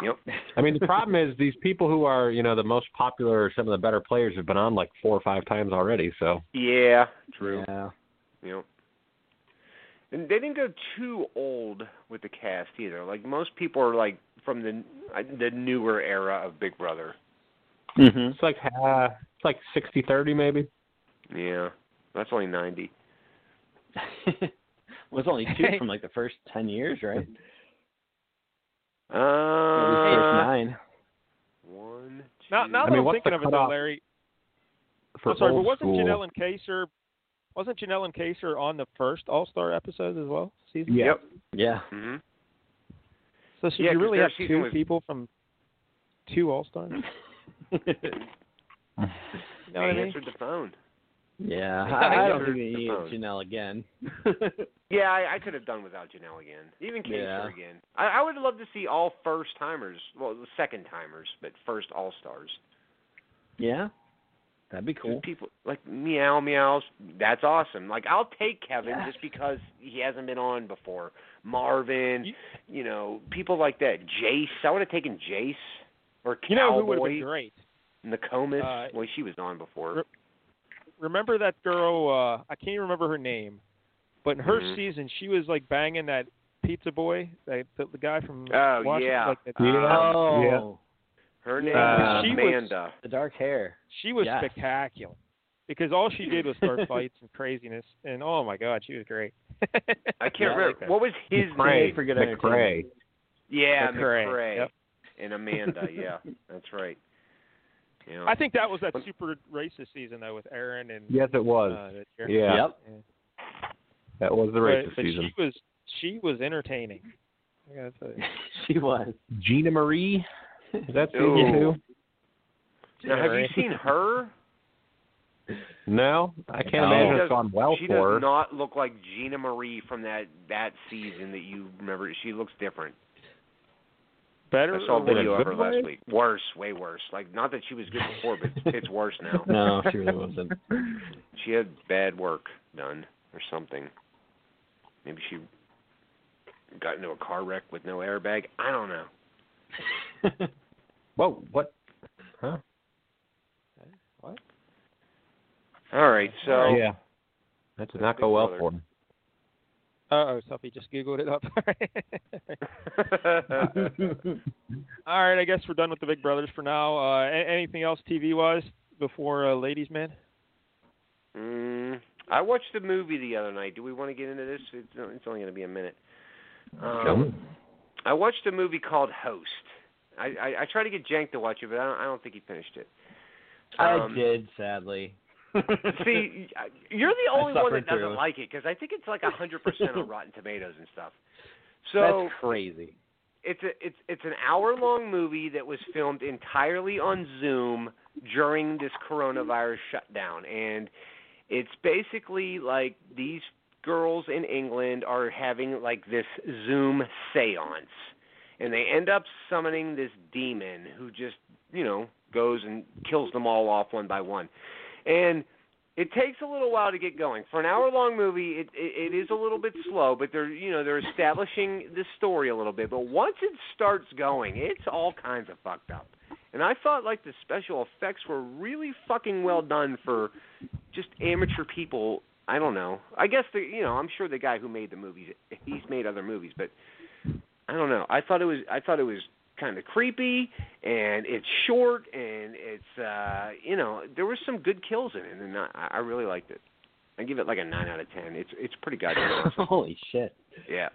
Speaker 1: Yep.
Speaker 5: I mean, the problem is these people who are, you know, the most popular or some of the better players have been on like four or five times already. So
Speaker 1: Yeah. True.
Speaker 6: Yeah.
Speaker 1: Yep. And they didn't go too old with the cast either. Like most people are like from the uh, the newer era of Big Brother.
Speaker 6: Mm-hmm.
Speaker 5: it's like uh, it's like sixty thirty maybe.
Speaker 1: Yeah. That's only ninety.
Speaker 6: was only two from like the first ten years, right? At least first
Speaker 1: Uh,
Speaker 6: nine.
Speaker 1: one. Two.
Speaker 2: Now, now
Speaker 5: I
Speaker 2: that
Speaker 5: mean,
Speaker 2: I'm
Speaker 5: what's
Speaker 2: thinking
Speaker 5: the
Speaker 2: of it, though,
Speaker 5: cutoff
Speaker 2: Larry.
Speaker 5: For
Speaker 2: I'm sorry, but
Speaker 5: old
Speaker 2: wasn't
Speaker 5: school.
Speaker 2: Janelle and Kaser wasn't Janelle and Kaser on the first All Star episode as well? Season.
Speaker 5: Yeah.
Speaker 1: Yep.
Speaker 6: Yeah.
Speaker 2: Mm-hmm.
Speaker 1: hmm
Speaker 2: So should
Speaker 1: Yeah,
Speaker 2: you
Speaker 1: 'cause
Speaker 2: really
Speaker 1: their
Speaker 2: have
Speaker 1: season
Speaker 2: two
Speaker 1: was-
Speaker 2: people from two All Stars? You know what I
Speaker 1: they
Speaker 2: mean?
Speaker 1: answered the phone.
Speaker 6: yeah. I, I don't think they
Speaker 1: Answered the
Speaker 6: need
Speaker 1: phone.
Speaker 6: Janelle again.
Speaker 1: Yeah, I, I could have done without Janelle again. Even Kaser
Speaker 6: Yeah.
Speaker 1: again. I, I would love to see all first timers. Well, second timers, but first all stars.
Speaker 6: yeah. That'd be cool.
Speaker 1: People like meow meows. That's awesome. Like I'll take Kevin
Speaker 6: Yes.
Speaker 1: just because he hasn't been on before. Marvin, you, know, people like that. Jace. I would have taken Jace or Cowboy
Speaker 2: You know who would have been great?
Speaker 1: Nokomis.
Speaker 2: Uh,
Speaker 1: Boy, she was on before.
Speaker 2: Re- remember that girl uh I can't even remember her name, but in her
Speaker 1: Mhm.
Speaker 2: season she was like banging that pizza boy, that the, the guy from
Speaker 1: Oh,
Speaker 2: Washington,
Speaker 1: yeah.
Speaker 2: like, that-
Speaker 1: Yeah.
Speaker 6: oh,
Speaker 1: Her name
Speaker 5: Uh,
Speaker 1: was
Speaker 2: she was-
Speaker 1: Amanda.
Speaker 6: the dark hair.
Speaker 2: she was
Speaker 6: Yes.
Speaker 2: spectacular because all she did was start fights and craziness, and oh my god, she was great.
Speaker 1: I can't
Speaker 6: Yeah, I
Speaker 1: remember
Speaker 6: like her.
Speaker 1: what was his
Speaker 5: McRae.
Speaker 1: name.
Speaker 6: forget
Speaker 5: McRae.
Speaker 1: Yeah,
Speaker 2: McRae,
Speaker 1: McRae.
Speaker 2: yep.
Speaker 1: And Amanda, yeah. That's right. Yeah.
Speaker 2: I think that was that super racist season though with Aaron and
Speaker 5: Yes, it was.
Speaker 2: uh, that year.
Speaker 5: yeah,
Speaker 6: Yep.
Speaker 5: that was the
Speaker 2: But,
Speaker 5: racist
Speaker 2: but
Speaker 5: season.
Speaker 2: she was she was entertaining. I gotta tell you.
Speaker 6: she was.
Speaker 5: Gina Marie, is that season
Speaker 1: Ooh.
Speaker 5: two?
Speaker 1: now, have you seen her?
Speaker 5: No, I can't
Speaker 6: No.
Speaker 5: imagine
Speaker 1: She
Speaker 5: it's gone well
Speaker 1: she
Speaker 5: for her.
Speaker 1: does not look like Gina Marie from that that season that you remember. She looks different.
Speaker 2: Better
Speaker 1: I saw a
Speaker 2: or worse?
Speaker 1: video of her
Speaker 5: way?
Speaker 1: last week. Worse, way worse. Like not that she was good before, but it's worse now.
Speaker 6: No, she really wasn't.
Speaker 1: She had bad work done or something. Maybe she got into a car wreck with no airbag. I don't know.
Speaker 5: Whoa, what? Huh?
Speaker 1: All right, so
Speaker 5: yeah, that did not go well for her.
Speaker 2: Uh oh, Sophie just googled it up.
Speaker 1: Uh,
Speaker 2: All right, I guess we're done with the Big Brothers for now. Uh, a- anything else TV wise before uh, Ladies Man?
Speaker 1: Mm, I watched the movie the other night. Do we want to get into this? It's, it's only going to be a minute. Um, I watched a movie called Host. I, I I tried to get Jank to watch it, but I don't I don't think he finished it.
Speaker 6: I
Speaker 1: Um,
Speaker 6: did, sadly.
Speaker 1: See, you're the only one that
Speaker 6: suffered
Speaker 1: doesn't
Speaker 6: through.
Speaker 1: like it because I think it's like a hundred percent on Rotten Tomatoes and stuff. So
Speaker 6: That's crazy.
Speaker 1: it's a it's it's an hour long movie that was filmed entirely on Zoom during this coronavirus shutdown and it's basically like these girls in England are having like this Zoom séance and they end up summoning this demon who just, you know, goes and kills them all off one by one. And it takes a little while to get going. For an hour-long movie, it, it it is a little bit slow, but they're you know they're establishing the story a little bit. But once it starts going, it's all kinds of fucked up. And I thought like the special effects were really fucking well done for just amateur people. I don't know. I guess the you know I'm sure the guy who made the movies he's made other movies, but I don't know. I thought it was I thought it was kind of creepy and it's short and it's uh you know there were some good kills in it and I, I really liked it. I give it like a nine out of ten. It's it's pretty goddamn awesome.
Speaker 6: Holy shit.
Speaker 1: Yeah,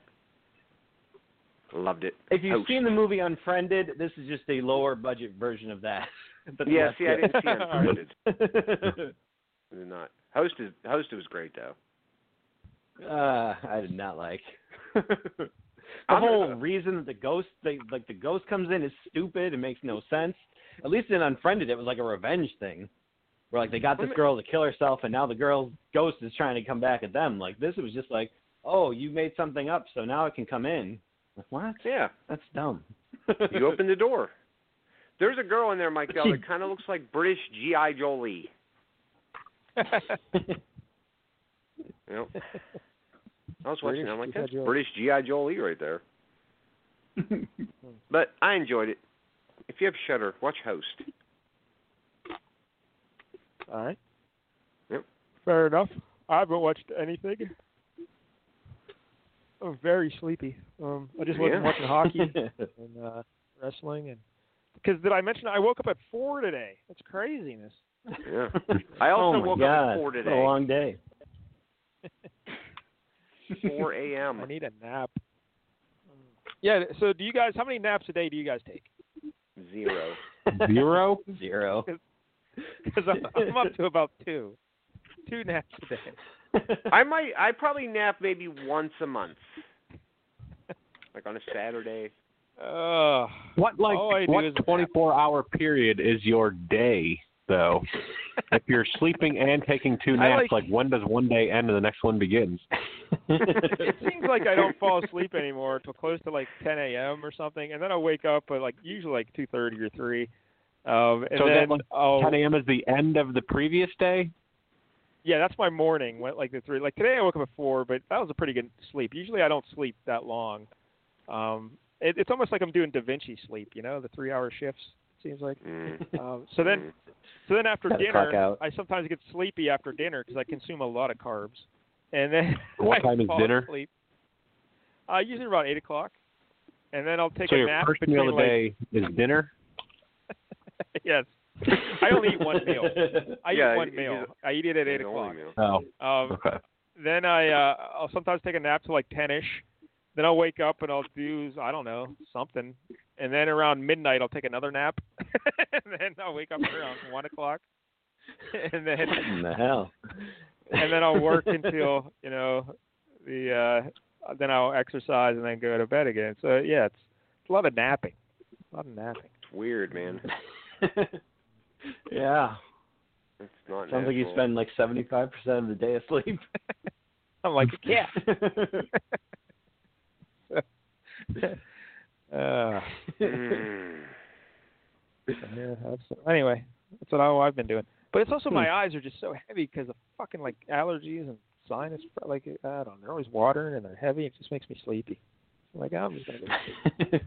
Speaker 1: loved it.
Speaker 6: If you've
Speaker 1: Oh,
Speaker 6: seen the movie Unfriended, this is just a lower budget version of that. But
Speaker 1: yeah,
Speaker 6: that's
Speaker 1: see, I
Speaker 6: good.
Speaker 1: didn't see Unfriended.
Speaker 6: didn't.
Speaker 1: I did not. Host is Host was great though.
Speaker 6: uh, I did not like. the
Speaker 1: I'm
Speaker 6: whole
Speaker 1: gonna-
Speaker 6: reason that the ghost, they, like the ghost comes in, is stupid. It makes no sense. At least in Unfriended, it was like a revenge thing, where like they got this
Speaker 1: Lemme-
Speaker 6: girl to kill herself, and now the girl's ghost is trying to come back at them. Like this was just like, oh, you made something up, so now it can come in. Like what?
Speaker 1: Yeah,
Speaker 6: That's dumb.
Speaker 1: you opened the door. There's a girl in there, Mike Dell,
Speaker 6: She-
Speaker 1: that kind of looks like British GI Jolie. You know, I was watching.
Speaker 2: British
Speaker 1: it, I'm like,
Speaker 2: G.I.
Speaker 1: that's
Speaker 2: Joe."
Speaker 1: British GI Jolie right there. but I enjoyed it. If you have Shutter, watch Host.
Speaker 2: All right.
Speaker 1: Yep.
Speaker 2: Fair enough. I haven't watched anything. I'm very sleepy. Um, I just wasn't
Speaker 1: Yeah.
Speaker 2: watching hockey and uh, wrestling, and because did I mention I woke up at four today? That's craziness.
Speaker 1: Yeah. I also
Speaker 6: oh my
Speaker 1: woke
Speaker 6: God.
Speaker 1: up at four
Speaker 6: What
Speaker 1: today,
Speaker 6: a long day.
Speaker 1: four a.m.
Speaker 2: I need a nap. Um, Yeah. So do you guys? How many naps a day do you guys take?
Speaker 1: zero.
Speaker 5: Zero?
Speaker 6: Zero.
Speaker 2: Because I'm, I'm up to about two, two naps a day.
Speaker 1: I might. I probably nap maybe once a month, like on a Saturday.
Speaker 2: Uh,
Speaker 5: What like
Speaker 2: All I do
Speaker 5: what
Speaker 2: is nap.
Speaker 5: 24 hour period is your day though? if you're sleeping and taking two
Speaker 2: I
Speaker 5: naps,
Speaker 2: like-
Speaker 5: like, when does one day end and the next one begins?
Speaker 2: it seems like I don't fall asleep anymore till close to like 10 a.m. or something, and then I wake up at like usually like 2:30 or 3. Um, and
Speaker 5: So is that
Speaker 2: then
Speaker 5: like
Speaker 2: oh
Speaker 5: 10 a.m. is the end of the previous day.
Speaker 2: yeah, that's my morning. Went like the three. Like today I woke up at four, but that was a pretty good sleep. Usually I don't sleep that long. Um, it, it's almost like I'm doing Da Vinci sleep, you know, the three-hour shifts. Seems like.
Speaker 1: Mm.
Speaker 2: Um, so then, so then after
Speaker 6: Gotta clock
Speaker 2: dinner,
Speaker 6: out.
Speaker 2: I sometimes get sleepy after dinner because I consume a lot of carbs. And then
Speaker 5: What
Speaker 2: I
Speaker 5: time is
Speaker 2: fall
Speaker 5: dinner?
Speaker 2: Asleep. Uh, usually about eight o'clock, and then I'll take
Speaker 5: so
Speaker 2: a
Speaker 5: your
Speaker 2: nap
Speaker 5: first
Speaker 2: between
Speaker 5: meal of the
Speaker 2: like
Speaker 5: day is dinner.
Speaker 2: yes. I only eat one meal. I
Speaker 1: Yeah,
Speaker 2: eat one
Speaker 1: it-
Speaker 2: meal.
Speaker 1: it's-
Speaker 2: I eat it at eight
Speaker 1: The
Speaker 2: o'clock.
Speaker 1: only meal.
Speaker 5: Oh,
Speaker 2: Um,
Speaker 5: okay.
Speaker 2: then I uh, I'll sometimes take a nap till like ten ish. Then I'll wake up and I'll do I don't know something, and then around midnight I'll take another nap, and then I'll wake up around one o'clock, and then
Speaker 6: What in the hell?
Speaker 2: and then I'll work until you know the uh, then I'll exercise and then go to bed again. So yeah, it's, it's a lot of napping, a lot of napping.
Speaker 1: It's weird, man.
Speaker 6: yeah.
Speaker 1: It's not.
Speaker 6: Sounds like you
Speaker 1: natural.
Speaker 6: spend like seventy five percent of the day asleep.
Speaker 2: I'm like yeah. Uh,
Speaker 1: Mm.
Speaker 2: yeah, that's, anyway, that's what I, I've been doing. But it's also my eyes are just so heavy because of fucking like allergies and sinus. Like I don't know, they're always watering and they're heavy. It just makes me sleepy. I'm like I'm just gonna go.
Speaker 6: That's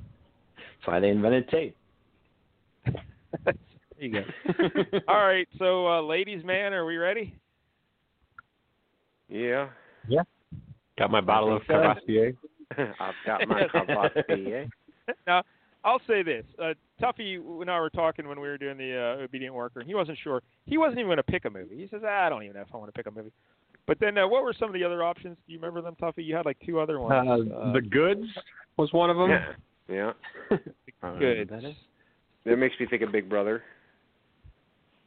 Speaker 6: why they invented tape.
Speaker 2: there you go. All right, so uh, ladies, man, are we ready?
Speaker 1: Yeah.
Speaker 5: Got my bottle of Cavassier.
Speaker 1: I've got my cavassier.
Speaker 2: now, I'll say this: uh, Tuffy and I were talking when we were doing the uh, obedient worker, and he wasn't sure. He wasn't even going to pick a movie. He says, "Ah, "I don't even know if I want to pick a movie." But then, uh, what were some of the other options? Do you remember them, Tuffy? You had like two other
Speaker 5: Uh,
Speaker 2: ones.
Speaker 5: the goods was one of them.
Speaker 1: Yeah. Yeah.
Speaker 5: Uh,
Speaker 2: good.
Speaker 1: That makes me think of Big Brother.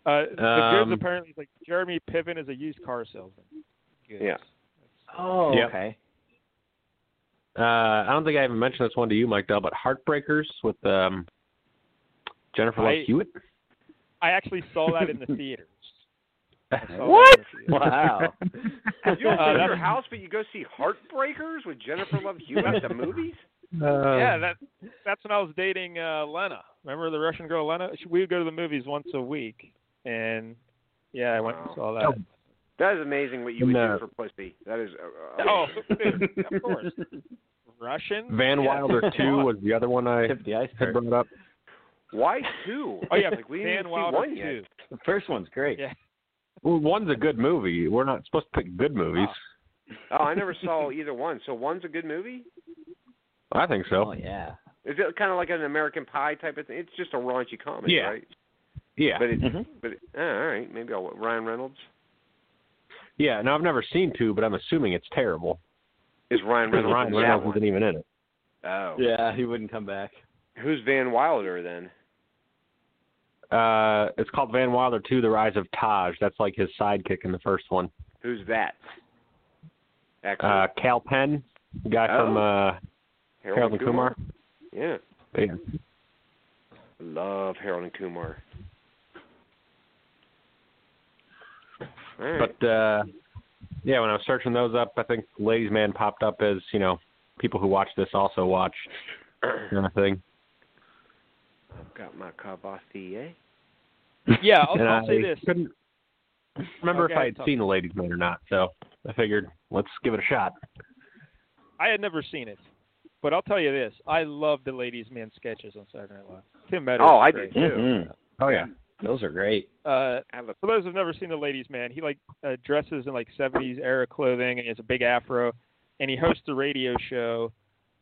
Speaker 2: Uh, the
Speaker 5: Um,
Speaker 2: goods apparently is like Jeremy Piven is a used car salesman. Goods.
Speaker 1: Yeah.
Speaker 6: Oh,
Speaker 5: Yep.
Speaker 6: okay.
Speaker 5: Uh, I don't think I even mentioned this one to you, Mike Dell, but Heartbreakers with um, Jennifer Love
Speaker 2: I-
Speaker 5: Hewitt.
Speaker 2: I actually saw that in the theaters. I saw that in
Speaker 5: What?
Speaker 2: the theaters.
Speaker 6: Wow.
Speaker 1: You don't
Speaker 2: Uh,
Speaker 1: leave your
Speaker 2: that's-
Speaker 1: house, but you go see Heartbreakers with Jennifer Love Hewitt at the movies.
Speaker 2: yeah, that that's when I was dating uh Lena. Remember the Russian girl Lena? She, we would go to the movies once a week, and yeah, I went and saw that.
Speaker 1: That is amazing what you would
Speaker 5: No.
Speaker 1: do for pussy. That is. Uh, uh,
Speaker 2: Oh, dude, of course, Russian.
Speaker 5: Van
Speaker 2: Yeah.
Speaker 5: Wilder Two was the other one I
Speaker 6: Tip of the
Speaker 5: had
Speaker 6: iceberg.
Speaker 5: brought up.
Speaker 1: Why two?
Speaker 2: Oh yeah,
Speaker 1: like we didn't even
Speaker 2: Van
Speaker 1: see
Speaker 2: Wilder
Speaker 1: one
Speaker 2: too.
Speaker 1: yet.
Speaker 6: The first one's great.
Speaker 2: Yeah.
Speaker 5: Well, one's a good movie. We're not supposed to pick good movies.
Speaker 1: Oh, I never saw either one. So one's a good movie.
Speaker 5: I think so.
Speaker 6: Oh yeah.
Speaker 1: Is it kind of like an American Pie type of thing? It's just a raunchy comedy,
Speaker 5: Yeah.
Speaker 1: right?
Speaker 5: Yeah,
Speaker 1: But it,
Speaker 6: Mhm.
Speaker 2: Mm-hmm.
Speaker 1: but it, oh, all right, maybe I'll Ryan Reynolds.
Speaker 5: yeah. No, I've never seen two, but I'm assuming it's terrible.
Speaker 1: Is Ryan
Speaker 5: Because
Speaker 1: Reynolds
Speaker 5: Ryan
Speaker 1: in that
Speaker 5: Reynolds
Speaker 1: one?
Speaker 5: isn't even in it.
Speaker 1: Oh,
Speaker 6: Yeah, he wouldn't come back.
Speaker 1: who's Van Wilder then?
Speaker 5: Uh, it's called Van Wilder Two: The Rise of Taj. That's like his sidekick in the first one.
Speaker 1: Who's that? Excellent.
Speaker 5: Uh, Cal Penn, guy
Speaker 1: Oh.
Speaker 5: from uh, Harold and Kumar.
Speaker 1: Yeah,
Speaker 5: Yeah.
Speaker 1: love Harold and Kumar. All right.
Speaker 5: But uh, yeah, when I was searching those up, I think Ladies Man popped up as you know people who watch this also watch kind of thing.
Speaker 1: Got my cavassier.
Speaker 2: Yeah, I'll,
Speaker 5: and
Speaker 2: I'll say
Speaker 5: I
Speaker 2: this.
Speaker 5: couldn't remember
Speaker 2: Okay,
Speaker 5: if I had
Speaker 2: talk.
Speaker 5: seen the Ladies Man or not, so I figured let's give it a shot.
Speaker 2: I had never seen it, but I'll tell you this: I love the ladies' man sketches on Saturday Night Live. Tim Meadows.
Speaker 1: Oh,
Speaker 2: is
Speaker 1: I
Speaker 2: great.
Speaker 1: did too.
Speaker 5: Oh yeah,
Speaker 6: Mm-hmm. Those are great.
Speaker 2: Uh,
Speaker 1: I have a
Speaker 2: for those who've never seen the ladies' man, he like uh, dresses in like '70s era clothing and he has a big afro, and he hosts a radio show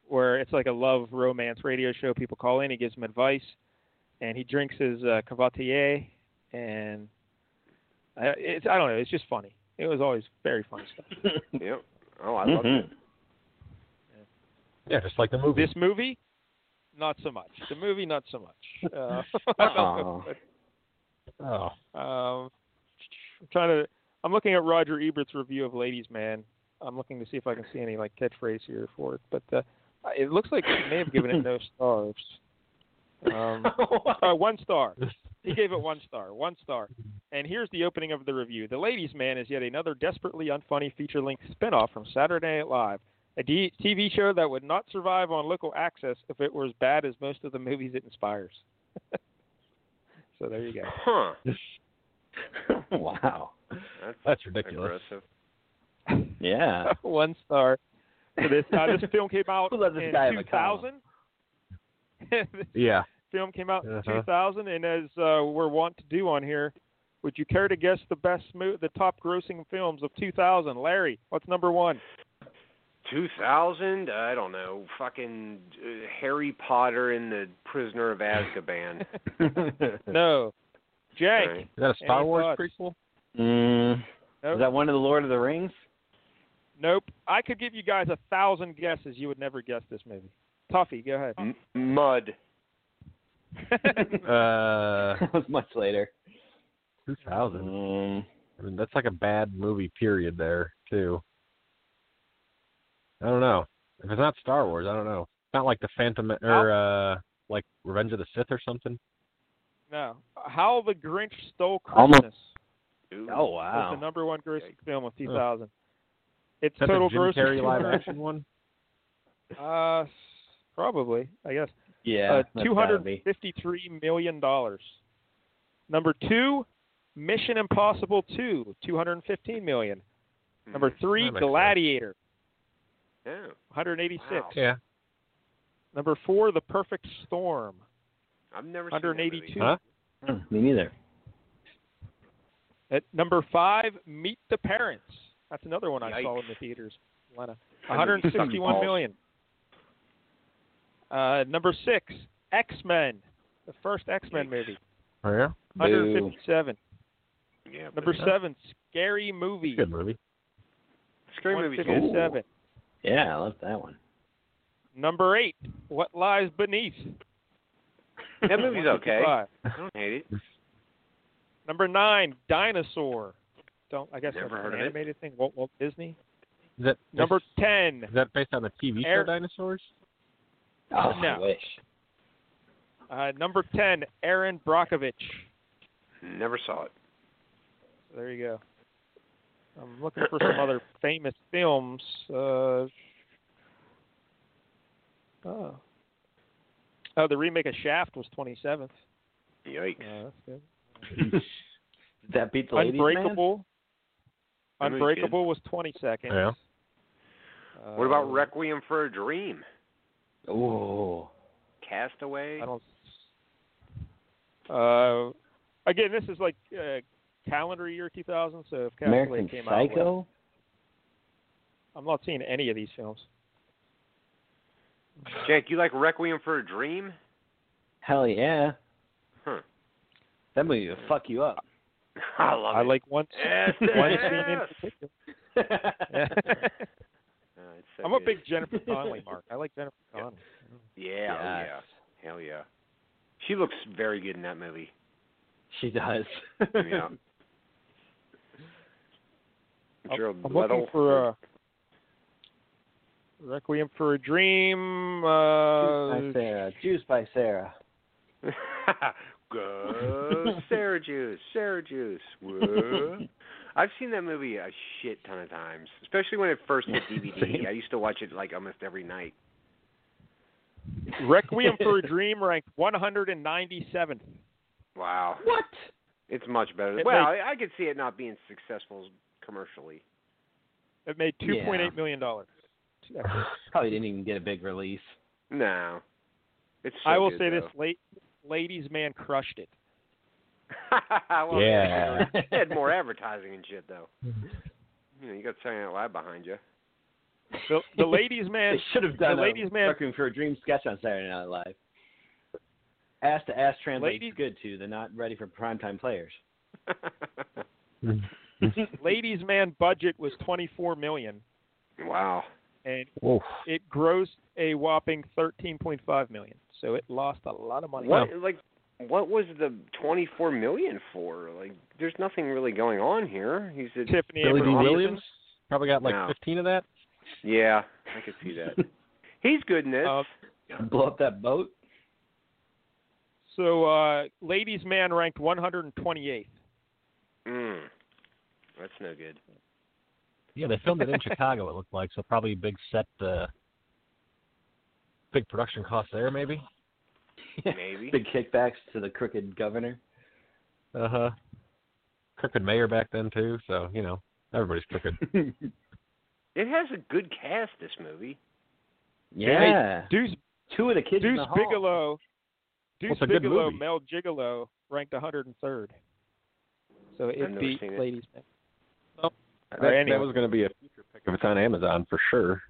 Speaker 2: where it's like a love romance radio show. People call in, he gives them advice, and he drinks his uh, cavatier, and I, it's I don't know, it's just funny. It was always very funny stuff.
Speaker 1: Yep. Oh, I love
Speaker 6: Mm-hmm.
Speaker 2: Mm-hmm.
Speaker 1: it.
Speaker 5: yeah, just like the movie.
Speaker 2: This movie, not so much. The movie, not so much. Uh, I don't know.
Speaker 5: Oh,
Speaker 2: Um, I'm trying to. I'm looking at Roger Ebert's review of Ladies Man. I'm looking to see if I can see any like catchphrase here for it, but uh, it looks like he may have given it no stars. Um, uh, one star. He gave it one star. One star. And here's the opening of the review. The Ladies Man is yet another desperately unfunny feature-length spinoff from Saturday Night Live, a D- TV show that would not survive on local access if it were as bad as most of the movies it inspires. so there you go.
Speaker 1: Huh.
Speaker 6: wow.
Speaker 1: That's,
Speaker 5: that's ridiculous.
Speaker 1: aggressive.
Speaker 6: Yeah.
Speaker 2: one star for this. Uh, this film came out
Speaker 6: Who let this
Speaker 2: in
Speaker 6: guy have a
Speaker 2: 2000. this
Speaker 5: Yeah.
Speaker 2: film came out in
Speaker 5: Uh-huh.
Speaker 2: 2000, and as uh, we're wont to do on here, would you care to guess the best, mo- the top grossing films of 2000? Larry, what's number one?
Speaker 1: 2000? Uh, I don't know. Fucking uh, Harry Potter and the Prisoner of Azkaban.
Speaker 2: No, Jake.
Speaker 1: Right.
Speaker 5: Is that a Star
Speaker 2: Any
Speaker 5: Wars
Speaker 2: thoughts?
Speaker 5: prequel?
Speaker 6: Mm, Is that one of the Lord of the Rings?
Speaker 2: Nope. I could give you guys a thousand guesses. You would never guess this movie. Tuffy, go ahead.
Speaker 1: M- mud.
Speaker 5: Uh,
Speaker 6: that was much later.
Speaker 5: 2000.
Speaker 6: Mm,
Speaker 5: I mean, that's like a bad movie period there too. I don't know. If it's not Star Wars, I don't know. It's not like the Phantom or uh, like Revenge of the Sith or something.
Speaker 2: no. How the Grinch Stole
Speaker 6: Almost-
Speaker 2: Christmas.
Speaker 1: Ooh.
Speaker 6: oh
Speaker 2: was the
Speaker 6: wow.
Speaker 2: number one grossing film of 2000. Its
Speaker 5: That's
Speaker 2: total
Speaker 5: a Jim
Speaker 2: gross is
Speaker 5: Carrey live
Speaker 2: 200
Speaker 5: action one.
Speaker 2: Uh, s- probably, I guess.
Speaker 6: Yeah.
Speaker 2: uh,
Speaker 6: that's
Speaker 2: two
Speaker 6: gotta
Speaker 2: hundred
Speaker 6: be.
Speaker 2: fifty-three million dollars. Number two, Mission Impossible Two, two hundred fifteen million. Number three,
Speaker 5: Hmm, That makes sense.
Speaker 2: Gladiator,
Speaker 1: Mm-hmm. Yeah.
Speaker 2: one hundred eighty-six.
Speaker 1: Wow.
Speaker 5: Yeah.
Speaker 2: Number four, The Perfect Storm,
Speaker 1: I've never
Speaker 2: one hundred eighty-two.
Speaker 1: seen
Speaker 5: Huh?
Speaker 6: Mm, Me neither.
Speaker 2: At number five, Meet the Parents. That's another one I saw
Speaker 1: Yikes.
Speaker 2: in the theaters. Atlanta.
Speaker 1: I know you suck
Speaker 2: 161
Speaker 1: balls.
Speaker 2: million. Uh, number six, X Men, the first X Men
Speaker 1: Yikes.
Speaker 2: movie,
Speaker 5: Oh, yeah.
Speaker 2: 157.
Speaker 1: that movie. Yeah,
Speaker 2: Number
Speaker 1: but-
Speaker 2: seven, Scary Movie,
Speaker 5: Good movie.
Speaker 1: Scary Movie's good.
Speaker 2: 157.
Speaker 6: Yeah, I love that one.
Speaker 2: Number eight, What Lies Beneath.
Speaker 1: That movie's okay.
Speaker 2: 155.
Speaker 1: I don't hate it.
Speaker 2: Number nine, Dinosaur. Don't I guess
Speaker 1: Never
Speaker 2: that's
Speaker 1: heard
Speaker 2: an
Speaker 1: of it.
Speaker 2: animated thing. Walt, Walt Disney.
Speaker 5: Is that
Speaker 2: Number
Speaker 5: is,
Speaker 2: ten,
Speaker 5: is that based on the TV
Speaker 2: Air-
Speaker 5: show Dinosaurs?
Speaker 6: Oh, I
Speaker 2: No.
Speaker 6: wish.
Speaker 2: uh, number ten, Aaron Brockovich.
Speaker 1: Never saw it.
Speaker 2: There you go. I'm looking for some other famous films. Uh, oh. Oh, the remake of Shaft was 27th.
Speaker 1: Yikes.
Speaker 2: Uh, that's good.
Speaker 6: Did that beat the ladies man?
Speaker 2: Uh, Unbreakable.
Speaker 1: That was
Speaker 2: Unbreakable was 22nd.
Speaker 5: Yeah.
Speaker 2: Uh,
Speaker 1: What about Requiem for a Dream?
Speaker 6: Oh.
Speaker 1: Castaway?
Speaker 2: I don't. Uh, again, this is like uh, calendar year 2000. So if Castaway
Speaker 6: American
Speaker 2: came out, what-
Speaker 6: Psycho?
Speaker 2: I'm not seeing any of these films.
Speaker 1: Jake, you like Requiem for a Dream?
Speaker 6: Hell yeah.
Speaker 1: Huh.
Speaker 6: That movie would fuck you up.
Speaker 1: I love
Speaker 2: I
Speaker 1: it.
Speaker 2: like one.
Speaker 1: Yes,
Speaker 2: one
Speaker 1: yes.
Speaker 2: scene in particular.
Speaker 1: Uh, it's so
Speaker 2: I'm a
Speaker 1: good.
Speaker 2: big Jennifer Connelly mark. I like Jennifer Connelly.
Speaker 1: Yeah, oh yeah.
Speaker 6: Yes.
Speaker 1: Hell yeah. She looks very good in that movie.
Speaker 6: She does.
Speaker 1: Yeah.
Speaker 2: I'm,
Speaker 1: Gerald
Speaker 2: I'm
Speaker 1: Leto.
Speaker 2: looking for uh, Requiem for a Dream. Uh,
Speaker 1: Um,
Speaker 6: Juice by Sarah. Juice by Sarah.
Speaker 2: uh,
Speaker 1: Go Sarah Juice, Sarah Juice. Whoa. I've seen that movie a shit ton of times, especially when it first hit DVD. I used to watch it like almost every night.
Speaker 2: Requiem for a Dream ranked 197th.
Speaker 1: Wow,
Speaker 6: What?
Speaker 1: it's much better.
Speaker 2: It
Speaker 1: well, I, I could see it not being successful commercially.
Speaker 2: It made
Speaker 6: Yeah.
Speaker 2: 2.8 million dollars.
Speaker 6: Probably didn't even get a big release.
Speaker 1: No, it's. So
Speaker 2: I will
Speaker 1: good,
Speaker 2: say this:
Speaker 1: though.
Speaker 2: late, Ladies Man crushed it.
Speaker 1: well,
Speaker 5: Yeah.
Speaker 1: They had- they had more advertising and shit though. You know, you got Saturday Night Live behind you.
Speaker 2: The, the Ladies Man
Speaker 6: They should have
Speaker 2: the
Speaker 6: done
Speaker 2: ladies'
Speaker 6: a
Speaker 2: man-
Speaker 6: Requiem for a Dream sketch on Saturday Night Live. Ass to ass translates
Speaker 2: Ladies-
Speaker 6: good to. They're not ready for primetime players.
Speaker 2: Ladies Man budget was 24 million,
Speaker 1: wow.
Speaker 2: and
Speaker 5: Oof.
Speaker 2: it grossed a whopping 13.5 million. So it lost a lot of money.
Speaker 1: What like what was the twenty four million for? Like there's nothing really going on here. He's a
Speaker 2: Tiffany
Speaker 5: Billy
Speaker 2: Amber
Speaker 5: D.
Speaker 2: Wilson.
Speaker 5: Williams probably got like
Speaker 1: No.
Speaker 5: 15 of that.
Speaker 1: Yeah, I could see that. He's good in this.
Speaker 2: Uh,
Speaker 6: Blow up that boat.
Speaker 2: so uh, Ladies Man ranked 128th.
Speaker 1: mm. That's no good.
Speaker 7: Yeah, they filmed it in Chicago. It looked like so probably big set, uh, big production cost there maybe.
Speaker 1: Maybe.
Speaker 6: Big kickbacks to the crooked governor.
Speaker 5: Uh huh. Crooked mayor back then too, so you know everybody's crooked.
Speaker 1: It has a good cast this movie.
Speaker 6: Yeah.
Speaker 2: Deuce,
Speaker 6: Two of the kids in
Speaker 2: Deuce
Speaker 6: the hall.
Speaker 2: Bigelow, Deuce
Speaker 5: Well, it's a good
Speaker 2: Bigelow,
Speaker 5: movie.
Speaker 2: Mel Gigolo ranked 103rd.
Speaker 1: I've
Speaker 2: So it
Speaker 1: never
Speaker 2: beat
Speaker 1: seen it.
Speaker 2: Ladies Man.
Speaker 1: Oh,
Speaker 5: that,
Speaker 2: Or anyway.
Speaker 5: that was going to be a future pick if it's on Amazon for sure.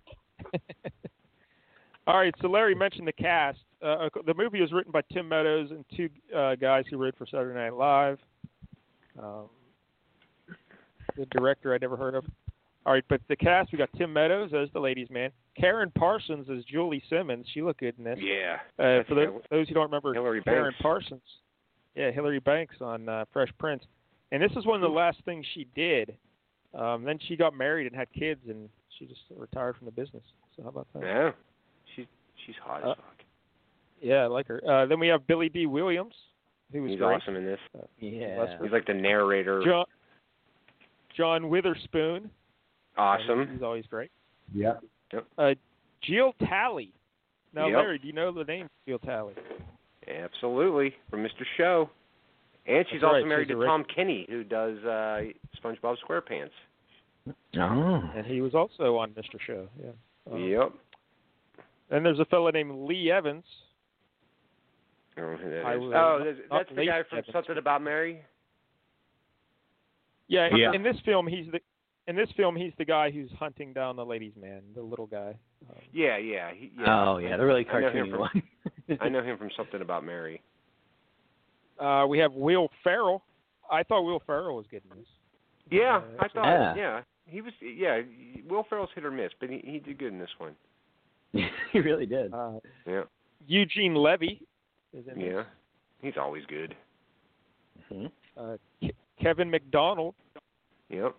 Speaker 2: All right, so Larry mentioned the cast. Uh, the movie was written by Tim Meadows and two uh, guys who wrote for Saturday Night Live. Um, the director I never heard of. All right, but the cast we got Tim Meadows as the ladies' man, Karen Parsons as Julie Simmons. She looked good in this.
Speaker 1: Yeah.
Speaker 2: Uh, for
Speaker 1: Hil-
Speaker 2: those, those who don't remember,
Speaker 1: Hillary
Speaker 2: Karen
Speaker 1: Banks.
Speaker 2: Parsons. Yeah, Hillary Banks on uh, Fresh Prince. And this is one of the last things she did. Um, then she got married and had kids, and she just retired from the business. So how about that?
Speaker 1: Yeah. She's she's hot
Speaker 2: Uh,
Speaker 1: as fuck.
Speaker 2: Yeah, I like her. Uh, then we have Billy D. Williams, who was
Speaker 1: He's
Speaker 2: great.
Speaker 1: awesome in this.
Speaker 6: Yeah.
Speaker 1: He's like the narrator.
Speaker 2: John, John Witherspoon.
Speaker 1: awesome.
Speaker 2: He's always great. Uh,
Speaker 7: Yeah.
Speaker 2: Jill Talley. Now,
Speaker 1: Yep.
Speaker 2: Larry, do you know the name Jill Talley?
Speaker 1: Absolutely. From Mr. Show. And she's
Speaker 2: That's
Speaker 1: also
Speaker 2: right,
Speaker 1: married
Speaker 2: she's
Speaker 1: to
Speaker 2: a rec-
Speaker 1: Tom Kenny, who does uh SpongeBob SquarePants.
Speaker 6: Oh.
Speaker 2: And he was also on Mr. Show. Yeah. Um,
Speaker 1: Yep.
Speaker 2: And there's a fellow named Lee Evans.
Speaker 1: I don't know who that
Speaker 2: I
Speaker 1: is.
Speaker 2: will
Speaker 1: Oh,
Speaker 2: not-
Speaker 1: that's,
Speaker 2: not
Speaker 1: that's the
Speaker 2: leave
Speaker 1: guy from
Speaker 2: Evans.
Speaker 1: Something About Mary.
Speaker 2: Yeah.
Speaker 5: Yeah.
Speaker 2: In this film, he's the in this film he's the guy who's hunting down the ladies' man, the little guy. Um,
Speaker 1: Yeah, yeah, he, yeah.
Speaker 6: Oh yeah, the really
Speaker 1: I know him
Speaker 6: cartoony
Speaker 1: from-
Speaker 6: one.
Speaker 1: I know him from Something About Mary.
Speaker 2: Uh, we have Will Ferrell. I thought Will Ferrell was good in this.
Speaker 1: Yeah,
Speaker 2: Uh,
Speaker 1: I thought. Yeah.
Speaker 6: Yeah.
Speaker 1: he was. Yeah, Will Ferrell's hit or miss, but he, he did good in this one.
Speaker 6: he really did.
Speaker 2: Uh,
Speaker 1: Yeah,
Speaker 2: Eugene Levy is in this.
Speaker 1: yeah, he's always good.
Speaker 2: Uh, Ke- Kevin McDonald.
Speaker 1: Yep.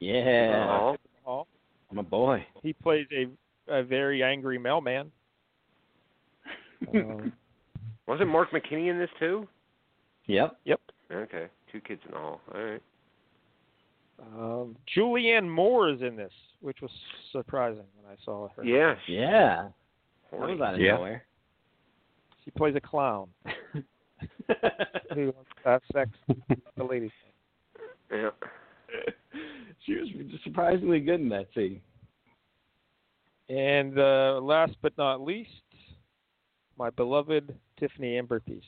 Speaker 6: Yeah.
Speaker 1: Oh.
Speaker 2: Oh,
Speaker 6: I'm a boy.
Speaker 2: He plays a, a very angry mailman. Um,
Speaker 1: Wasn't Mark McKinney in this too?
Speaker 6: Yep.
Speaker 1: Okay. Two kids in the hall. All right.
Speaker 2: um, Julianne Moore is in this, which was surprising when I saw her.
Speaker 1: Yeah.
Speaker 6: Yeah. That
Speaker 1: Horny.
Speaker 6: was out of
Speaker 5: Yeah.
Speaker 6: nowhere.
Speaker 2: She plays a clown who wants to have sex with the ladies.
Speaker 1: Yeah.
Speaker 6: she was surprisingly good in that scene.
Speaker 2: And uh, last but not least, my beloved Tiffany Amber Thiessen.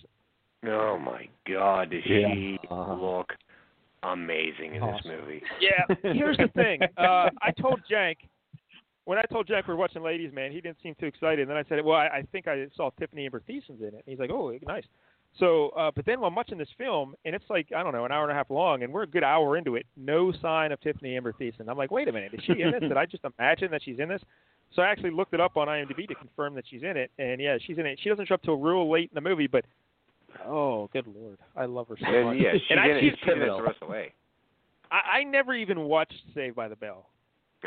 Speaker 1: Oh my God, does she
Speaker 6: Uh-huh.
Speaker 1: look amazing in
Speaker 2: Awesome.
Speaker 1: this movie?
Speaker 2: Yeah. Here's the thing. Uh, I told Jank when I told Jank we're watching Ladies Man, he didn't seem too excited. And then I said, "Well, I, I think I saw Tiffany Amber Thiessen's in it." And he's like, "Oh, nice." So, uh, but then while watching this film, and it's like I don't know, an hour and a half long, and we're a good hour into it, no sign of Tiffany Amber Thiessen. I'm like, "Wait a minute, is she in this? Did I just imagine that she's in this?" So I actually looked it up on IMDb to confirm that she's in it, and yeah, she's in it. She doesn't show up till real late in the movie, but oh, good lord, I love her so much.
Speaker 1: And yeah, she
Speaker 2: And I-
Speaker 1: didn't.
Speaker 2: she's
Speaker 1: she didn't
Speaker 2: pivotal.
Speaker 1: throw us away.
Speaker 2: I, I never even watched Saved by the Bell.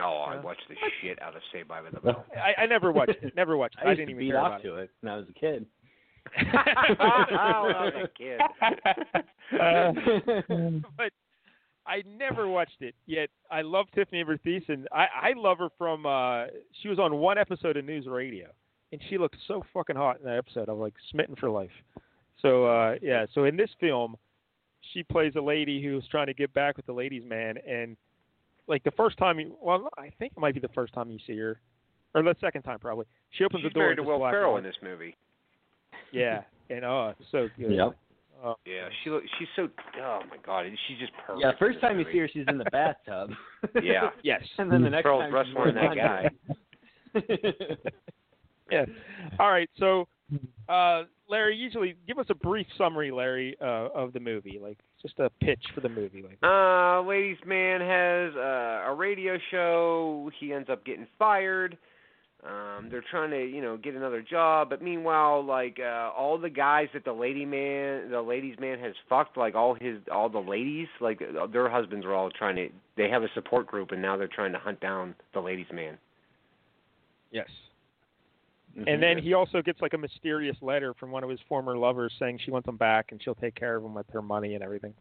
Speaker 1: Oh, I
Speaker 2: Yeah.
Speaker 1: watched the shit out of Saved by the Bell.
Speaker 2: I, I never watched it. Never watched it.
Speaker 6: I,
Speaker 2: I,
Speaker 6: used
Speaker 2: didn't
Speaker 6: to
Speaker 2: even
Speaker 6: beat
Speaker 2: care
Speaker 6: off
Speaker 2: about it.
Speaker 6: to it when I was a kid.
Speaker 1: I was a kid.
Speaker 2: but I never watched it yet. I love Tiffany Amber Thiessen. I, I love her from uh she was on one episode of News Radio, and she looked so fucking hot in that episode. I'm like smitten for life. So uh yeah, so in this film, she plays a lady who's trying to get back with the ladies' man, and like the first time you, well, I think it might be the first time you see her, or the second time probably. She opens
Speaker 1: She's
Speaker 2: the door.
Speaker 1: married
Speaker 2: and
Speaker 1: to
Speaker 2: just
Speaker 1: Will
Speaker 2: blacks
Speaker 1: Ferrell
Speaker 2: out.
Speaker 1: in this movie.
Speaker 2: Yeah, and oh, it's so good.
Speaker 6: Yep.
Speaker 2: Oh,
Speaker 1: Yeah, she look. She's so. Oh my God, she's just perfect.
Speaker 6: Yeah,
Speaker 1: in
Speaker 6: first
Speaker 1: this
Speaker 6: time you
Speaker 1: movie.
Speaker 6: see her, she's in the bathtub.
Speaker 1: Oh, Yeah.
Speaker 2: yes.
Speaker 6: and then the next
Speaker 1: Charles
Speaker 6: time she's
Speaker 1: Russell and that guy.
Speaker 2: Yeah. All right. So, uh, Larry, usually give us a brief summary, Larry, uh, of the movie, like just a pitch for the movie, like.
Speaker 1: Uh, ladies man has uh, a radio show. He ends up getting fired. Um, they're trying to, you know, get another job, but meanwhile, like uh, all the guys that the lady man, the ladies man has fucked, like all his, all the ladies, like uh, their husbands are all trying to. They have a support group, and now they're trying to hunt down the ladies man.
Speaker 2: Yes.
Speaker 1: Mm-hmm.
Speaker 2: And then he also gets like a mysterious letter from one of his former lovers saying she wants him back and she'll take care of him with her money and everything.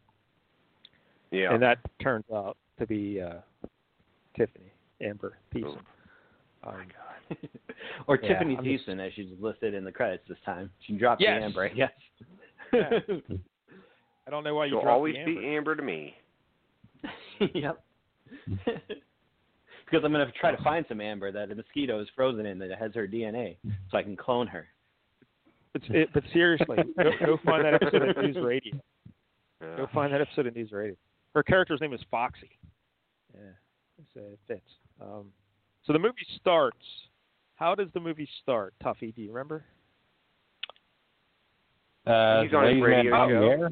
Speaker 1: Yeah.
Speaker 2: And that turns out to be uh, Tiffany Amber Thiessen. Um,
Speaker 6: or
Speaker 2: Yeah,
Speaker 6: Tiffany
Speaker 2: I'm just-
Speaker 6: Thiessen, as she's listed in the credits this time. She dropped
Speaker 2: Yes.
Speaker 6: the amber, I guess.
Speaker 2: I don't know why you
Speaker 1: She'll
Speaker 2: dropped
Speaker 1: always
Speaker 2: the Amber.
Speaker 1: be Amber to me.
Speaker 6: yep. because I'm gonna try to find some amber that the mosquito is frozen in that has her DNA, so I can clone her.
Speaker 2: But, it, but seriously, go, go find that episode of News Radio.
Speaker 1: Yeah.
Speaker 2: Go find that episode of News Radio. Her character's name is Foxy. Yeah, so it fits. Um, so the movie starts. How does the movie start, Tuffy? Do you remember?
Speaker 5: Uh,
Speaker 1: He's
Speaker 5: the
Speaker 1: on his
Speaker 5: ladies'
Speaker 1: radio
Speaker 5: Uh, man out in the
Speaker 1: show.
Speaker 5: air?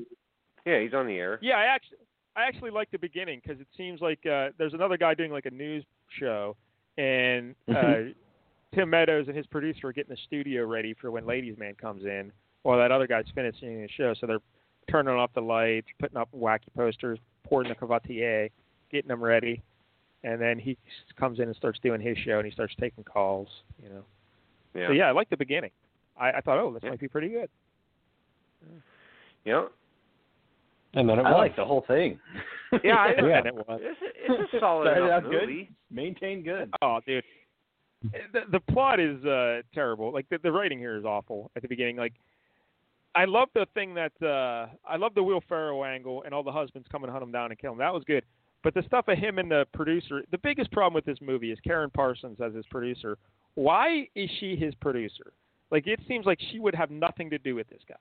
Speaker 1: yeah, he's on the air.
Speaker 2: Yeah, I actually I actually like the beginning because it seems like uh, there's another guy doing like a news show, and uh, Tim Meadows and his producer are getting the studio ready for when Ladies Man comes in, while that other guy's finishing the show. So they're turning off the lights, putting up wacky posters, pouring the cavatier, getting them ready, and then he s- comes in and starts doing his show and he starts taking calls. You know,
Speaker 1: Yeah.
Speaker 2: so yeah, I like the beginning. I, I thought, oh, this
Speaker 1: Yeah.
Speaker 2: might be pretty good.
Speaker 1: Yeah.
Speaker 5: And then it
Speaker 6: I
Speaker 5: was.
Speaker 6: like the whole thing.
Speaker 1: Yeah, I know.
Speaker 2: And it was.
Speaker 1: It's a, it's a solid
Speaker 6: Started
Speaker 1: enough
Speaker 6: out good.
Speaker 1: movie.
Speaker 6: Maintain good.
Speaker 2: Oh, dude. The, the plot is uh, terrible. Like the, the writing here is awful at the beginning. Like I love the thing that uh, I love the Will Ferrell angle and all the husbands come and hunt him down and kill him. That was good. But the stuff of him and the producer, the biggest problem with this movie is Karen Parsons as his producer. Why is she his producer? Like it seems like she would have nothing to do with this guy. Like,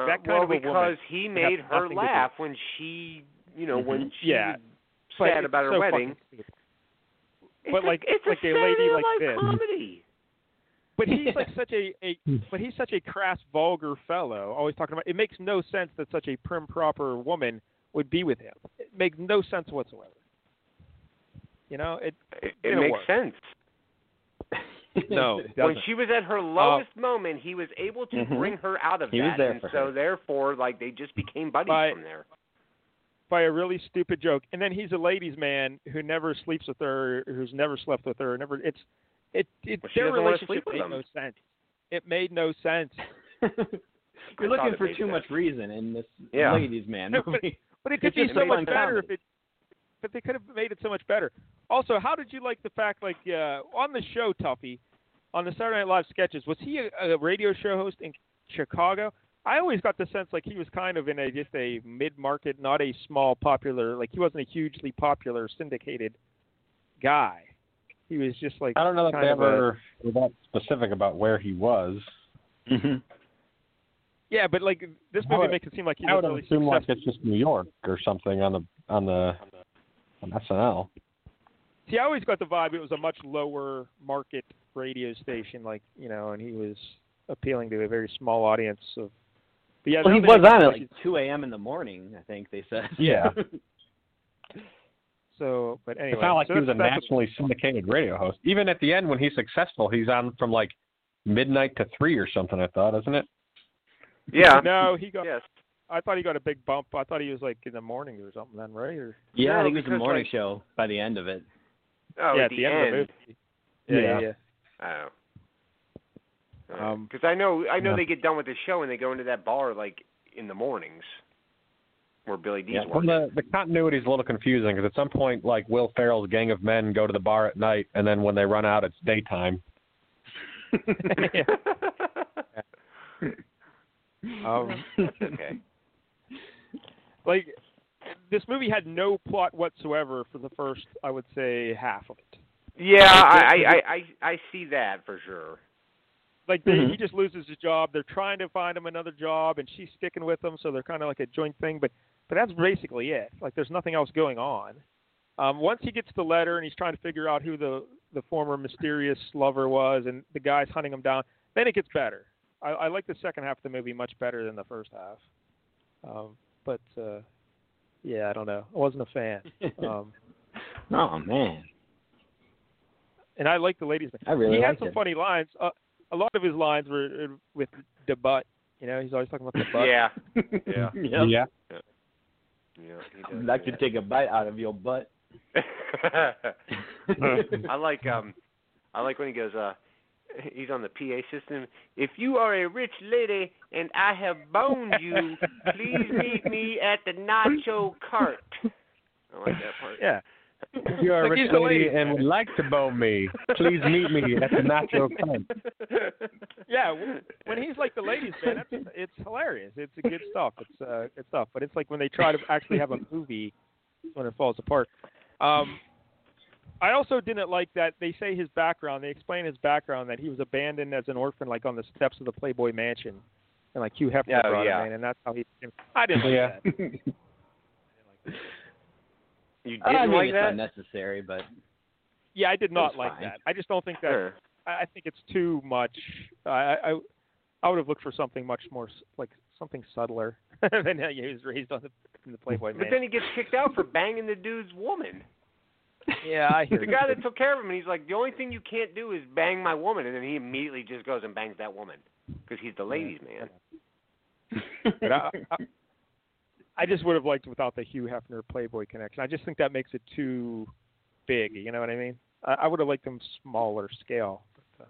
Speaker 1: Uh,
Speaker 2: that kind
Speaker 1: well,
Speaker 2: of a woman
Speaker 1: because he
Speaker 2: would have
Speaker 1: made her
Speaker 2: nothing to do. Mm-hmm.
Speaker 1: laugh when she, you know, when she
Speaker 2: Yeah.
Speaker 1: was
Speaker 2: But
Speaker 1: sad
Speaker 2: it's
Speaker 1: about her
Speaker 2: so
Speaker 1: wedding.
Speaker 2: fucking stupid. But
Speaker 1: it's
Speaker 2: like-
Speaker 1: a, it's
Speaker 2: like
Speaker 1: a
Speaker 2: a lady
Speaker 1: Saturday
Speaker 2: like
Speaker 1: Night
Speaker 2: this.
Speaker 1: comedy.
Speaker 2: But he's like such a, a
Speaker 6: Hmm.
Speaker 2: but he's such a crass, vulgar fellow. Always talking about it makes no sense that such a prim, proper woman would be with him. It makes no sense whatsoever. You know, it
Speaker 1: It, it
Speaker 2: Didn't
Speaker 1: makes
Speaker 2: work.
Speaker 1: sense.
Speaker 2: no it
Speaker 1: When
Speaker 2: doesn't. Oh. Mm-hmm.
Speaker 1: she was at her lowest moment, he was able to
Speaker 6: Mhm.
Speaker 1: bring her out of
Speaker 6: He was
Speaker 1: that,
Speaker 6: there
Speaker 1: and
Speaker 6: for
Speaker 1: so
Speaker 6: her.
Speaker 1: therefore, like they just became buddies
Speaker 2: But-
Speaker 1: from there.
Speaker 2: by a really stupid joke. And then he's a ladies' man who never sleeps with her, who's never slept with her, never. It's it. it
Speaker 1: Well, she
Speaker 2: their
Speaker 1: doesn't wanna
Speaker 2: relationship
Speaker 1: sleep with
Speaker 2: made
Speaker 1: him.
Speaker 2: no sense. It made no sense.
Speaker 6: You're
Speaker 1: I thought
Speaker 6: looking
Speaker 1: it
Speaker 6: for
Speaker 1: made
Speaker 6: too
Speaker 1: sense.
Speaker 6: much reason in this
Speaker 1: Yeah.
Speaker 6: ladies' man
Speaker 2: No, but-
Speaker 6: movie.
Speaker 2: But it could
Speaker 6: It's
Speaker 2: be
Speaker 6: just
Speaker 2: so
Speaker 6: made
Speaker 2: much
Speaker 6: on
Speaker 2: better if
Speaker 6: comedy.
Speaker 2: it. But they could have made it so much better. Also, how did you like the fact, like uh, on the show, Tuffy, on the Saturday Night Live sketches, was he a, a radio show host in Chicago? I always got the sense like he was kind of in a just a mid-market, not a small popular. Like he wasn't a hugely popular syndicated guy. He was just like
Speaker 5: I don't know that
Speaker 2: kind
Speaker 5: they
Speaker 2: of a-
Speaker 5: ever were that specific about where he was.
Speaker 6: Mm-hmm.
Speaker 2: yeah, but like this
Speaker 5: I
Speaker 2: movie
Speaker 5: would-
Speaker 2: makes it seem like he
Speaker 5: I would
Speaker 2: was really
Speaker 5: assume like
Speaker 2: successful.
Speaker 5: it's just New York or something on the on the on SNL.
Speaker 2: See, I always got the vibe it was a much lower market radio station, like you know, and he was appealing to a very small audience of. But yeah,
Speaker 6: well, he
Speaker 2: the other
Speaker 6: was
Speaker 2: thing-
Speaker 6: on at like 2 a.m. in the morning, I think they said.
Speaker 5: Yeah.
Speaker 2: So, but anyway,
Speaker 5: it's not like
Speaker 2: so
Speaker 5: he was a
Speaker 2: that's- that's what-
Speaker 5: nationally syndicated radio host. Even at the end when he's successful, he's on from like midnight to three or something. I thought, isn't it?
Speaker 1: Yeah.
Speaker 2: No, he got.
Speaker 1: Yes.
Speaker 2: I thought he got a big bump. I thought he was like in the morning or something then, right? Or
Speaker 6: yeah, I
Speaker 1: No,
Speaker 6: think it was the
Speaker 1: because,
Speaker 6: morning
Speaker 1: like-
Speaker 6: show by the end of it.
Speaker 1: Oh,
Speaker 2: yeah,
Speaker 1: at the,
Speaker 2: end, of the movie. Yeah, yeah.
Speaker 5: Yeah.
Speaker 2: yeah.
Speaker 1: Oh.
Speaker 2: Um,
Speaker 1: Because I know, I know
Speaker 5: yeah.
Speaker 1: they get done with the show and they go into that bar like in the mornings, where Billy D's
Speaker 6: Yeah,
Speaker 5: Well,
Speaker 1: working.
Speaker 5: the, the continuity is a little confusing because at some point, like Will Ferrell's gang of men go to the bar at night, and then when they run out, it's daytime.
Speaker 2: yeah. Um,
Speaker 1: okay.
Speaker 2: like this movie had no plot whatsoever for the first, I would say, half of it.
Speaker 1: Yeah, I, I, I, I see that for sure.
Speaker 2: like they,
Speaker 6: Mhm.
Speaker 2: he just loses his job. They're trying to find him another job, and she's sticking with him, so they're kind of like a joint thing. But but that's basically it. Like there's nothing else going on. Um, once he gets the letter and he's trying to figure out who the the former mysterious lover was, and the guy's hunting him down, then it gets better. I, I like the second half of the movie much better than the first half. Um, but uh, yeah, I don't know. I wasn't a fan. Um,
Speaker 6: oh, man.
Speaker 2: and I like the ladies.
Speaker 6: I really
Speaker 2: he had
Speaker 6: liked
Speaker 2: some
Speaker 6: it.
Speaker 2: funny lines. Uh, a lot of his lines were uh, with the butt. You know, he's always talking about the butt.
Speaker 1: yeah. Yeah.
Speaker 6: Yeah.
Speaker 1: Yeah. he does
Speaker 6: I'd like to
Speaker 1: that.
Speaker 6: take a bite out of your butt.
Speaker 1: I like um I like when he goes uh he's on the PA system. If you are a rich lady and I have boned you, please meet me at the nacho cart. I like that part.
Speaker 2: Yeah.
Speaker 5: You are a
Speaker 2: Like,
Speaker 5: rich
Speaker 2: he's the
Speaker 5: lady
Speaker 2: lady.
Speaker 5: and would like to bone me. Please meet me at the Nacho Club.
Speaker 2: Yeah, w- when he's like the ladies man, that's, it's hilarious. It's good stuff. It's uh, good stuff. But it's like when they try to actually have a movie, it's when it falls apart. Um, I also didn't like that they say his background. They explain his background that he was abandoned as an orphan, like on the steps of the Playboy Mansion, and like Hugh Hefner
Speaker 1: Oh,
Speaker 2: brought
Speaker 1: yeah.
Speaker 2: him in, and that's how he. Became, I didn't like
Speaker 5: Yeah.
Speaker 2: that.
Speaker 1: You didn't
Speaker 6: I mean,
Speaker 1: like
Speaker 6: it's
Speaker 1: that?
Speaker 6: unnecessary, but
Speaker 2: Yeah, I did not
Speaker 6: was
Speaker 2: like
Speaker 6: fine.
Speaker 2: that. I just don't think that.
Speaker 1: Sure.
Speaker 2: I I think it's too much. I I, I- I would have looked for something much more s- like something subtler than uh, how he was raised on the in the Playboy
Speaker 1: But
Speaker 2: Mansion.
Speaker 1: then he gets kicked out for banging the dude's woman.
Speaker 2: yeah, I hear
Speaker 1: The guy that took care of him, and he's like, the only thing you can't do is bang my woman, and then he immediately just goes and bangs that woman because he's the ladies' man.
Speaker 2: But I, I, I just would have liked without the Hugh Hefner Playboy connection. I just think that makes it too big. You know what I mean? I, I would have liked them smaller scale. But,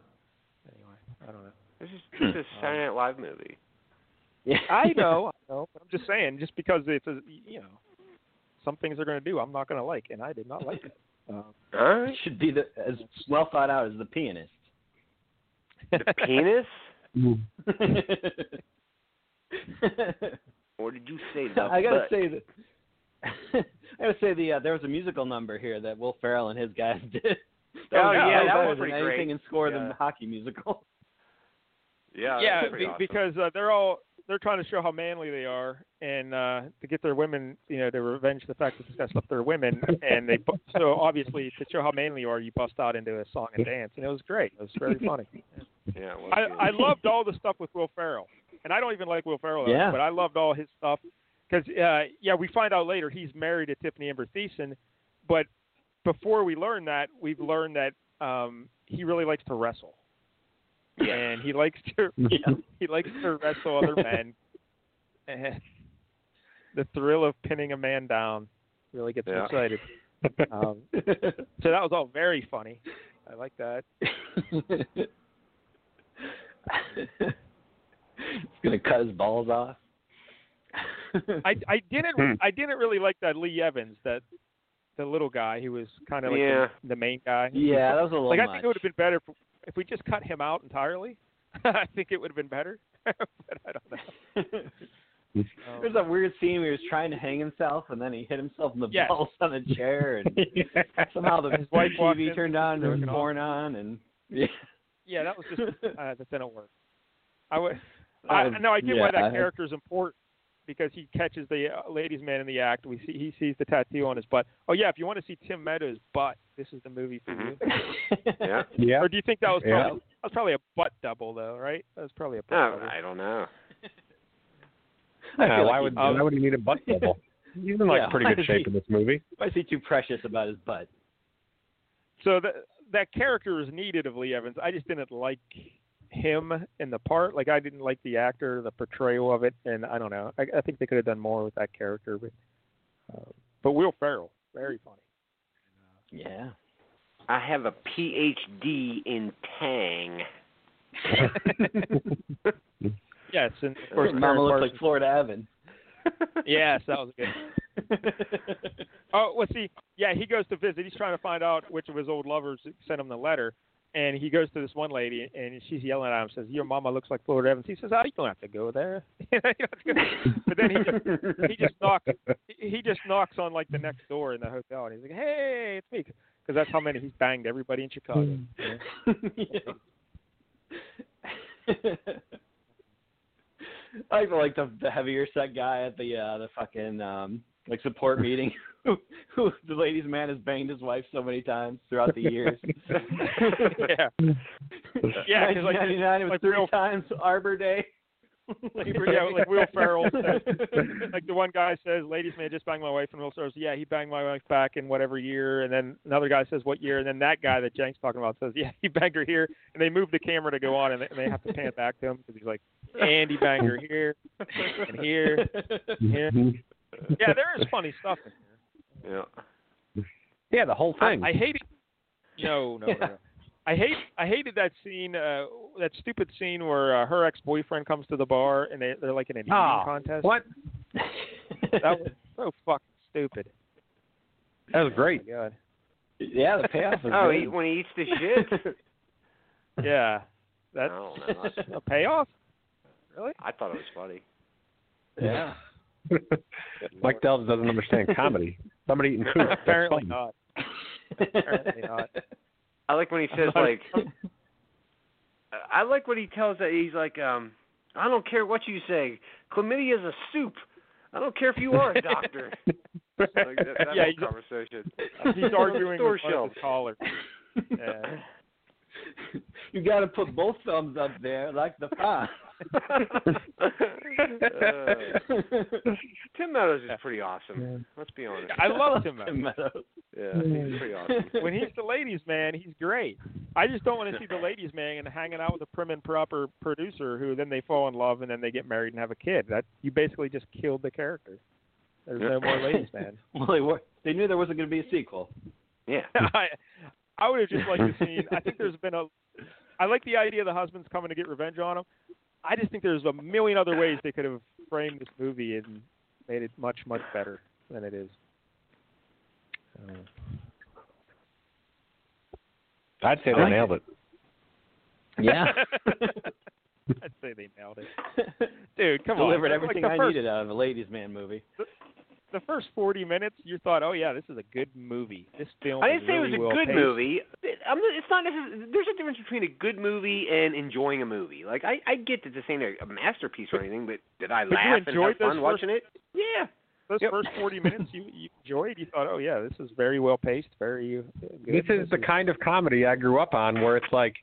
Speaker 2: uh, anyway, I don't know.
Speaker 1: This is
Speaker 6: Hmm.
Speaker 1: this is a Saturday Night Live movie.
Speaker 6: yeah.
Speaker 2: I know, I know. But I'm just saying, just because it's a, you know, some things they're going to do, I'm not going to like, and I did not like it.
Speaker 1: All
Speaker 6: It
Speaker 1: right.
Speaker 6: should be the, as well thought out as the pianist.
Speaker 1: The penis?
Speaker 6: I
Speaker 1: Or did you say Oh, the
Speaker 6: gotta
Speaker 1: butt?
Speaker 6: say that. I gotta say the uh, there was a musical number here that Will Ferrell and his guys did. That
Speaker 1: Oh,
Speaker 6: was
Speaker 1: yeah,
Speaker 6: way
Speaker 1: that
Speaker 6: better
Speaker 1: was
Speaker 6: than
Speaker 1: pretty
Speaker 6: anything
Speaker 1: great.
Speaker 6: in score than
Speaker 1: Yeah.
Speaker 6: the hockey musical.
Speaker 1: yeah,
Speaker 2: yeah,
Speaker 1: that's pretty
Speaker 2: be-
Speaker 1: awesome.
Speaker 2: because uh, they're all they're trying to show how manly they are, and uh, to get their women, you know, to revenge the fact that this guy slept with their women, and they bu- so obviously to show how manly you are, you bust out into a song and dance, and it was great. It was very funny.
Speaker 1: yeah, well,
Speaker 2: I, I loved all the stuff with Will Ferrell, and I don't even like Will Ferrell, that
Speaker 6: Yeah.
Speaker 2: much, but I loved all his stuff because uh, yeah, we find out later he's married to Tiffany Amber Thiessen, but before we learn that, we've learned that um, he really likes to wrestle, and he likes to he likes to wrestle other men, and the thrill of pinning a man down really gets me
Speaker 1: Yeah.
Speaker 2: excited. Um, so that was all very funny. I like that.
Speaker 6: He's gonna cut his balls off.
Speaker 2: I I didn't
Speaker 1: Hmm.
Speaker 2: I didn't really like that Lee Evans that the little guy who was kind of like
Speaker 1: Yeah.
Speaker 2: the, the main guy.
Speaker 6: yeah, that was a little
Speaker 2: like I
Speaker 6: much.
Speaker 2: think it would have been better if, if we just cut him out entirely. I think it would have been better, but I don't know. Um,
Speaker 6: There's that weird scene where he was trying to hang himself and then he hit himself in the
Speaker 2: Yes.
Speaker 6: balls on a chair and somehow the his
Speaker 2: wife walked
Speaker 6: TV
Speaker 2: in,
Speaker 6: turned on and there was
Speaker 2: jerking off.
Speaker 6: porn on and yeah.
Speaker 2: yeah, that was just uh, that didn't work. I would.
Speaker 6: Uh,
Speaker 2: I, no, I get why
Speaker 6: yeah, I-
Speaker 2: that character is important because he catches the uh, ladies' man in the act. We see he sees the tattoo on his butt. Oh yeah, if you want to see Tim Meadows' butt, this is the movie for you.
Speaker 1: Yeah.
Speaker 5: Yeah.
Speaker 2: Or do you think that was
Speaker 5: Yeah.
Speaker 2: probably, that was probably a butt double though, right? That was probably a butt
Speaker 1: No,
Speaker 2: double.
Speaker 1: Oh, I don't know.
Speaker 6: I
Speaker 5: Yeah,
Speaker 6: feel
Speaker 5: why
Speaker 6: like
Speaker 5: would
Speaker 6: he-
Speaker 5: why would he need a butt double? He's in like
Speaker 6: Yeah,
Speaker 5: pretty
Speaker 6: why
Speaker 5: good
Speaker 6: does he-
Speaker 5: shape in this movie.
Speaker 6: why is he too precious about his butt?
Speaker 2: So that that character was needed of Lee Evans. I just didn't like him in the part. Like I didn't like the actor, the portrayal of it, and I don't know. I, I think they could have done more with that character, but uh, but Will Ferrell, very funny.
Speaker 6: Yeah.
Speaker 1: I have a PhD in Tang.
Speaker 2: Yes, and of course
Speaker 6: His mama
Speaker 2: Karen
Speaker 6: looks
Speaker 2: Parsons.
Speaker 6: like Florida Evan.
Speaker 2: yes, that was good. Oh, well, see, yeah, he goes to visit. He's trying to find out which of his old lovers sent him the letter. And he goes to this one lady, and she's yelling at him, says, "Your mama looks like Florida Evans." He says, "Oh, you don't have to go there." You don't have to go. But then he just, he just knocks he just knocks on like the next door in the hotel, and he's like, "Hey, it's me," because that's how many he's banged everybody in Chicago.
Speaker 6: I feel like the the heavier set guy at the uh the fucking um like support meeting who, who the ladies man has banged his wife so many times throughout the years.
Speaker 2: yeah, yeah, because like
Speaker 6: 1999 it was
Speaker 2: like
Speaker 6: three
Speaker 2: real-
Speaker 6: times Arbor Day. Labor
Speaker 2: Yeah,
Speaker 6: Day.
Speaker 2: like Will Ferrell said. like the one guy says, "Ladies, may I just bang my wife?" And Will says, "Yeah, he banged my wife back in whatever year." And then another guy says, "What year?" And then that guy that Jank's talking about says, "Yeah, he banged her here." And they move the camera to go on, and they, and they have to pan it back to him because he's like, "And he banged her here, and here, and here."
Speaker 5: Mm-hmm.
Speaker 2: Yeah, there is funny stuff in here.
Speaker 1: Yeah.
Speaker 5: Yeah, the whole thing.
Speaker 2: I, I hated. No, no, no, no. I hate I hated that scene, uh, that stupid scene where uh, her ex boyfriend comes to the bar and they they're like in an eating
Speaker 5: Ah,
Speaker 2: contest.
Speaker 5: what?
Speaker 2: That was so fucking stupid.
Speaker 5: That was great.
Speaker 2: Oh my God.
Speaker 6: yeah, the payoff is
Speaker 1: Oh,
Speaker 6: good.
Speaker 1: he, when he eats the shit.
Speaker 2: Yeah. That's
Speaker 1: No, no, no, that's-
Speaker 2: a payoff? Really?
Speaker 1: I thought it was funny.
Speaker 6: Yeah.
Speaker 5: Mike Delves doesn't understand comedy. Somebody eating food. that's
Speaker 2: Apparently
Speaker 5: funny.
Speaker 2: not. Apparently not.
Speaker 1: I like when he says like. I like when he tells that he's like, um, I don't care what you say. Chlamydia is a soup. I don't care if you are a doctor. like that, that
Speaker 2: Yeah,
Speaker 1: whole
Speaker 2: he's-
Speaker 1: conversation.
Speaker 2: He's arguing
Speaker 1: Store
Speaker 2: with one of
Speaker 1: shelf.
Speaker 2: his callers. Yeah.
Speaker 6: you got to put both thumbs up there, like the five.
Speaker 1: Uh, Tim Meadows is pretty awesome. Let's be honest.
Speaker 2: I love him. though.
Speaker 6: Meadows.
Speaker 1: Yeah, he's pretty awesome.
Speaker 2: When he's the ladies' man, he's great. I just don't want to see the ladies' man and hanging out with a prim and proper producer who then they fall in love and then they get married and have a kid. That you basically just killed the character. There's no more ladies' man.
Speaker 6: well, they were. They knew there wasn't going to be a sequel.
Speaker 1: Yeah.
Speaker 2: I, I would have just liked to seen. I think there's been a. I like the idea of the husband's coming to get revenge on him. I just think there's a million other ways they could have framed this movie and made it much much better than it is.
Speaker 5: I'd say they
Speaker 6: like
Speaker 5: nailed it.
Speaker 6: Yeah.
Speaker 2: I'd say they nailed it, dude. Come
Speaker 6: Delivered
Speaker 2: on,
Speaker 6: everything
Speaker 2: like the
Speaker 6: I
Speaker 2: first,
Speaker 6: needed out of a ladies' man movie.
Speaker 2: The first 40 minutes, you thought, oh yeah, this is a good movie. This film.
Speaker 1: I
Speaker 2: is
Speaker 1: didn't say it was
Speaker 2: really
Speaker 1: a
Speaker 2: well
Speaker 1: good
Speaker 2: paced.
Speaker 1: movie. It- I'm not, it's not necessarily, there's a difference between a good movie and enjoying a movie. Like I, I get that this ain't a, a masterpiece or anything, but did I
Speaker 2: But you
Speaker 1: laugh and
Speaker 2: enjoyed
Speaker 1: have
Speaker 2: those
Speaker 1: fun
Speaker 2: first-
Speaker 1: watching it? Yeah.
Speaker 2: Those
Speaker 1: Yep.
Speaker 2: first 40 minutes, you, you enjoyed. You thought, oh yeah, this is very well paced. Very. uh,
Speaker 5: This
Speaker 2: Good.
Speaker 5: is the kind of comedy I grew up on where it's like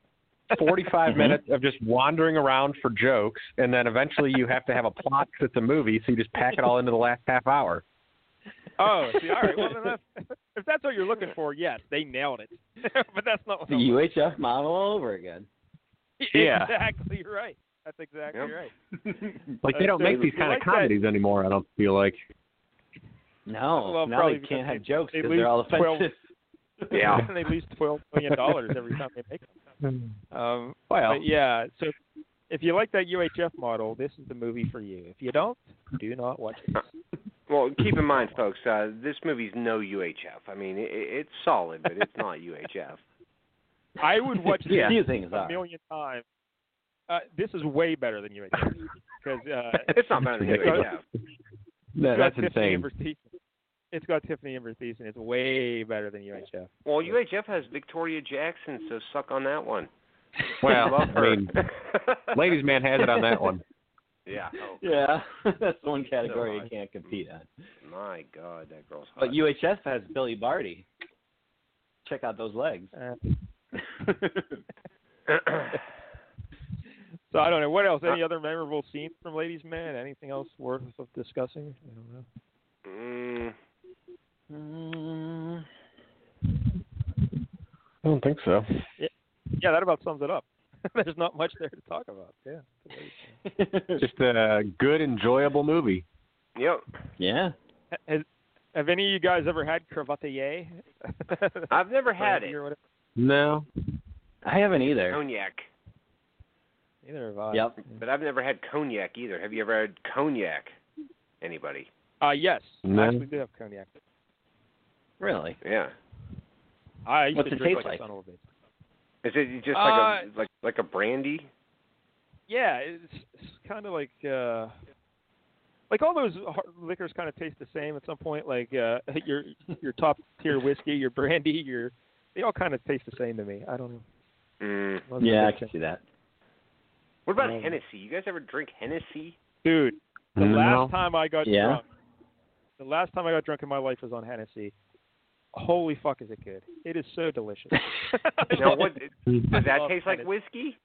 Speaker 5: 45 minutes of just wandering around for jokes, and then eventually you have to have a plot that's a movie, so you just pack it all into the last half hour.
Speaker 2: Oh, see, all right. Well, then that's, if that's what you're looking for, yes, they nailed it. but that's not what
Speaker 6: The
Speaker 2: I'm looking-
Speaker 6: UHF model all over again.
Speaker 5: yeah.
Speaker 2: exactly right. That's exactly
Speaker 1: Yep.
Speaker 2: right.
Speaker 5: Like, they
Speaker 2: Uh,
Speaker 5: don't
Speaker 2: so
Speaker 5: make these
Speaker 2: you
Speaker 5: kind
Speaker 2: like
Speaker 5: of
Speaker 2: that-
Speaker 5: comedies anymore, I don't feel like.
Speaker 6: No,
Speaker 2: Well,
Speaker 6: now
Speaker 2: probably
Speaker 6: they can't
Speaker 2: because
Speaker 6: have jokes
Speaker 2: they
Speaker 6: because
Speaker 2: lose
Speaker 6: they're all
Speaker 2: 12
Speaker 6: offensive.
Speaker 1: Yeah.
Speaker 2: and they lose twelve million dollars every time they make them. Um,
Speaker 6: Well,
Speaker 2: but yeah, so if you like that UHF model, this is the movie for you. If you don't, do not watch it.
Speaker 1: Well, keep in mind, folks, uh, this movie's no UHF. I mean, it, it's solid, but it's not UHF.
Speaker 2: I would watch
Speaker 6: yeah.
Speaker 2: this
Speaker 6: few things
Speaker 2: a
Speaker 6: are.
Speaker 2: million times. Uh, this is way better than UHF because uh,
Speaker 1: It's not better than
Speaker 2: Ridiculous.
Speaker 1: UHF.
Speaker 5: No,
Speaker 2: it's
Speaker 5: that's
Speaker 2: got Tiffany
Speaker 5: insane.
Speaker 2: Amber Thiessen. It's got Tiffany Amber Thiessen. It's way better than UHF.
Speaker 1: Well, UHF has Victoria Jackson, so suck on that one.
Speaker 5: Well,
Speaker 1: Love her.
Speaker 5: I mean, ladies' man has it on that one.
Speaker 1: yeah. Oh,
Speaker 6: Yeah, that's the one category
Speaker 1: on.
Speaker 6: you can't compete on.
Speaker 1: my God, that girl's hot.
Speaker 6: But UHF has Billy Barty. Check out those legs.
Speaker 2: Uh,
Speaker 1: I
Speaker 2: so I don't know what else. Any other memorable scenes from Ladies Man? Anything else worth of discussing? I don't
Speaker 1: mm,
Speaker 2: know.
Speaker 6: Mm,
Speaker 5: I don't think so.
Speaker 2: Yeah, that about sums it up. There's not much there to talk about. Yeah.
Speaker 5: Just a good, enjoyable movie.
Speaker 1: yep.
Speaker 6: yeah.
Speaker 2: Has, have any of you guys ever had cravatier?
Speaker 1: I've never had it.
Speaker 2: Or whatever?
Speaker 5: No.
Speaker 6: I haven't either.
Speaker 1: Cognac.
Speaker 2: Neither have I.
Speaker 6: Yep.
Speaker 1: But I've never had cognac either. Have you ever had cognac? Anybody?
Speaker 2: Uh, yes.
Speaker 5: No.
Speaker 2: I actually do have cognac.
Speaker 6: Really?
Speaker 1: Yeah.
Speaker 2: I used
Speaker 6: What's
Speaker 2: to
Speaker 6: it
Speaker 2: drink
Speaker 6: taste
Speaker 2: like a
Speaker 6: like?
Speaker 2: son of a bitch.
Speaker 1: Is it just like
Speaker 2: Uh,
Speaker 1: a like like a brandy?
Speaker 2: Yeah, it's, it's kind of like uh, like all those hard liquors kind of taste the same at some point. Like uh, your your top tier whiskey, your brandy, your they all kind of taste the same to me. I don't know.
Speaker 1: Mm.
Speaker 2: Wasn't a
Speaker 6: Yeah, I
Speaker 2: big
Speaker 6: can
Speaker 2: fan.
Speaker 6: see that.
Speaker 1: What about
Speaker 2: Um,
Speaker 1: Hennessy? You guys ever drink Hennessy?
Speaker 2: dude. The
Speaker 5: No.
Speaker 2: last time I got
Speaker 6: Mm-hmm. Yeah.
Speaker 2: drunk, the last time I got drunk in my life was on Hennessy. Holy fuck, is it good? It is so delicious.
Speaker 1: Now, what
Speaker 2: I
Speaker 1: does that
Speaker 2: love
Speaker 1: taste like
Speaker 2: Hennessy.
Speaker 1: whiskey?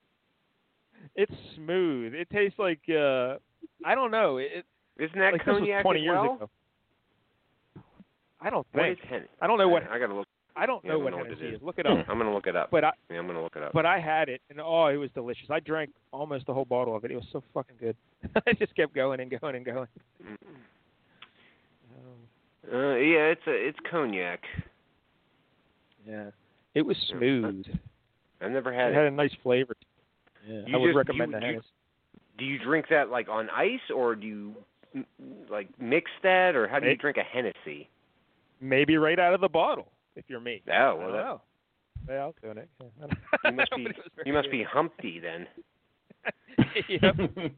Speaker 2: It's smooth. It tastes like uh, I don't know. It
Speaker 1: Isn't that
Speaker 2: like this was
Speaker 1: cognac
Speaker 2: 20
Speaker 1: as
Speaker 2: years
Speaker 1: well?
Speaker 2: ago. I don't
Speaker 1: What is
Speaker 2: think.
Speaker 1: Hennessy?
Speaker 2: I don't know what Mm.
Speaker 1: I gotta look.
Speaker 2: I don't
Speaker 1: Yeah,
Speaker 2: know
Speaker 1: I don't
Speaker 2: what
Speaker 1: know what
Speaker 2: Hennessy
Speaker 1: it
Speaker 2: is.
Speaker 1: is.
Speaker 2: Look it up.
Speaker 1: I'm gonna look it up.
Speaker 2: But I
Speaker 1: Yeah, I'm gonna look it up.
Speaker 2: but I had it and oh, it was delicious. I drank almost the whole bottle of it. It was so fucking good. I just kept going and going and going. Um,
Speaker 1: Uh, yeah, it's a it's cognac.
Speaker 2: yeah, it was
Speaker 1: Yeah.
Speaker 2: smooth.
Speaker 1: I've never
Speaker 2: It
Speaker 1: had
Speaker 2: had
Speaker 1: it.
Speaker 2: a nice flavor.
Speaker 6: Yeah.
Speaker 1: You
Speaker 2: I would
Speaker 1: just-
Speaker 2: recommend
Speaker 1: you-
Speaker 2: the
Speaker 1: you-
Speaker 2: Hennessy.
Speaker 1: Do you drink that like on ice, or do you mm, like mix that, or how do you
Speaker 2: Mix.
Speaker 1: drink a Hennessy?
Speaker 2: Maybe right out of the bottle if you're me.
Speaker 1: Oh,
Speaker 2: I
Speaker 1: well,
Speaker 2: don't
Speaker 1: that,
Speaker 2: know. Yeah, I'll do it. Yeah, I
Speaker 1: you
Speaker 2: don't-
Speaker 1: must
Speaker 2: but
Speaker 1: be
Speaker 2: it was very
Speaker 1: you must be
Speaker 2: good.
Speaker 1: Humpty then.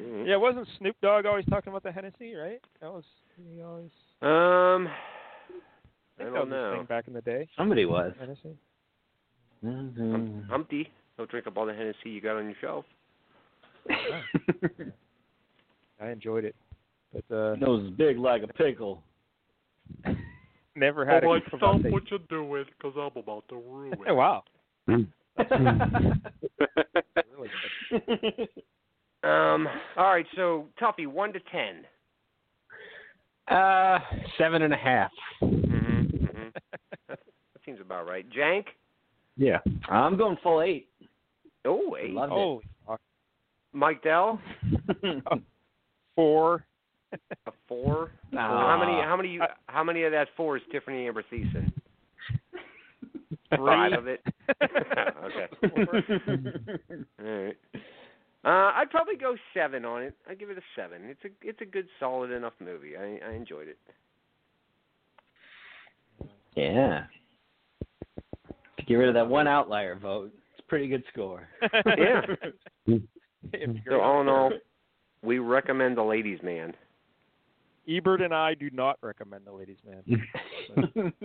Speaker 2: Yep. yeah, wasn't Snoop Dogg always talking about the Hennessy, right? That was he always.
Speaker 1: Um,
Speaker 2: I
Speaker 1: I don't
Speaker 2: think that was his
Speaker 1: know.
Speaker 2: thing back in the day.
Speaker 6: Somebody
Speaker 1: Mm-hmm.
Speaker 6: was.
Speaker 2: Hennessy.
Speaker 1: Hum-
Speaker 2: Mm.
Speaker 6: Mhm.
Speaker 1: Humpty, he'll drink up all the Hennessy you got on your shelf.
Speaker 2: I enjoyed it, but uh,
Speaker 6: Nose big like a pickle.
Speaker 2: never
Speaker 3: Oh,
Speaker 2: had a good cravate.
Speaker 3: you doing, because I'm about to ruin
Speaker 2: Oh, wow.
Speaker 6: Uh,
Speaker 2: Really?
Speaker 1: Um, all right, so Tuffy, one to 10
Speaker 5: Uh, seven and a half.
Speaker 1: Mm-hmm, mm-hmm. that seems about right. Jank.
Speaker 5: Yeah.
Speaker 6: I'm going full eight.
Speaker 1: Oh wait.
Speaker 6: Love it.
Speaker 2: Holy fuck.
Speaker 1: Mike Dell,
Speaker 2: Four.
Speaker 1: a four.
Speaker 6: Nah.
Speaker 1: How many? How many? How many of that four is Tiffany Amber Thiessen? Five of it. okay. All right. Uh, I'd probably go seven on it. I'd give it a seven. It's a it's a good, solid enough movie. I I enjoyed it.
Speaker 6: yeah. To get rid of that one outlier vote, it's a pretty good score.
Speaker 1: Yeah.
Speaker 2: If
Speaker 1: so
Speaker 2: you're not
Speaker 1: all in all, we recommend The Ladies Man.
Speaker 2: Ebert and I do not recommend the ladies' man.
Speaker 6: Kinda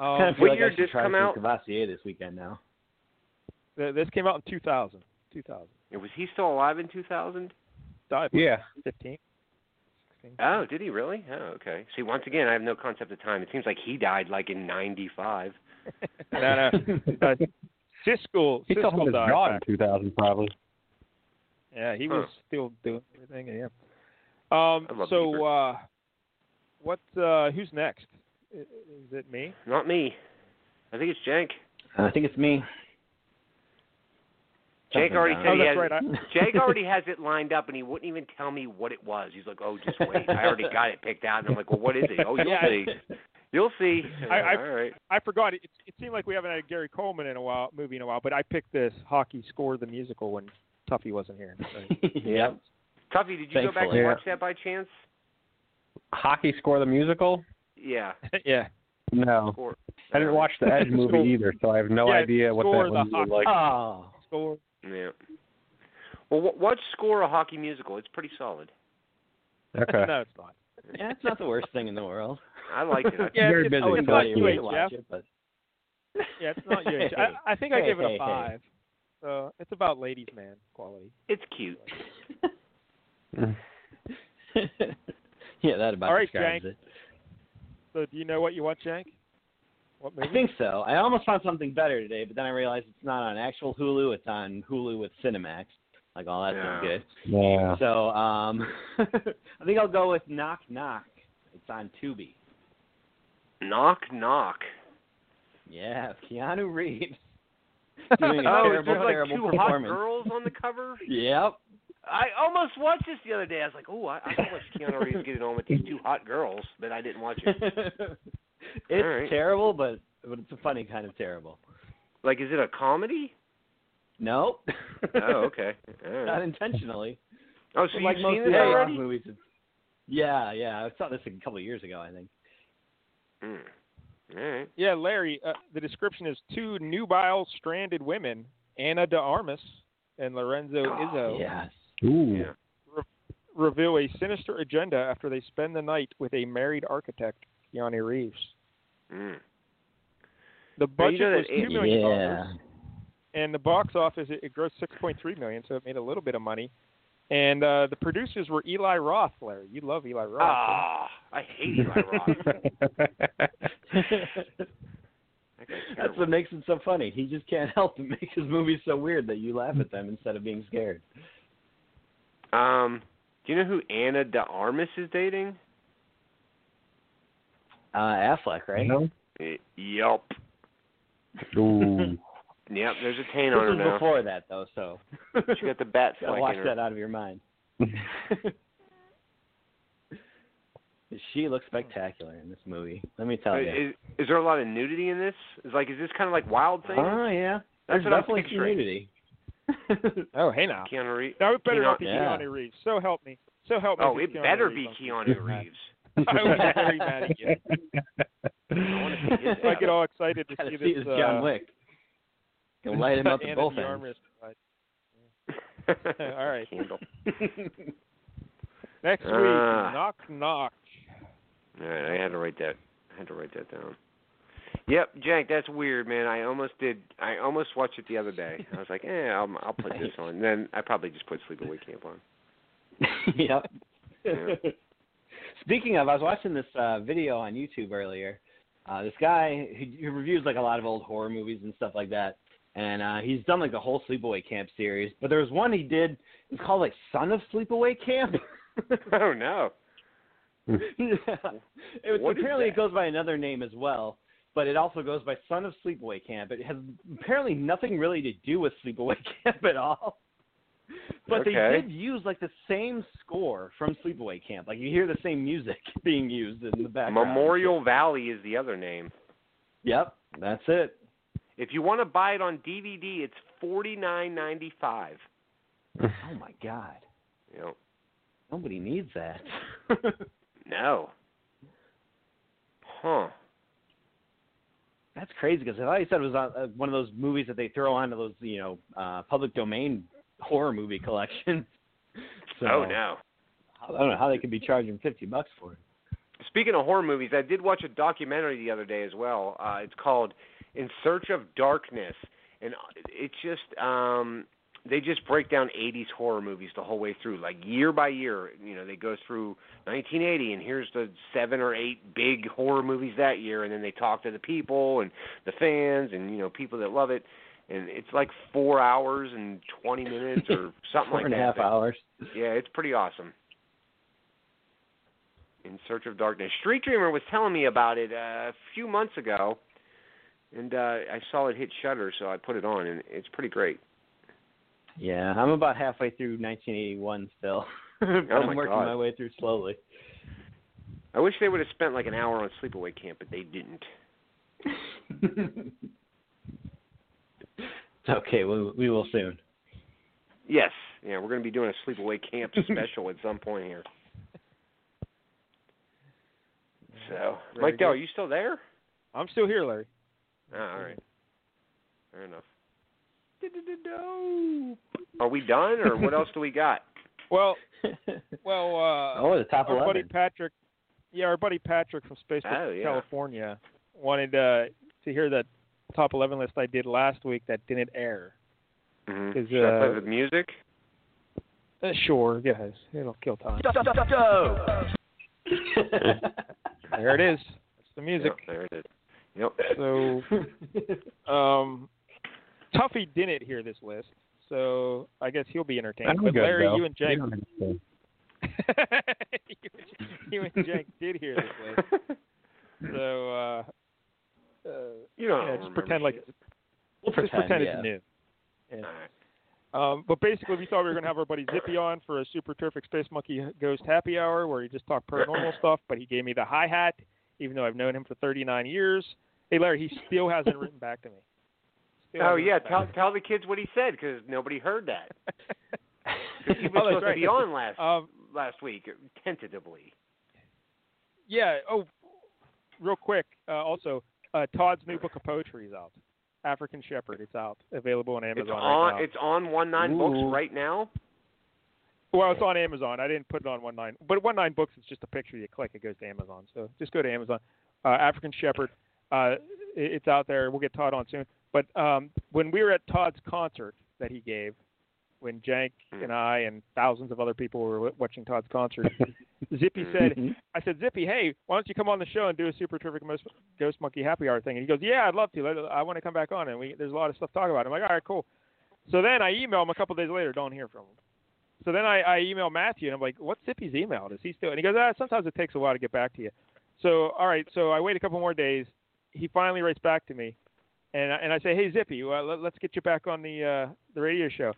Speaker 2: Um,
Speaker 6: feel
Speaker 1: Oh. what
Speaker 6: like
Speaker 1: year
Speaker 6: I should
Speaker 1: did it
Speaker 6: try
Speaker 1: come
Speaker 6: some
Speaker 1: out?
Speaker 6: Cavassier this weekend now.
Speaker 2: th- this came out in 2000. 2000.
Speaker 1: And Was he still alive in 2000?
Speaker 2: Died
Speaker 5: Yeah.
Speaker 2: 15. 16.
Speaker 1: Oh, did he really? Oh, okay. See, once again, I have no concept of time. It seems like he died like in '95.
Speaker 2: no, no. Uh, Siskel,
Speaker 5: He still had
Speaker 2: Siskel
Speaker 5: his
Speaker 2: died.
Speaker 5: jaw in
Speaker 2: back-
Speaker 5: 2000, probably.
Speaker 2: Yeah, he
Speaker 1: Huh.
Speaker 2: was still doing everything. Yeah. Um.
Speaker 1: I love
Speaker 2: So,
Speaker 1: Ebert.
Speaker 2: uh, what? Uh, who's next? I- Is it me?
Speaker 1: Not me. I think it's Jank.
Speaker 6: I think it's me.
Speaker 1: Jake already
Speaker 6: Uh,
Speaker 1: said
Speaker 2: Oh,
Speaker 1: he
Speaker 2: that's
Speaker 1: has.
Speaker 2: right. I,
Speaker 1: Uh, Jake already has it lined up, and he wouldn't even tell me what it was. He's like, "Oh, just wait. I already got it picked out." And I'm like, "Well, what is it? Oh, you'll
Speaker 2: Yeah, I-
Speaker 1: see. You'll see."
Speaker 2: I- I-
Speaker 1: All right.
Speaker 2: I forgot. It, it seemed like we haven't had a Gary Coleman in a while, movie in a while, but I picked this hockey score the musical when Tuffy wasn't here. So-
Speaker 6: yep.
Speaker 1: Tuffy, did you go back
Speaker 6: Thankfully.
Speaker 1: and watch that by chance?
Speaker 5: Hockey Score the Musical?
Speaker 1: Yeah.
Speaker 2: yeah.
Speaker 5: No.
Speaker 1: Score.
Speaker 5: I didn't watch the Edge movie
Speaker 2: Score-
Speaker 5: either, so I have no
Speaker 2: Yeah,
Speaker 5: idea what
Speaker 2: Score
Speaker 5: that
Speaker 2: the
Speaker 5: was
Speaker 2: Hockey.
Speaker 5: like.
Speaker 6: Oh.
Speaker 2: Score.
Speaker 1: Yeah. Well, wh- watch Score a hockey musical. It's pretty solid.
Speaker 5: Okay.
Speaker 2: no, it's not.
Speaker 6: Yeah, it's not the worst thing in the world.
Speaker 1: I liked it.
Speaker 2: Yeah,
Speaker 5: Very
Speaker 2: it's,
Speaker 5: busy.
Speaker 2: Oh, it's
Speaker 6: Nobody
Speaker 2: not
Speaker 6: would
Speaker 2: UHF.
Speaker 6: watch it, but
Speaker 2: Yeah, it's not UHF. I, I think I
Speaker 6: Hey,
Speaker 2: gave it
Speaker 6: hey,
Speaker 2: a
Speaker 6: hey.
Speaker 2: five. So it's about ladies' man quality.
Speaker 1: It's cute.
Speaker 6: yeah, that about
Speaker 2: All right,
Speaker 6: describes
Speaker 2: Jack.
Speaker 6: it.
Speaker 2: So do you know what you want, Jank? What
Speaker 6: I
Speaker 2: movie?
Speaker 6: think so. I almost found something better today, but then I realized it's not on actual Hulu. It's on Hulu with Cinemax. Like, all that's
Speaker 1: Yeah.
Speaker 6: no good.
Speaker 5: Yeah.
Speaker 6: So, um, I think I'll go with Knock Knock. It's on Tubi.
Speaker 1: Knock knock.
Speaker 6: Yeah, Keanu Reeves. Doing a
Speaker 1: oh,
Speaker 6: terrible,
Speaker 1: there's like
Speaker 6: terrible
Speaker 1: two hot
Speaker 6: performance.
Speaker 1: girls on the cover.
Speaker 6: Yep.
Speaker 1: I almost watched this the other day. I was like, "Oh, I, I almost Keanu Reeves getting on with these two hot girls," but I didn't watch it. All
Speaker 6: it's
Speaker 1: right.
Speaker 6: terrible, but but it's a funny kind of terrible.
Speaker 1: Like, is it a comedy?
Speaker 6: No.
Speaker 1: Oh, okay. All
Speaker 6: Not
Speaker 1: right.
Speaker 6: intentionally.
Speaker 1: Oh, so
Speaker 6: But like
Speaker 1: you've
Speaker 6: most
Speaker 1: seen
Speaker 6: of
Speaker 1: this
Speaker 6: the Rock
Speaker 1: already?
Speaker 6: movies. It's, yeah, yeah. I saw this a couple of years ago, I think.
Speaker 1: Hmm. All right.
Speaker 2: Yeah, Larry. Uh, the description is two nubile stranded women, Anna de Armas and Lorenzo
Speaker 1: Oh,
Speaker 2: Izzo,
Speaker 6: Yes.
Speaker 5: Ooh.
Speaker 1: Yeah.
Speaker 2: reveal a sinister agenda after they spend the night with a married architect, Keanu Reeves.
Speaker 1: Hmm.
Speaker 2: The
Speaker 1: Well, you
Speaker 2: budget
Speaker 1: know
Speaker 2: was
Speaker 1: that it-
Speaker 2: two million dollars.
Speaker 6: Yeah.
Speaker 2: and the box office it, it grossed 6.3 million, so it made a little bit of money. And uh, the producers were Eli Roth, Larry. You love Eli Roth. right?
Speaker 1: Ah, I hate Eli Roth. That guy's
Speaker 6: That's
Speaker 1: terrible.
Speaker 6: what makes it so funny. He just can't help but make his movies so weird that you laugh at them instead of being scared.
Speaker 1: Um, do you know who Anna De Armas is dating?
Speaker 6: Uh Affleck, right?
Speaker 5: No?
Speaker 1: Eh, Yup.
Speaker 5: Ooh.
Speaker 1: Yep. There's a taint
Speaker 6: This
Speaker 1: on her
Speaker 6: was
Speaker 1: now.
Speaker 6: before that though, so
Speaker 1: She got the bat
Speaker 6: Gotta
Speaker 1: flank
Speaker 6: wash
Speaker 1: in her.
Speaker 6: that out of your mind. she looks spectacular in this movie. Let me tell
Speaker 1: Uh,
Speaker 6: you.
Speaker 1: Is, is there a lot of nudity in this? Is like, is this kind of like Wild Thing?
Speaker 6: oh yeah,
Speaker 1: That's
Speaker 6: there's
Speaker 1: what I'm
Speaker 6: definitely some
Speaker 1: picturing.
Speaker 6: nudity.
Speaker 2: Oh, hey now.
Speaker 1: Keanu Reeves.
Speaker 2: No, it better
Speaker 1: Keanu-
Speaker 2: not be
Speaker 6: yeah.
Speaker 2: Keanu Reeves. So help me. So help me.
Speaker 1: Oh,
Speaker 2: if
Speaker 1: it
Speaker 2: it's Keanu
Speaker 1: better be
Speaker 2: Reeves.
Speaker 1: Keanu Reeves.
Speaker 2: I was very mad at you.
Speaker 1: I want to see his.
Speaker 2: I get all excited to
Speaker 6: Gotta
Speaker 2: see
Speaker 6: see
Speaker 2: this.
Speaker 6: this John
Speaker 2: uh,
Speaker 6: Wick. Can light him up
Speaker 2: Anna
Speaker 6: at both
Speaker 2: de
Speaker 6: ends.
Speaker 2: Armas. All
Speaker 1: ass.
Speaker 2: right.
Speaker 1: Candle.
Speaker 2: Next week,
Speaker 1: Ah.
Speaker 2: knock knock.
Speaker 1: All right, I had to write that. I had to write that down. Yep, Jack, that's weird, man. I almost did. I almost watched it the other day. I was like, eh, I'll, I'll put this on. And then I probably just put Sleepaway Camp on.
Speaker 6: yep.
Speaker 1: Yeah.
Speaker 6: Speaking of, I was watching this uh, video on YouTube earlier. Uh, this guy who, who reviews like a lot of old horror movies and stuff like that, and uh, he's done like the whole Sleepaway Camp series. But there was one he did. It's called like Son of Sleepaway Camp.
Speaker 1: oh no.
Speaker 6: yeah. It was
Speaker 1: What is
Speaker 6: apparently
Speaker 1: that?
Speaker 6: it goes by another name as well, but it also goes by Son of Sleepaway Camp. It has apparently nothing really to do with Sleepaway Camp at all. But
Speaker 1: Okay.
Speaker 6: they did use like the same score from Sleepaway Camp. Like you hear the same music being used in the background.
Speaker 1: Memorial Valley is the other name.
Speaker 6: Yep, that's it.
Speaker 1: If you want to buy it on DVD, it's forty nine ninety five.
Speaker 6: Oh my god.
Speaker 1: You know,
Speaker 6: Nobody needs that.
Speaker 1: no. Huh.
Speaker 6: That's crazy because I thought you said it was on, uh, one of those movies that they throw onto those, you know, uh, public domain horror movie collections. So,
Speaker 1: Oh no.
Speaker 6: I don't know how they could be charging fifty bucks for it.
Speaker 1: Speaking of horror movies, I did watch a documentary the other day as well. Uh, it's called "In Search of Darkness," and it's just um, they just break down '80s horror movies the whole way through, like year by year. You know, they go through 1980, and here's the seven or eight big horror movies that year, and then they talk to the people and the fans, and you know, people that love it. And it's like four hours and 20 minutes or something
Speaker 6: Four
Speaker 1: like
Speaker 6: and a
Speaker 1: that.
Speaker 6: half
Speaker 1: But-
Speaker 6: hours.
Speaker 1: yeah, it's pretty awesome. In Search of Darkness. Street Dreamer was telling me about it uh, a few months ago, and uh, I saw it hit Shutter, so I put it on, and it's pretty great.
Speaker 6: Yeah, I'm about halfway through 1981 still. But
Speaker 2: Oh
Speaker 1: my
Speaker 6: I'm working
Speaker 1: God.
Speaker 6: my way through slowly.
Speaker 1: I wish they would have spent like an hour on sleepaway camp, but they didn't.
Speaker 6: it's okay. We, we will soon.
Speaker 1: Yes, yeah, we're going to be doing a sleepaway camp special at some point here. So,
Speaker 2: Very
Speaker 1: Mike Dell,
Speaker 2: good.
Speaker 1: are you still there?
Speaker 2: I'm still here, Larry.
Speaker 1: Ah, all right, fair enough. Are we done, or what else do we got?
Speaker 2: Well, well, uh,
Speaker 6: oh, the top
Speaker 2: our buddy
Speaker 6: eleven.
Speaker 2: Patrick, yeah, our buddy Patrick from Spacebook
Speaker 1: Oh, yeah.
Speaker 2: California wanted uh, to hear that top eleven list I did last week that didn't air.
Speaker 1: Mhm.
Speaker 2: Is,
Speaker 1: Should I
Speaker 2: uh,
Speaker 1: play the music?
Speaker 2: Uh, sure, yes, it'll kill time. There it is. That's the music.
Speaker 1: Yep, there it is. Yep.
Speaker 2: So, um, Tuffy didn't hear this list, so I guess he'll be entertained. But Larry, you and Jake, you, and- you and Jake did hear this list, so uh, uh,
Speaker 1: you don't
Speaker 2: yeah,
Speaker 1: remember
Speaker 2: just pretend like
Speaker 1: shit.
Speaker 6: we'll
Speaker 2: just pretend
Speaker 6: yeah.
Speaker 2: it's new. Yeah.
Speaker 1: All right.
Speaker 2: Um, but basically, we thought we were going to have our buddy Zippy on for a super terrific Space Monkey Ghost Happy Hour, where he just talked paranormal stuff. But he gave me the hi hat, even though I've known him for 39 years. Hey, Larry, he still hasn't written back to me. Still
Speaker 1: Oh
Speaker 2: hasn't
Speaker 1: yeah,
Speaker 2: written
Speaker 1: tell
Speaker 2: back
Speaker 1: tell the kids what he said because nobody heard that.
Speaker 2: to
Speaker 1: 'Cause He
Speaker 2: me.
Speaker 1: was
Speaker 2: Oh, that's
Speaker 1: supposed
Speaker 2: right.
Speaker 1: to be on last
Speaker 2: Um,
Speaker 1: last week, tentatively.
Speaker 2: yeah. Oh, real quick. Uh, also, uh, Todd's new book of poetry is out. African Shepherd. It's out. Available on Amazon
Speaker 1: It's
Speaker 2: right
Speaker 1: on
Speaker 2: now.
Speaker 1: it's on one nine
Speaker 6: Ooh.
Speaker 1: books right now.
Speaker 2: Well, it's on Amazon. I didn't put it on one nine, but one nine books is just a picture you click. It goes to Amazon. So just go to Amazon. Uh, African Shepherd. Uh, it- it's out there. We'll get Todd on soon. But um, when we were at Todd's concert that he gave, when Jank and I and thousands of other people were w- watching Todd's concert, Zippy
Speaker 6: Hmm.
Speaker 2: said, "I said Zippy, hey, why don't you come on the show and do a super terrific Most- Ghost Monkey Happy Hour thing?" And he goes, "Yeah, I'd love to. Let- I want to come back on." And we there's a lot of stuff to talk about. I'm like, "All right, cool." So then I email him a couple days later. Don't hear from him. So then I, I email Matthew and I'm like, what's Zippy's email? Does he still? And he goes, ah, sometimes it takes a while to get back to you. So all right, so I wait a couple more days. He finally writes back to me, and I, and I say, hey Zippy, well, let, let's get you back on the uh, the radio show.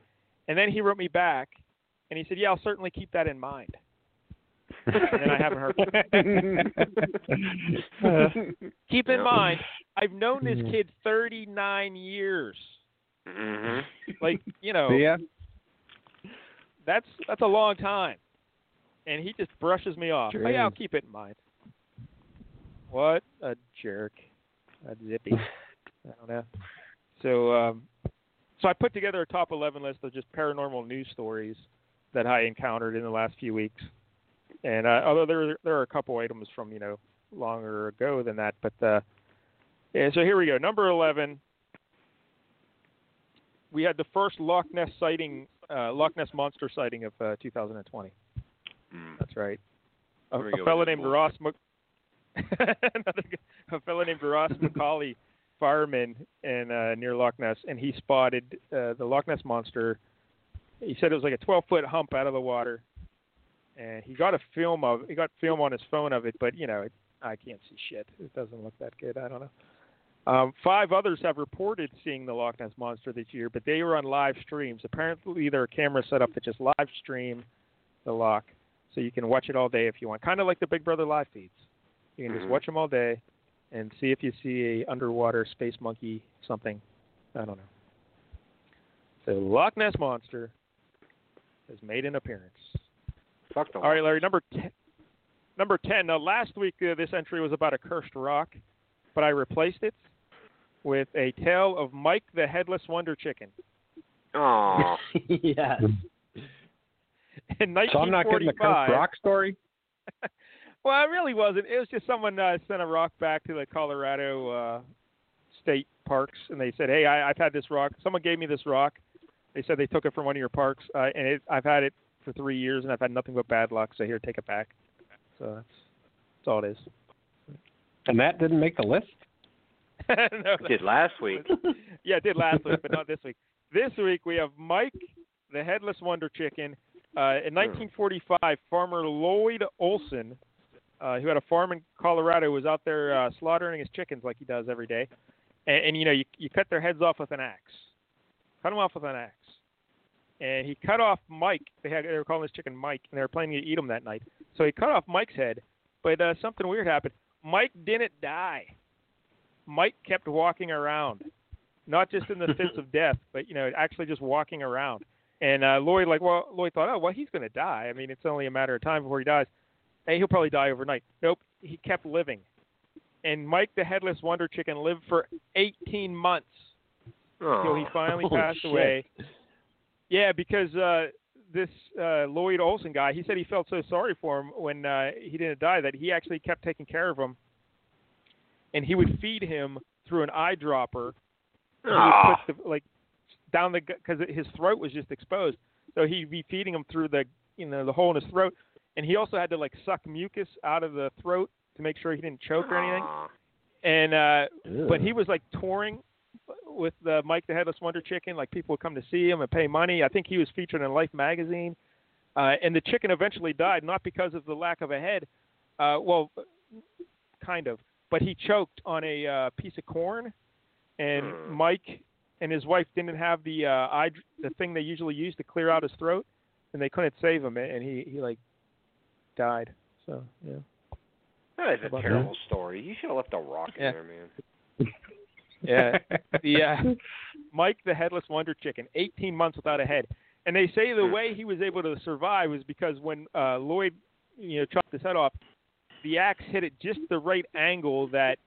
Speaker 2: And then he wrote me back, and he said, yeah, I'll certainly keep that in mind. and then I haven't heard. keep in
Speaker 1: Yeah.
Speaker 2: mind, I've known this kid 39 years.
Speaker 1: Mm-hmm.
Speaker 2: Like you know,
Speaker 4: Yeah.
Speaker 2: that's that's a long time. And he just brushes me off.
Speaker 4: Sure
Speaker 2: oh, yeah, I'll
Speaker 4: is.
Speaker 2: keep it in mind. What a jerk. A zippy. I don't know. So um so I put together a top eleven list of just paranormal news stories that I encountered in the last few weeks. And uh, although there there are a couple items from, you know, longer ago than that, but uh yeah, so here we go. Number eleven we had the first Loch Ness sighting, uh, Loch Ness monster sighting of uh, 2020. That's right. A,
Speaker 1: There we
Speaker 2: a
Speaker 1: go,
Speaker 2: fellow
Speaker 1: with this
Speaker 2: named
Speaker 1: bull.
Speaker 2: Ross Mc- Another g- a fellow named Ross McCauley, fireman in uh, near Loch Ness, and he spotted uh, the Loch Ness monster. He said it was like a 12 foot hump out of the water, and he got a film of he got film on his phone of it, but you know it, I can't see shit. It doesn't look that good. I don't know. Um, five others have reported seeing the Loch Ness monster this year, but they were on live streams. Apparently, there are cameras set up that just live stream the Loch, so you can watch it all day if you want. Kind of like the Big Brother live feeds. You can just
Speaker 1: Mhm.
Speaker 2: watch them all day and see if you see a underwater space monkey something. I don't know. So Loch Ness monster has made an appearance.
Speaker 1: Fuck the
Speaker 2: All right, Larry. Number ten. Number ten. Now, last week uh, this entry was about a cursed rock, but I replaced it with a tale of Mike the Headless Wonder Chicken
Speaker 1: Aw.
Speaker 6: yeah.
Speaker 2: in
Speaker 5: So I'm not getting the
Speaker 2: 1945.
Speaker 5: Kirk Rock story.
Speaker 2: Well, it really wasn't. It was just someone uh, sent a rock back to the Colorado uh, state parks, and they said, "Hey, I, I've had this rock. Someone gave me this rock. They said they took it from one of your parks, uh, and it, I've had it for three years, and I've had nothing but bad luck. So here, take it back." So that's that's all it is.
Speaker 5: And that didn't make the list.
Speaker 2: no,
Speaker 1: I did last week.
Speaker 2: yeah, it did last week, but not this week. This week we have Mike, the headless wonder chicken. Uh, in 1945, farmer Lloyd Olson, uh, who had a farm in Colorado, was out there uh, slaughtering his chickens like he does every day. And, and you know, you, you cut their heads off with an axe. Cut them off with an axe. and he cut off Mike. They had they were calling this chicken Mike, and they were planning to eat him that night. So he cut off Mike's head, but uh, something weird happened. Mike didn't die. Mike kept walking around, not just in the sense of death, but you know, actually just walking around. And uh, Lloyd, like, well, Lloyd thought, oh, well, he's going to die. I mean, it's only a matter of time before he dies. Hey, he'll probably die overnight. Nope, he kept living. And Mike, the headless wonder chicken, lived for 18 months till
Speaker 1: Oh,
Speaker 2: he finally passed away. Yeah, because uh, this uh, Lloyd Olson guy, he said he felt so sorry for him when uh, he didn't die that he actually kept taking care of him, and he would feed him through an eyedropper. And he
Speaker 1: Ah.
Speaker 2: would put the, like down the because his throat was just exposed, so he'd be feeding him through the you know the hole in his throat, and he also had to like suck mucus out of the throat to make sure he didn't choke or anything.
Speaker 1: Ah.
Speaker 2: And uh, but he was like touring with uh, Mike the Headless Wonder Chicken. Like people would come to see him and pay money. I think he was featured in Life magazine. Uh, and the chicken eventually died, not because of the lack of a head. Uh, well, kind of, but he choked on a uh, piece of corn, and Mike and his wife didn't have the uh, eye, the thing they usually use to clear out his throat, and they couldn't save him, and he he like died. So yeah.
Speaker 1: That is a
Speaker 2: About
Speaker 1: terrible story. You should have left a rock in
Speaker 2: Yeah.
Speaker 1: there, man.
Speaker 2: Yeah. The uh, Mike the Headless Wonder Chicken, 18 months without a head. And they say
Speaker 5: Hmm.
Speaker 2: the way he was able to survive was because when uh, Lloyd, you know, chopped his head off, the axe hit it just the right angle that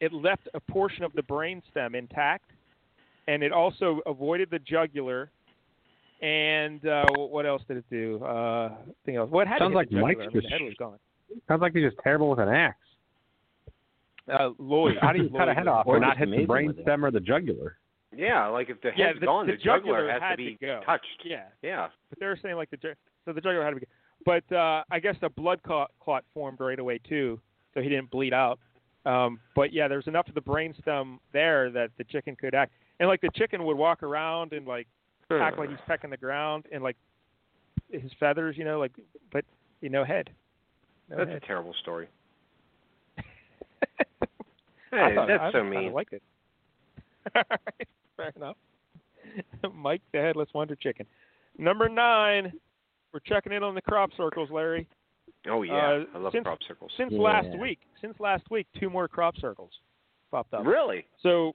Speaker 2: it left a portion of the brainstem intact, and it also avoided the jugular. And uh, what else did it do? Uh, thing else? What had
Speaker 5: Sounds
Speaker 2: it hit
Speaker 5: like
Speaker 2: the jugular?
Speaker 5: Mike's
Speaker 2: I mean, the
Speaker 5: just-
Speaker 2: head was gone.
Speaker 5: Sounds like he's just terrible with an axe.
Speaker 2: Uh, Lloyd,
Speaker 5: How do you
Speaker 2: Lloyd
Speaker 5: cut a head
Speaker 2: was-
Speaker 5: off
Speaker 6: Or
Speaker 5: and not hit
Speaker 6: just
Speaker 5: the
Speaker 6: amazing
Speaker 5: brain
Speaker 6: with it.
Speaker 5: stem or the jugular?
Speaker 1: Yeah, like if the head's
Speaker 2: Yeah, the-
Speaker 1: gone,
Speaker 2: the
Speaker 1: the, juggler,
Speaker 2: jugular
Speaker 1: has
Speaker 2: had
Speaker 1: to be
Speaker 2: to go.
Speaker 1: touched.
Speaker 2: Yeah.
Speaker 1: Yeah.
Speaker 2: but they were saying like the ju- so the jugular had to be. But uh, I guess the blood clot, clot formed right away too, so he didn't bleed out. Um, but yeah, there's enough of the brainstem there that the chicken could act, and like the chicken would walk around and like
Speaker 1: Hmm.
Speaker 2: act like he's pecking the ground and like his feathers, you know, like but you know head. No
Speaker 1: That's a
Speaker 2: head.
Speaker 1: terrible story.
Speaker 2: I
Speaker 1: Hey,
Speaker 2: thought-
Speaker 1: that's
Speaker 2: I
Speaker 1: so
Speaker 2: kinda
Speaker 1: mean.
Speaker 2: liked it. All right, fair enough. Mike the headless wonder chicken. Number nine, we're checking in on the crop circles, Larry.
Speaker 1: oh yeah,
Speaker 2: uh,
Speaker 1: I love
Speaker 2: since-
Speaker 1: crop circles.
Speaker 2: since
Speaker 6: Yeah.
Speaker 2: last week. Since last week, two more crop circles popped up.
Speaker 1: Really?
Speaker 2: So,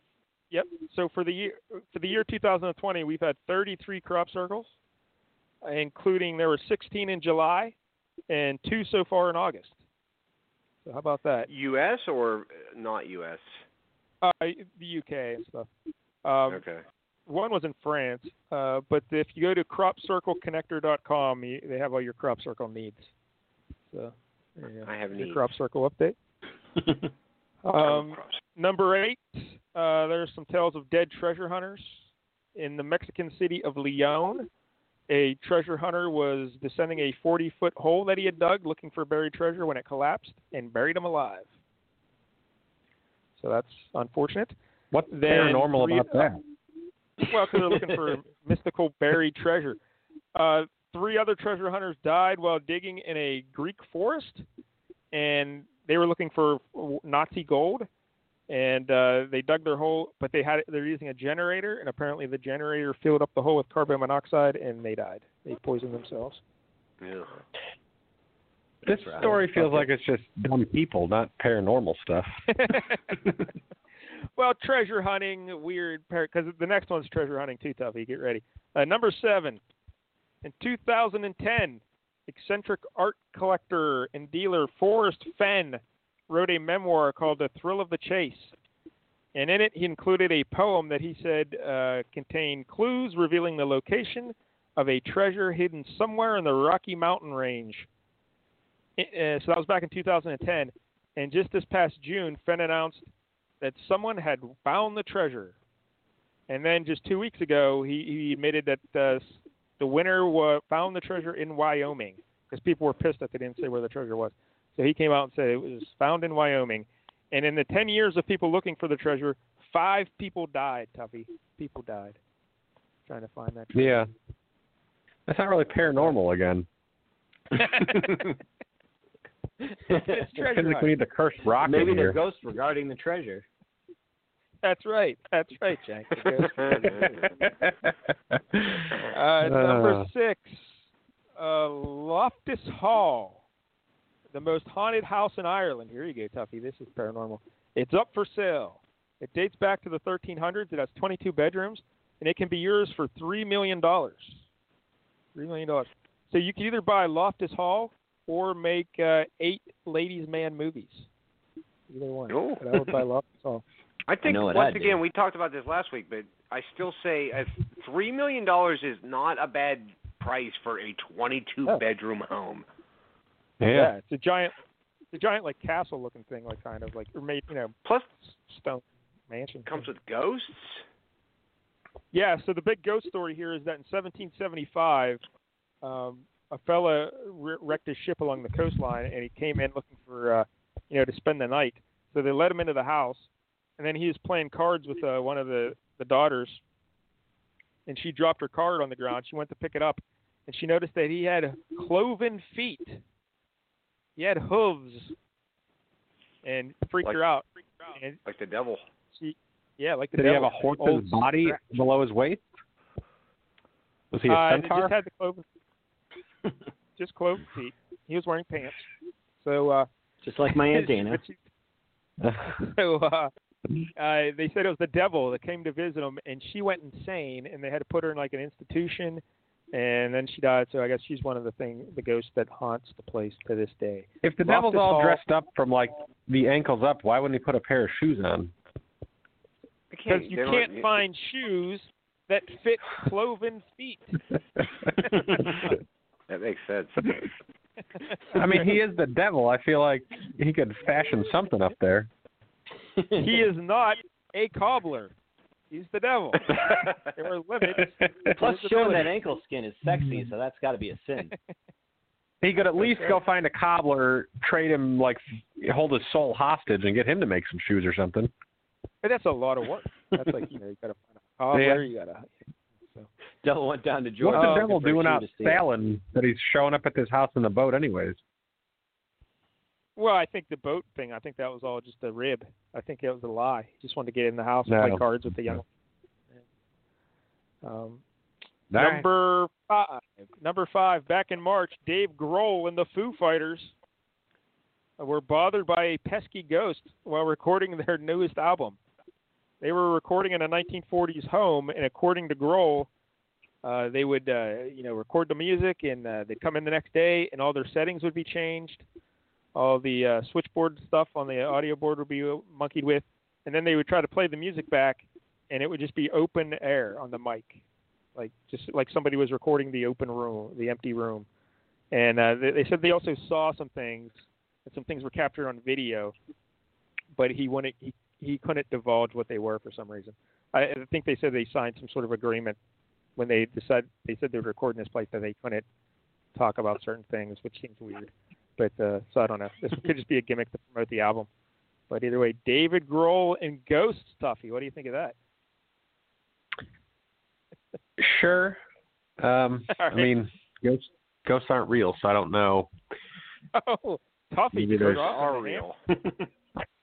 Speaker 2: yep. So for the year for the year 2020, we've had 33 crop circles, including there were 16 in July, and two so far in August. So how about that?
Speaker 1: U.S. or uh, not U.S.
Speaker 2: Uh, the UK and stuff. Um,
Speaker 1: okay.
Speaker 2: One was in France, uh, but if you go to cropcircleconnector.com, you, they have all your crop circle needs. So there you go.
Speaker 1: I have
Speaker 2: your
Speaker 1: needs.
Speaker 2: crop circle update.
Speaker 1: I love
Speaker 2: um,
Speaker 1: crop circles.
Speaker 2: Number eight, uh, there's some tales of dead treasure hunters. In the Mexican city of Leon, a treasure hunter was descending a 40 foot hole that he had dug looking for buried treasure when it collapsed and buried him alive. So that's unfortunate.
Speaker 5: What's
Speaker 2: Then
Speaker 5: paranormal
Speaker 2: three-
Speaker 5: about that?
Speaker 2: Well, because they're looking for mystical buried treasure. Uh, three other treasure hunters died while digging in a Greek forest, and they were looking for Nazi gold. And uh, they dug their hole, but they had they're using a generator, and apparently the generator filled up the hole with carbon monoxide, and they died. They poisoned themselves.
Speaker 1: Ugh.
Speaker 5: This story feels like it's just dumb people, not paranormal stuff.
Speaker 2: well, treasure hunting, weird, because the next one's treasure hunting too, Tuffy. Get ready. Uh, number seven. In 2010, eccentric art collector and dealer Forrest Fenn wrote a memoir called The Thrill of the Chase. And in it, he included a poem that he said uh, contained clues revealing the location of a treasure hidden somewhere in the Rocky Mountain range. I- uh, so that was back in 2010. And just this past June, Fenn announced that someone had found the treasure. And then just two weeks ago, he, he admitted that uh, s- the winner wa- found the treasure in Wyoming because people were pissed that they didn't say where the treasure was. So he came out and said it was found in Wyoming. And in the 10 years of people looking for the treasure, five people died, Tuffy. People died trying to find that treasure.
Speaker 5: Yeah. That's not really paranormal again.
Speaker 2: it's treasure
Speaker 5: Seems like we
Speaker 2: hunting.
Speaker 5: need the cursed rock
Speaker 6: Maybe
Speaker 5: in here.
Speaker 6: they're ghosts regarding the treasure.
Speaker 2: That's right. That's right, Jack. Uh, number six, uh, Loftus Hall, the most haunted house in Ireland. Here you go, Tuffy. This is paranormal. It's up for sale. It dates back to the 1300s. It has 22 bedrooms, and it can be yours for three million dollars. Three million dollars. So you can either buy Loftus Hall or make uh, eight ladies' man movies. Either one.
Speaker 1: Ooh.
Speaker 2: But I would buy Loftus Hall.
Speaker 1: I think
Speaker 6: know what
Speaker 1: once
Speaker 6: I'd do.
Speaker 1: again we talked about this last week, but I still say uh, three million dollars is not a bad price for a twenty-two
Speaker 2: Oh.
Speaker 1: bedroom home.
Speaker 2: Yeah, it's a giant, it's a giant like castle looking thing, like kind of like or made you know
Speaker 1: Plus,
Speaker 2: s- stone mansion.
Speaker 1: it comes with ghosts.
Speaker 2: Yeah, so the big ghost story here is that in 1775, um, a fella wre- wrecked his ship along the coastline, and he came in looking for, uh, you know, to spend the night. So they let him into the house, and then he was playing cards with uh, one of the the daughters, and she dropped her card on the ground. She went to pick it up, and she noticed that he had cloven feet. He had hooves, and freaked
Speaker 1: Like-
Speaker 2: her out. And
Speaker 1: Like the devil.
Speaker 2: she, yeah, like the
Speaker 5: Did he
Speaker 2: devil.
Speaker 5: have a horse's
Speaker 2: Old-
Speaker 5: body below his waist? Was he a
Speaker 2: Uh, they
Speaker 5: centaur?
Speaker 2: Just had the cloven, just cloven feet. He was wearing pants. So uh,
Speaker 6: Just like my aunt Dana.
Speaker 2: so uh, uh, they said it was the devil that came to visit him, and she went insane, and they had to put her in like an institution, and then she died. So I guess she's one of the thing, the ghosts that haunts the place to this day.
Speaker 5: if the
Speaker 2: Loftus
Speaker 5: devil's all
Speaker 2: Hall-
Speaker 5: dressed up from like the ankles up, why wouldn't he put a pair of shoes on?
Speaker 2: Because you can't find shoes that fit cloven feet.
Speaker 1: That makes sense.
Speaker 5: I mean, he is the devil. I feel like he could fashion something up there.
Speaker 2: he is not a cobbler. He's the devil. They were livid.
Speaker 6: Plus,
Speaker 2: Elizabeth
Speaker 6: showing that
Speaker 2: Elliot.
Speaker 6: ankle skin is sexy,
Speaker 5: Hmm.
Speaker 6: so that's got to be a sin.
Speaker 5: he could at least go find a cobbler, trade him like hold his soul hostage, and get him to make some shoes or something.
Speaker 2: But that's a lot of work. That's like you know you gotta find a cobbler,
Speaker 5: Yeah.
Speaker 2: you gotta
Speaker 6: Devil went down to Georgia.
Speaker 5: What's the
Speaker 2: Oh,
Speaker 5: devil
Speaker 6: looking for a
Speaker 5: doing
Speaker 6: shoe
Speaker 5: out
Speaker 6: to steal.
Speaker 5: sailing that he's showing up at this house in the boat, anyways?
Speaker 2: Well, I think the boat thing. I think that was all just a rib. I think it was a lie. He just wanted to get in the house
Speaker 5: No.
Speaker 2: and play cards with the young. Um,
Speaker 5: All right.
Speaker 2: number five. Number five. Back in March, Dave Grohl and the Foo Fighters were bothered by a pesky ghost while recording their newest album. They were recording in a 1940s home, and according to Grohl, uh, they would uh, you know record the music, and uh, they'd come in the next day, and all their settings would be changed all the uh, switchboard stuff on the audio board would be monkeyed with, and then they would try to play the music back, and it would just be open air on the mic, like just like somebody was recording the open room, the empty room. And uh, they, they said they also saw some things, and some things were captured on video, but he wouldn't, he, he couldn't divulge what they were for some reason. I, I think they said they signed some sort of agreement when they decided they said they were recording this place that they couldn't talk about certain things, which seems weird. But uh, so I don't know. This could just be a gimmick to promote the album. But either way, David Grohl and Ghost Stuffy. What do you think of that?
Speaker 5: Sure. Um,
Speaker 2: All
Speaker 5: I mean, ghosts, ghosts aren't real, so I don't know.
Speaker 2: Oh, Tuffy.
Speaker 5: Maybe
Speaker 2: you're
Speaker 5: there's-
Speaker 2: awesome,
Speaker 1: Are
Speaker 2: man.
Speaker 1: real.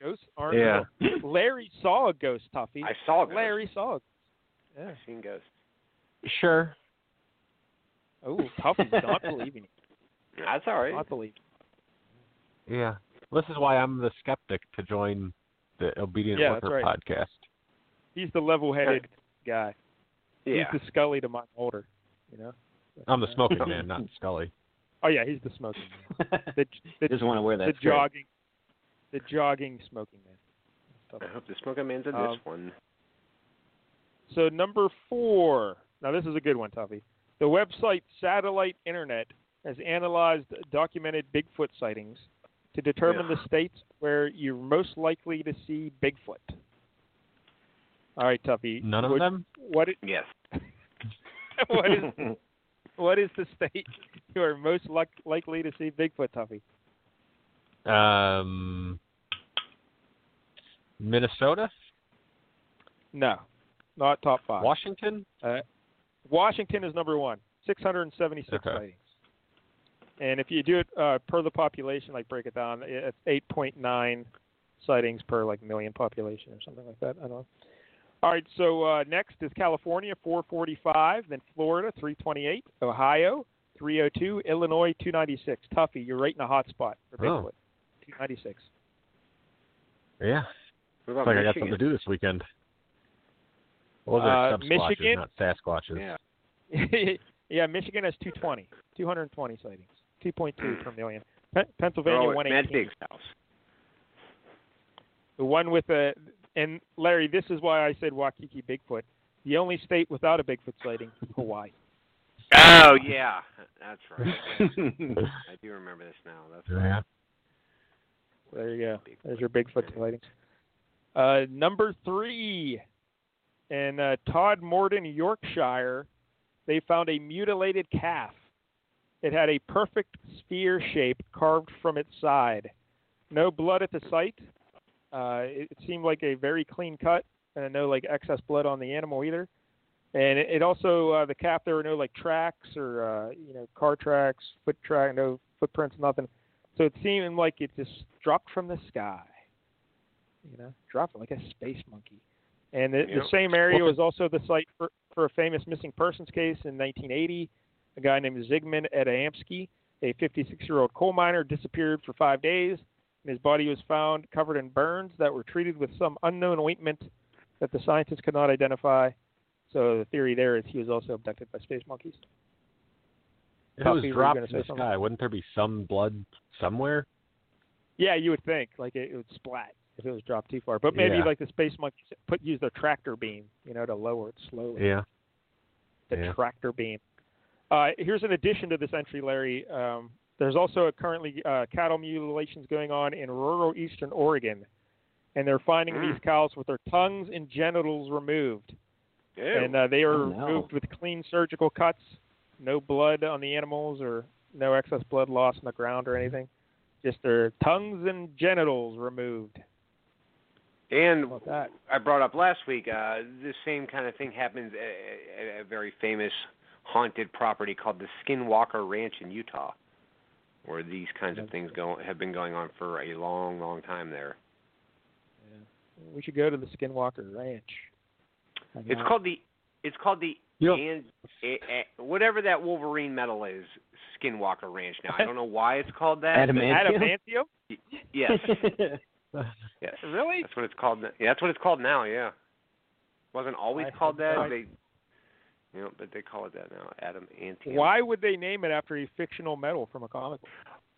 Speaker 2: Ghosts aren't
Speaker 5: Yeah.
Speaker 2: real. Larry saw a ghost, Tuffy.
Speaker 1: I saw a ghost.
Speaker 2: Larry saw. A... Yeah.
Speaker 1: I've seen ghosts.
Speaker 5: Sure.
Speaker 2: Oh, Tuffy's not believing it.
Speaker 1: That's all right.
Speaker 2: Not believing.
Speaker 7: Yeah. This is why I'm the skeptic to join the Obedient
Speaker 2: Yeah, that's
Speaker 7: Worker
Speaker 2: right.
Speaker 7: podcast.
Speaker 2: it. He's the level-headed guy.
Speaker 1: Yeah.
Speaker 2: He's the Scully to my older. You know.
Speaker 7: I'm the smoking man, not Scully.
Speaker 2: Oh yeah, he's the smoking man. The, the,
Speaker 6: Doesn't want to wear that.
Speaker 2: the
Speaker 6: skirt.
Speaker 2: jogging, the jogging smoking man.
Speaker 1: I hope the smoking man's in
Speaker 2: Um,
Speaker 1: this one.
Speaker 2: So number four. Now this is a good one, Tuffy. The website Satellite Internet has analyzed documented Bigfoot sightings to determine
Speaker 1: Yeah.
Speaker 2: the states where you're most likely to see Bigfoot. All right, Tuffy.
Speaker 7: None of
Speaker 2: what,
Speaker 7: them?
Speaker 2: What is,
Speaker 1: Yes.
Speaker 2: what is what is the state you are most luck, likely to see Bigfoot, Tuffy?
Speaker 7: Um, Minnesota?
Speaker 2: No, not top five.
Speaker 7: Washington?
Speaker 2: Uh, Washington is number one, 676
Speaker 7: Okay.
Speaker 2: sightings. And if you do it uh, per the population, like break it down, i- it's 8.9 sightings per like million population or something like that. I don't know. All right, so uh, next is California, 445, then Florida, 328, Ohio, 302, Illinois, 296. Tuffy, you're right in a hot spot for
Speaker 7: Oh.
Speaker 2: Bigfoot. 296.
Speaker 7: Yeah.
Speaker 1: What
Speaker 7: It's
Speaker 1: about
Speaker 7: like I got
Speaker 1: Michigan?
Speaker 7: something to do this weekend. Well, they're
Speaker 2: Uh,
Speaker 7: subsquatches,
Speaker 2: Michigan?
Speaker 7: not Sasquatches.
Speaker 1: Yeah.
Speaker 2: yeah, Michigan has 220, 220 sightings, 2.2 per million. Pe-
Speaker 1: They're
Speaker 2: Pennsylvania,
Speaker 1: all at
Speaker 2: 118.
Speaker 1: Mad Dig's house.
Speaker 2: The one with a and Larry, this is why I said Waikiki Bigfoot. The only state without a Bigfoot sighting, Hawaii.
Speaker 1: Oh yeah, that's right. I do remember this now. That's right.
Speaker 7: Yeah.
Speaker 2: There you go. There's your Bigfoot sightings. Uh, number three, in uh, Todd Morden, Yorkshire, they found a mutilated calf. It had a perfect sphere shape carved from its side. No blood at the site. Uh, it, it seemed like a very clean cut, and no like excess blood on the animal either. And it, it also uh, the calf there were no like tracks or uh, you know car tracks, foot track, no footprints, nothing. So it seemed like it just dropped from the sky. You know, dropped like a space monkey. And the, the
Speaker 1: Yep.
Speaker 2: same area
Speaker 7: Well-
Speaker 2: was also the site for, for a famous missing persons case in 1980. A guy named Zygmunt Adamski, a 56 year old coal miner, disappeared for five days, and his body was found covered in burns that were treated with some unknown ointment that the scientists could not identify. So the theory there is he was also abducted by space monkeys.
Speaker 7: If it
Speaker 2: Puppy,
Speaker 7: was
Speaker 2: were you
Speaker 7: dropped
Speaker 2: gonna
Speaker 7: in the
Speaker 2: say something?
Speaker 7: sky, wouldn't there be some blood somewhere?
Speaker 2: Yeah, you would think like it, it would splat if it was dropped too far, but maybe
Speaker 7: Yeah.
Speaker 2: like the space monkeys put use their tractor beam, you know, to lower it slowly.
Speaker 7: Yeah.
Speaker 2: the
Speaker 7: Yeah.
Speaker 2: tractor beam. Uh, here's an addition to this entry, Larry. Um, there's also currently uh, cattle mutilations going on in rural eastern Oregon, and they're finding
Speaker 1: Mm.
Speaker 2: these cows with their tongues and genitals removed,
Speaker 1: Ew.
Speaker 2: and uh, they are
Speaker 6: Oh, no.
Speaker 2: removed with clean surgical cuts, no blood on the animals or no excess blood loss on the ground or anything. Just their tongues and genitals removed.
Speaker 1: And
Speaker 2: How about that?
Speaker 1: I brought up last week, uh, this same kind of thing happens at, at a very famous haunted property called the Skinwalker Ranch in Utah, where these kinds of things go have been going on for a long, long time. There,
Speaker 2: We should go to the Skinwalker Ranch. Hang
Speaker 1: it's
Speaker 2: out.
Speaker 1: called the it's called the
Speaker 7: You know-
Speaker 1: and eh, eh, whatever that Wolverine metal is, Skinwalker Ranch. Now I don't know why it's called that.
Speaker 6: Adam
Speaker 1: but-
Speaker 2: Adamantium.
Speaker 1: Yes, yes.
Speaker 2: Really?
Speaker 1: That's what it's called. n- Yeah, that's what it's called now. Yeah, wasn't always
Speaker 2: I
Speaker 1: called that.
Speaker 2: forgot.
Speaker 1: They, you know, but they call it that now. Adam Antium.
Speaker 2: Why would they name it after a fictional metal from a comic book?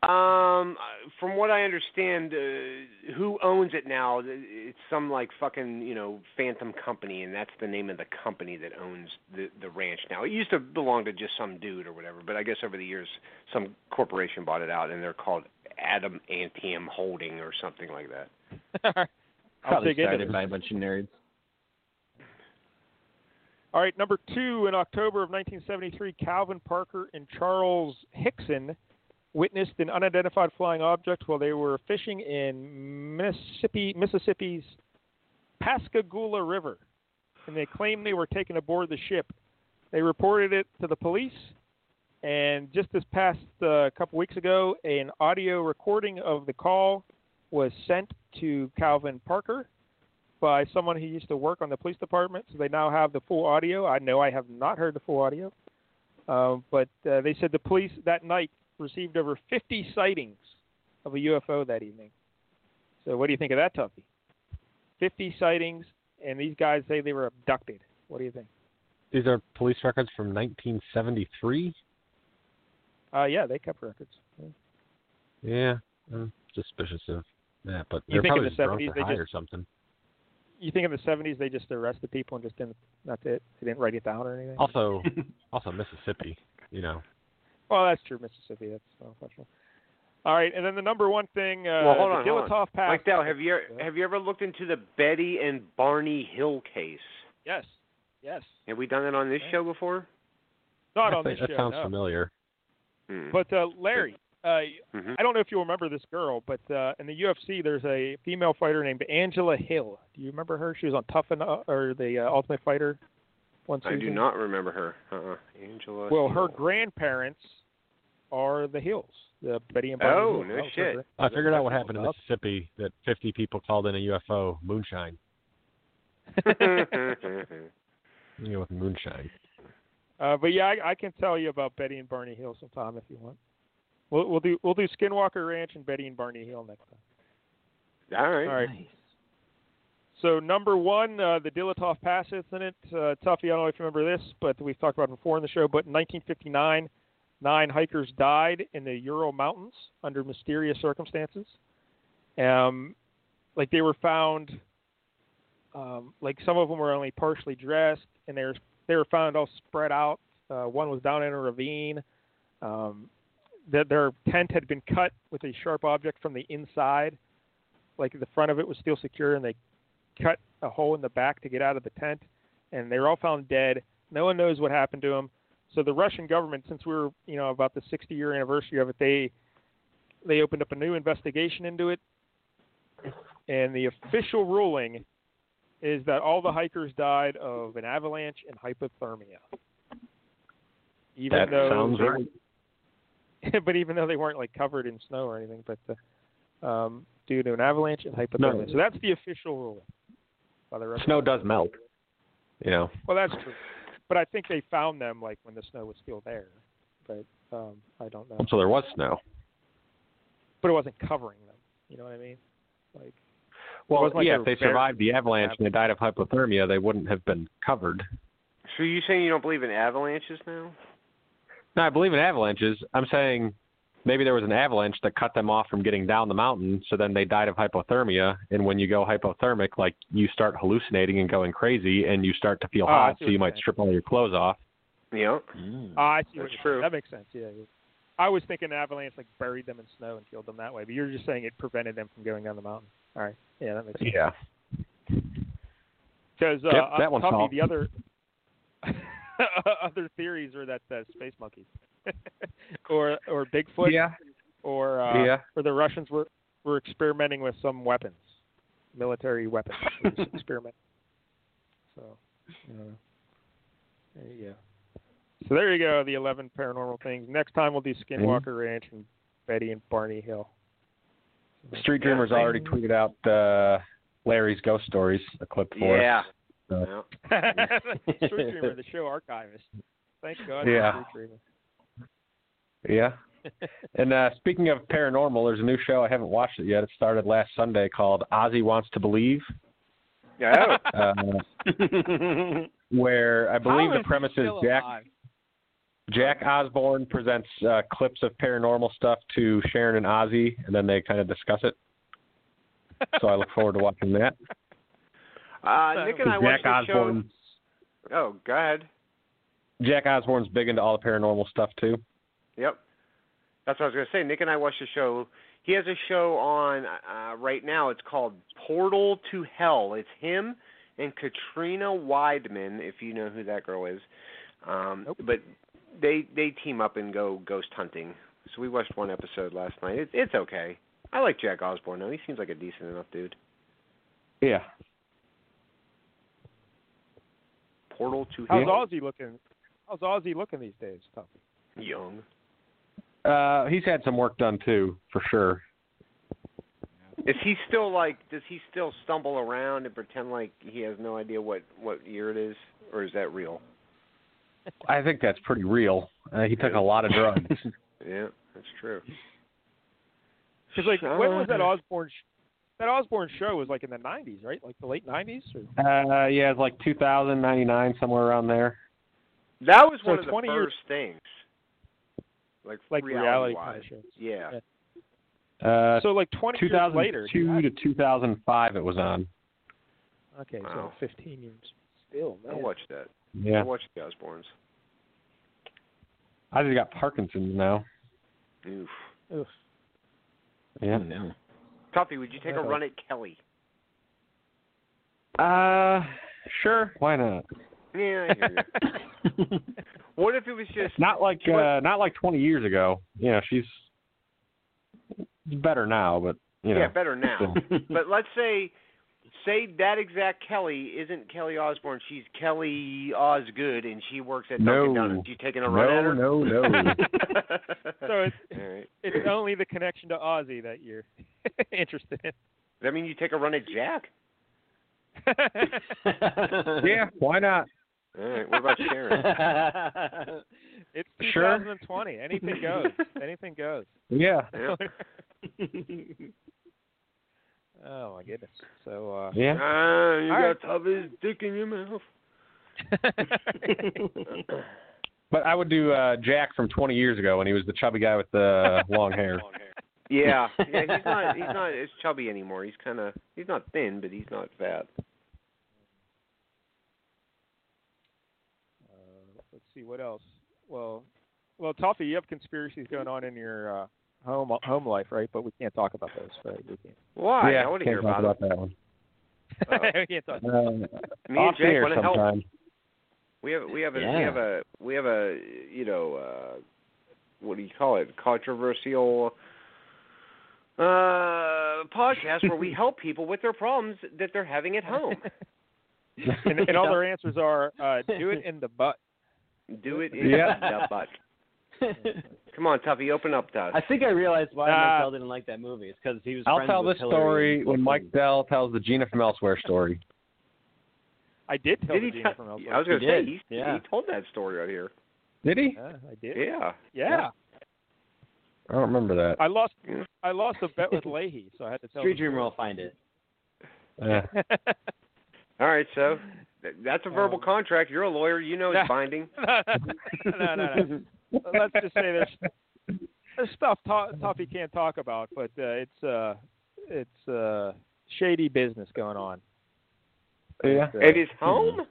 Speaker 1: Um, uh, from what I understand, uh, who owns it now? th- It's some like fucking you know phantom company, and that's the name of the company that owns the the ranch now. It used to belong to just some dude or whatever, but I guess over the years some corporation bought it out, and they're called Adam Antium Holding or something like that.
Speaker 2: I'll
Speaker 6: Probably
Speaker 2: dig into
Speaker 6: started
Speaker 2: this.
Speaker 6: by a bunch of nerds.
Speaker 2: All right, number two in October of 1973, Calvin Parker and Charles Hickson witnessed an unidentified flying object while they were fishing in Mississippi, Mississippi's Pascagoula River, and they claimed they were taken aboard the ship. They reported it to the police, and just this past uh, couple weeks ago, an audio recording of the call was sent to Calvin Parker by someone who used to work on the police department, so they now have the full audio. I know I have not heard the full audio, um, but uh, they said the police that night received over 50 sightings of a UFO that evening. So, what do you think of that, Tuffy? 50 sightings, and these guys say they were abducted. What do you think?
Speaker 7: These are police records from 1973.
Speaker 2: Uh, yeah, they kept records. Yeah.
Speaker 7: Yeah. I'm suspicious of that, but
Speaker 2: You
Speaker 7: they're
Speaker 2: think in
Speaker 7: probably
Speaker 2: the
Speaker 7: just drunk
Speaker 2: 70s
Speaker 7: or
Speaker 2: they
Speaker 7: high
Speaker 2: just-
Speaker 7: or something.
Speaker 2: You think in the 70s they just arrested people and just didn't, that's it? They didn't write it down or anything?
Speaker 7: Also, also Mississippi. You know.
Speaker 2: Well, that's true, Mississippi. That's no question. All right, and then the number one thing, uh,
Speaker 1: Well, hold on,
Speaker 2: the
Speaker 1: hold on.
Speaker 2: Dilatoff Pass.
Speaker 1: Mike Dow, have you
Speaker 2: Ah, Yeah.
Speaker 1: have you ever looked into the Betty and Barney Hill case?
Speaker 2: Yes, yes.
Speaker 1: Have we done that on this
Speaker 2: Yeah.
Speaker 1: show before?
Speaker 2: Not
Speaker 7: I
Speaker 2: on
Speaker 7: think
Speaker 2: this
Speaker 7: that
Speaker 2: show,
Speaker 7: sounds
Speaker 2: no.
Speaker 7: familiar.
Speaker 1: Hmm.
Speaker 2: But uh, Larry, uh,
Speaker 1: Mhm.
Speaker 2: I don't know if you remember this girl, but uh, in the UFC, there's a female fighter named Angela Hill. Do you remember her? She was on Tough Enough or the uh, Ultimate Fighter. One
Speaker 1: I do
Speaker 2: season.
Speaker 1: not remember her. Uh-uh. Angela.
Speaker 2: Well,
Speaker 1: Hill.
Speaker 2: her grandparents are the Hills, the Betty and Barney.
Speaker 1: Oh,
Speaker 2: Hill.
Speaker 1: no
Speaker 2: That was her
Speaker 1: shit.
Speaker 2: gran-
Speaker 7: I figured out what happened in
Speaker 2: Up.
Speaker 7: Mississippi that 50 people called in a UFO moonshine.
Speaker 5: You know, with moonshine.
Speaker 2: Uh, but yeah, I, I can tell you about Betty and Barney Hill sometime if you want. We'll we'll do we'll do Skinwalker Ranch and Betty and Barney Hill next time.
Speaker 1: All right.
Speaker 2: All right. So number one, uh, the Dilatoff Pass incident. Uh, Tuffy, I don't know if you remember this, but we've talked about it before in the show. But in 1959, nine hikers died in the Ural Mountains under mysterious circumstances. Um, like they were found, um, like some of them were only partially dressed, and they were they were found all spread out. Uh, one was down in a ravine. Um, that their tent had been cut with a sharp object from the inside. Like the front of it was still secure, and they cut a hole in the back to get out of the tent, and they were all found dead. No one knows what happened to them. So the Russian government, since we were you know about the 60 year anniversary of it, they they opened up a new investigation into it, and the official ruling is that all the hikers died of an avalanche and hypothermia. Even
Speaker 5: that
Speaker 2: though
Speaker 5: sounds
Speaker 2: they
Speaker 5: right.
Speaker 2: but even though they weren't like covered in snow or anything, but uh, um, due to an avalanche and hypothermia.
Speaker 5: No.
Speaker 2: So that's the official rule. By the Russian
Speaker 5: Snow does melt. You know.
Speaker 2: Well, that's true. But I think they found them like when the snow was still there. But um, I don't know.
Speaker 5: So there was snow.
Speaker 2: But it wasn't covering them. You know what I mean? Like
Speaker 5: Well,
Speaker 2: wasn't like
Speaker 5: yeah,
Speaker 2: they
Speaker 5: if they
Speaker 2: were buried
Speaker 5: survived the avalanche and they died of hypothermia, they wouldn't have been covered.
Speaker 1: So you saying you don't believe in avalanches now?
Speaker 5: No, I believe in avalanches. I'm saying maybe there was an avalanche that cut them off from getting down the mountain, so then they died of hypothermia. And when you go hypothermic, like you start hallucinating and going crazy, and you start to feel
Speaker 2: Oh, I
Speaker 5: hot,
Speaker 2: see
Speaker 5: so
Speaker 2: what
Speaker 5: you
Speaker 2: you're
Speaker 5: might
Speaker 2: saying.
Speaker 5: strip all your clothes off.
Speaker 1: Yep.
Speaker 6: Hmm.
Speaker 5: Uh,
Speaker 2: I see
Speaker 1: Mm.
Speaker 2: what
Speaker 1: That's
Speaker 2: you're
Speaker 1: true.
Speaker 2: saying. That makes sense. Yeah. yeah. I was thinking avalanche like buried them in snow and killed them that way, but you're just saying it prevented them from going down the mountain. All right. Yeah, that makes sense.
Speaker 5: Yeah.
Speaker 2: Because uh,
Speaker 5: Yep, that one's
Speaker 2: Tuffy,
Speaker 5: solved.
Speaker 2: the other other theories are that uh, space monkeys, or or Bigfoot,
Speaker 5: Yeah.
Speaker 2: or uh,
Speaker 5: Yeah.
Speaker 2: or the Russians were were experimenting with some weapons, military weapons, They just experiment. So, I don't know. Uh, yeah. So there you go, the eleven paranormal things. Next time we'll do
Speaker 5: Mm-hmm.
Speaker 2: Skinwalker Ranch and Betty and Barney Hill.
Speaker 5: Street Dreamers already tweeted out uh, Larry's ghost stories, a clip for
Speaker 1: Yeah.
Speaker 5: us. Uh,
Speaker 1: Yep.
Speaker 2: Street Dreamer, the show archivist. Thank God. for
Speaker 5: Yeah.
Speaker 2: Street
Speaker 5: Yeah.
Speaker 2: Dreamer.
Speaker 5: And uh, speaking of paranormal, there's a new show I haven't watched it yet. It started last Sunday called Ozzy Wants to Believe,
Speaker 1: Yeah.
Speaker 5: uh, where I believe the premise is Jack Jack Osborne presents uh, clips of paranormal stuff to Sharon and Ozzy, and then they kind of discuss it. So I look forward to watching that.
Speaker 1: Uh, Nick and I watched
Speaker 5: Jack
Speaker 1: the show.
Speaker 5: Osborne.
Speaker 1: Oh, go ahead.
Speaker 5: Jack Osborne's big into all the paranormal stuff too.
Speaker 1: Yep. That's what I was going to say. Nick and I watched the show. He has a show on uh, right now. It's called Portal to Hell. It's him and Katrina Weidman, if you know who that girl is. Um,
Speaker 2: Nope.
Speaker 1: But they they team up and go ghost hunting. So we watched one episode last night. It, it's okay. I like Jack Osborne though. He seems like a decent enough dude.
Speaker 5: Yeah.
Speaker 1: Portal to
Speaker 2: How's
Speaker 1: Hell.
Speaker 2: Ozzy looking? How's Ozzy looking these days, Tom?
Speaker 1: Young.
Speaker 5: Uh, he's had some work done too, for sure.
Speaker 1: Is he still like? Does he still stumble around and pretend like he has no idea what what year it is, or is that real?
Speaker 5: I think that's pretty real. Uh, he took a lot of drugs.
Speaker 1: Yeah, that's true.
Speaker 2: Because like, when was that Osborne? Sh- that Osborne show was like in the '90s, right? Like the late '90s. Or-
Speaker 5: Uh, yeah, it's like 2099, somewhere around there.
Speaker 1: That was
Speaker 2: So
Speaker 1: one of the
Speaker 2: 20
Speaker 1: first
Speaker 2: years-
Speaker 1: things. Like,
Speaker 2: like reality, kind
Speaker 1: wise.
Speaker 2: of shows.
Speaker 1: Yeah.
Speaker 2: Yeah.
Speaker 5: Uh,
Speaker 2: So like 20 years later.
Speaker 5: 2002 to 2005, it was on.
Speaker 2: okay,
Speaker 1: Wow.
Speaker 2: so 15 years. Still,
Speaker 1: I'll
Speaker 2: man.
Speaker 1: watch that.
Speaker 5: Yeah,
Speaker 1: I'll watch the Osbournes.
Speaker 5: I just got Parkinson's now.
Speaker 1: Oof.
Speaker 2: Oof.
Speaker 5: Yeah.
Speaker 1: Hmm. Tuffy, would you take a
Speaker 2: Uh-oh.
Speaker 1: run at Kelly?
Speaker 5: Uh, sure. Why not?
Speaker 1: Yeah, I hear you. what if it was just
Speaker 5: Not like
Speaker 1: She was-
Speaker 5: uh, not like 20 years ago. You know, she's better now, but you know.
Speaker 1: yeah, better now. but let's say say that exact Kelly isn't Kelly Osborne, she's Kelly Osgood and she works at
Speaker 5: No.
Speaker 1: Dunkin' Donuts. You taking a run at
Speaker 5: no,
Speaker 1: her?
Speaker 5: no, no.
Speaker 2: So it's
Speaker 1: All right.
Speaker 2: it's only the connection to Ozzy that you're interested in.
Speaker 1: Does that mean you take a run at Jack?
Speaker 5: yeah, why not?
Speaker 1: All right. What about Sharon?
Speaker 2: It's
Speaker 5: Sure.
Speaker 2: 2020. Anything goes. Anything goes.
Speaker 5: Yeah.
Speaker 1: Yeah.
Speaker 2: oh my goodness. So uh
Speaker 5: Yeah.
Speaker 1: Ah, you
Speaker 2: All
Speaker 1: got
Speaker 2: right.
Speaker 1: Tubby's dick in your mouth.
Speaker 5: But I would do uh, Jack from 20 years ago when he was the chubby guy with the Uh, long hair.
Speaker 1: Yeah, yeah. He's not. He's not as chubby anymore. He's kind of. He's not thin, but he's not fat.
Speaker 2: Uh, let's see what else. Well, well, Toffee, you have conspiracies going on in your uh, home home life, right? But we can't talk about those. Right? We can't.
Speaker 1: Why?
Speaker 5: yeah,
Speaker 1: I want to
Speaker 5: can't
Speaker 1: hear
Speaker 5: talk
Speaker 1: about,
Speaker 5: about that one.
Speaker 1: Uh-oh.
Speaker 2: we can't talk.
Speaker 5: Uh,
Speaker 1: Me and
Speaker 5: off the
Speaker 1: Jake
Speaker 5: air
Speaker 1: wanna help.
Speaker 5: sometime.
Speaker 1: it. We have. We have a. We
Speaker 6: Yeah.
Speaker 1: have a. We have a. You know. uh What do you call it? Controversial. Uh, podcast where we help people with their problems that they're having at home.
Speaker 2: and, and all their answers are uh, do it in the butt.
Speaker 1: Do it in
Speaker 5: Yeah.
Speaker 1: the butt. Come on, Tuffy, open up to us.
Speaker 6: I think I realized why
Speaker 2: Uh,
Speaker 6: Mike Dell didn't like that movie. It's because he was.
Speaker 5: I'll
Speaker 6: friends
Speaker 5: tell
Speaker 6: with
Speaker 5: this
Speaker 6: Hillary
Speaker 5: story when
Speaker 6: Clinton.
Speaker 5: Mike Dell tells the Gina from Elsewhere story.
Speaker 2: I did tell
Speaker 1: Did
Speaker 2: the
Speaker 1: he?
Speaker 2: genius
Speaker 1: tell-
Speaker 2: from
Speaker 1: I
Speaker 2: elsewhere.
Speaker 1: was gonna
Speaker 6: He
Speaker 1: say
Speaker 6: did,
Speaker 1: he,
Speaker 6: yeah.
Speaker 1: he told that story right here.
Speaker 5: Did he?
Speaker 2: Yeah, I did.
Speaker 1: Yeah.
Speaker 2: Yeah.
Speaker 5: I don't remember that.
Speaker 2: I lost.
Speaker 1: Yeah.
Speaker 2: I lost a bet with Leahy, so I had to tell.
Speaker 6: Street
Speaker 2: him.
Speaker 6: Dreamer will find it.
Speaker 5: Uh,
Speaker 1: All right, so th- that's a
Speaker 2: Um,
Speaker 1: verbal contract. You're a lawyer. You know it's binding.
Speaker 2: no, no, no. Let's just say there's there's stuff to- Toffee can't talk about, but uh, it's uh it's uh shady business going on.
Speaker 5: yeah.
Speaker 2: Uh,
Speaker 1: At his home?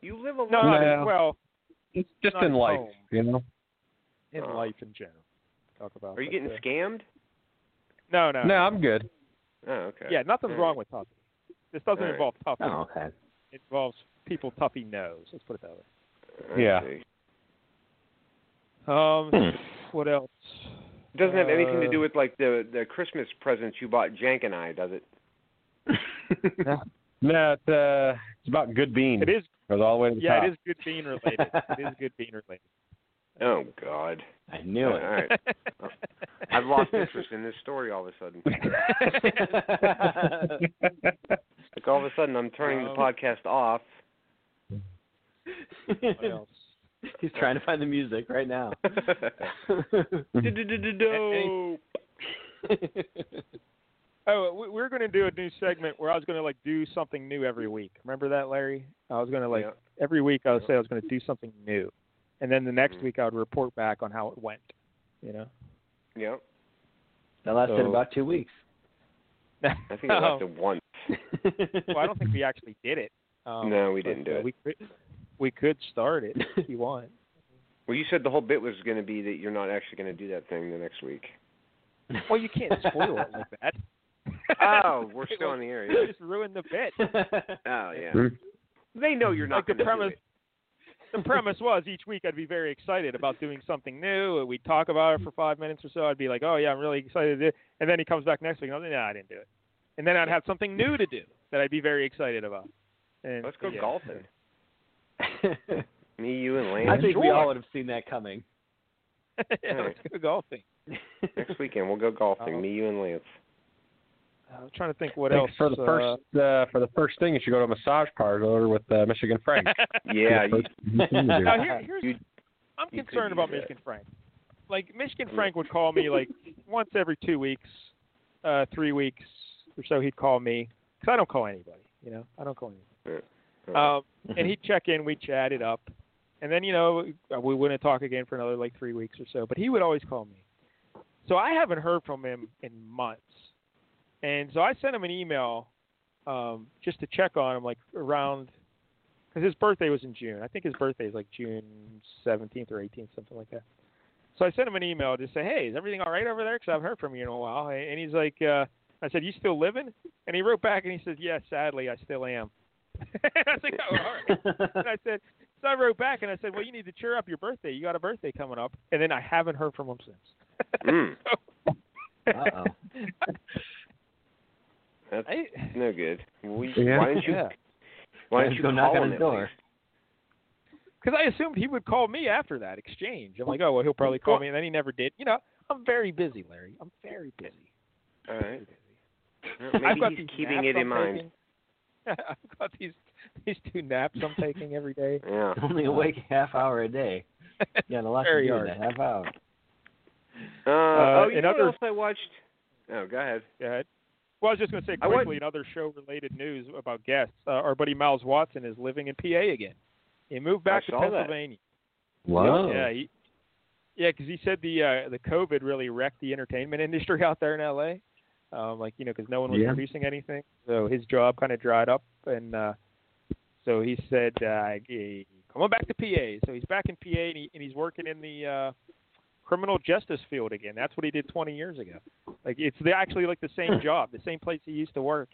Speaker 1: You live alone.
Speaker 2: no, no, I mean,
Speaker 5: No.
Speaker 2: well,
Speaker 5: It's just
Speaker 2: Not
Speaker 5: in
Speaker 2: his
Speaker 5: life,
Speaker 2: home.
Speaker 5: you know.
Speaker 2: in
Speaker 1: Oh.
Speaker 2: life in general. Talk about.
Speaker 1: Are you
Speaker 2: but,
Speaker 1: getting
Speaker 2: uh,
Speaker 1: scammed?
Speaker 2: No, no,
Speaker 5: No, I'm good.
Speaker 1: Oh, okay.
Speaker 2: Yeah, nothing's
Speaker 1: All
Speaker 2: wrong with Tuffy. This doesn't
Speaker 1: All right.
Speaker 2: involve Tuffy.
Speaker 6: Oh, okay.
Speaker 2: It involves people Tuffy knows. Let's put it that way.
Speaker 1: I
Speaker 5: yeah.
Speaker 1: see.
Speaker 2: Um, what else?
Speaker 1: It doesn't have anything to
Speaker 2: Uh,
Speaker 1: do with like the the Christmas presents you bought Jank and I, does it?
Speaker 5: No, it's, uh, it's about good beans.
Speaker 2: It is.
Speaker 5: Goes all the way to the
Speaker 2: Yeah,
Speaker 5: top.
Speaker 2: it is good bean related. it is good bean related.
Speaker 1: Oh God.
Speaker 6: I knew
Speaker 1: All right. I've lost interest in this story all of a sudden.
Speaker 6: it.
Speaker 1: Like all of a sudden, I'm turning
Speaker 2: Um,
Speaker 1: the podcast off.
Speaker 2: What else?
Speaker 6: He's trying to find the music right now.
Speaker 1: Du-du-du-du-du.
Speaker 2: Oh, we, we're going to do a new segment where I was going to like do something new every week. Remember that, Larry? I was going to like
Speaker 1: Yeah.
Speaker 2: every week I would say I was going to do something new, and then the next
Speaker 1: Mhm.
Speaker 2: week I would report back on how it went. You know.
Speaker 1: Yep.
Speaker 6: That lasted
Speaker 2: So-
Speaker 6: about two weeks.
Speaker 1: I think it lasted one.
Speaker 2: Oh. well, I don't think we actually did it. Um,
Speaker 1: No, we
Speaker 2: but,
Speaker 1: didn't do
Speaker 2: uh,
Speaker 1: it.
Speaker 2: We could, we could start it if you want.
Speaker 1: Well, you said the whole bit was going to be that you're not actually going to do that thing the next week.
Speaker 2: Well, you can't spoil it like that.
Speaker 1: Oh, we're still on the air.
Speaker 2: You just ruined the bit.
Speaker 1: Oh, yeah.
Speaker 5: Hmm.
Speaker 1: They know you're
Speaker 2: Like
Speaker 1: not going to do
Speaker 2: the premise.
Speaker 1: it.
Speaker 2: The premise was each week I'd be very excited about doing something new. We'd talk about it for five minutes or so. I'd be like, "Oh yeah, I'm really excited." To do it." And then he comes back next week, and I'm like, "No, I didn't do it." And then I'd have something new to do that I'd be very excited about. And
Speaker 1: Let's go
Speaker 2: yeah.
Speaker 1: golfing. Me, you, and Lance.
Speaker 6: I think we
Speaker 1: Sure.
Speaker 6: all would have seen that coming.
Speaker 2: yeah, let's go golfing.
Speaker 1: Next weekend, we'll go golfing.
Speaker 6: Oh.
Speaker 2: Um,
Speaker 1: Me, you, and Lance.
Speaker 2: I'm trying to think what
Speaker 5: Thanks
Speaker 2: else.
Speaker 5: for the
Speaker 2: uh,
Speaker 5: first uh, for the first thing, you should go to a massage parlor with uh, Michigan Frank.
Speaker 1: Yeah. You,
Speaker 5: First thing to do.
Speaker 2: Now, here, here's
Speaker 1: You-
Speaker 2: I'm
Speaker 1: you could
Speaker 2: concerned about
Speaker 1: use that.
Speaker 2: Michigan Frank. Like Michigan Frank would call me like once every two weeks, uh, three weeks or so. He'd call me because I don't call anybody. You know, I don't call anybody.
Speaker 6: Oh.
Speaker 1: uh,
Speaker 2: Um, and he'd check in, we'd chat it up, and then you know we wouldn't talk again for another like three weeks or so. But he would always call me, so I haven't heard from him in months, and so I sent him an email um, just to check on him, like around because his birthday was in June. I think his birthday is like June seventeenth or eighteenth, something like that. So I sent him an email to say, "Hey, is everything all right over there? Because I haven't heard from you in a while." And he's like, uh, "I said, you still living?" And he wrote back and he said, "Yeah, sadly, I still am." and I was like, "Oh, all right." and I said, so I wrote back and I said, well, you need to cheer up your birthday. You got a birthday coming up. And then I haven't heard from him since.
Speaker 1: Mm.
Speaker 6: Uh-oh.
Speaker 1: that's
Speaker 2: I,
Speaker 1: no good. We,
Speaker 5: Yeah.
Speaker 1: Why didn't you?
Speaker 2: yeah.
Speaker 1: Why didn't
Speaker 6: Let's
Speaker 1: you
Speaker 6: go
Speaker 1: call
Speaker 6: knock on
Speaker 1: him
Speaker 6: his
Speaker 1: at
Speaker 6: door.
Speaker 1: least?
Speaker 2: Because I assumed he would call me after that exchange. I'm like, oh, well, he'll probably call me. And then he never did. You know, I'm very busy, Larry. I'm very busy.
Speaker 1: All right. Well,
Speaker 2: I've got
Speaker 1: Maybe
Speaker 2: these
Speaker 1: he's keeping
Speaker 2: naps
Speaker 1: it in
Speaker 2: I'm
Speaker 1: mind.
Speaker 2: taking. I've got these these two naps I'm taking every day.
Speaker 1: Yeah.
Speaker 6: Only awake a half hour a day. Yeah, a lot
Speaker 2: Very
Speaker 6: to do in
Speaker 2: hard.
Speaker 6: a half hour.
Speaker 1: Uh, oh, you
Speaker 2: in
Speaker 1: know
Speaker 2: other-
Speaker 1: what else I watched? Oh, go ahead.
Speaker 2: Go ahead. Well, I was just going to say
Speaker 1: I want-
Speaker 2: quickly in other show related news about guests. Uh, our buddy Miles Watson is living in PA again. He moved back to
Speaker 1: saw that.
Speaker 2: Pennsylvania.
Speaker 7: Wow.
Speaker 2: Yeah, he, yeah, because he said the uh, the COVID really wrecked the entertainment industry out there in LA. Um, like you know, because no one was
Speaker 7: Yeah.
Speaker 2: producing anything, so his job kind of dried up, and uh, so he said, uh, he- "Come on back to PA." So he's back in PA, and, he, and he's working in the uh, criminal justice field again. That's what he did 20 years ago. Like it's the, actually like the same job, the same place he used to work.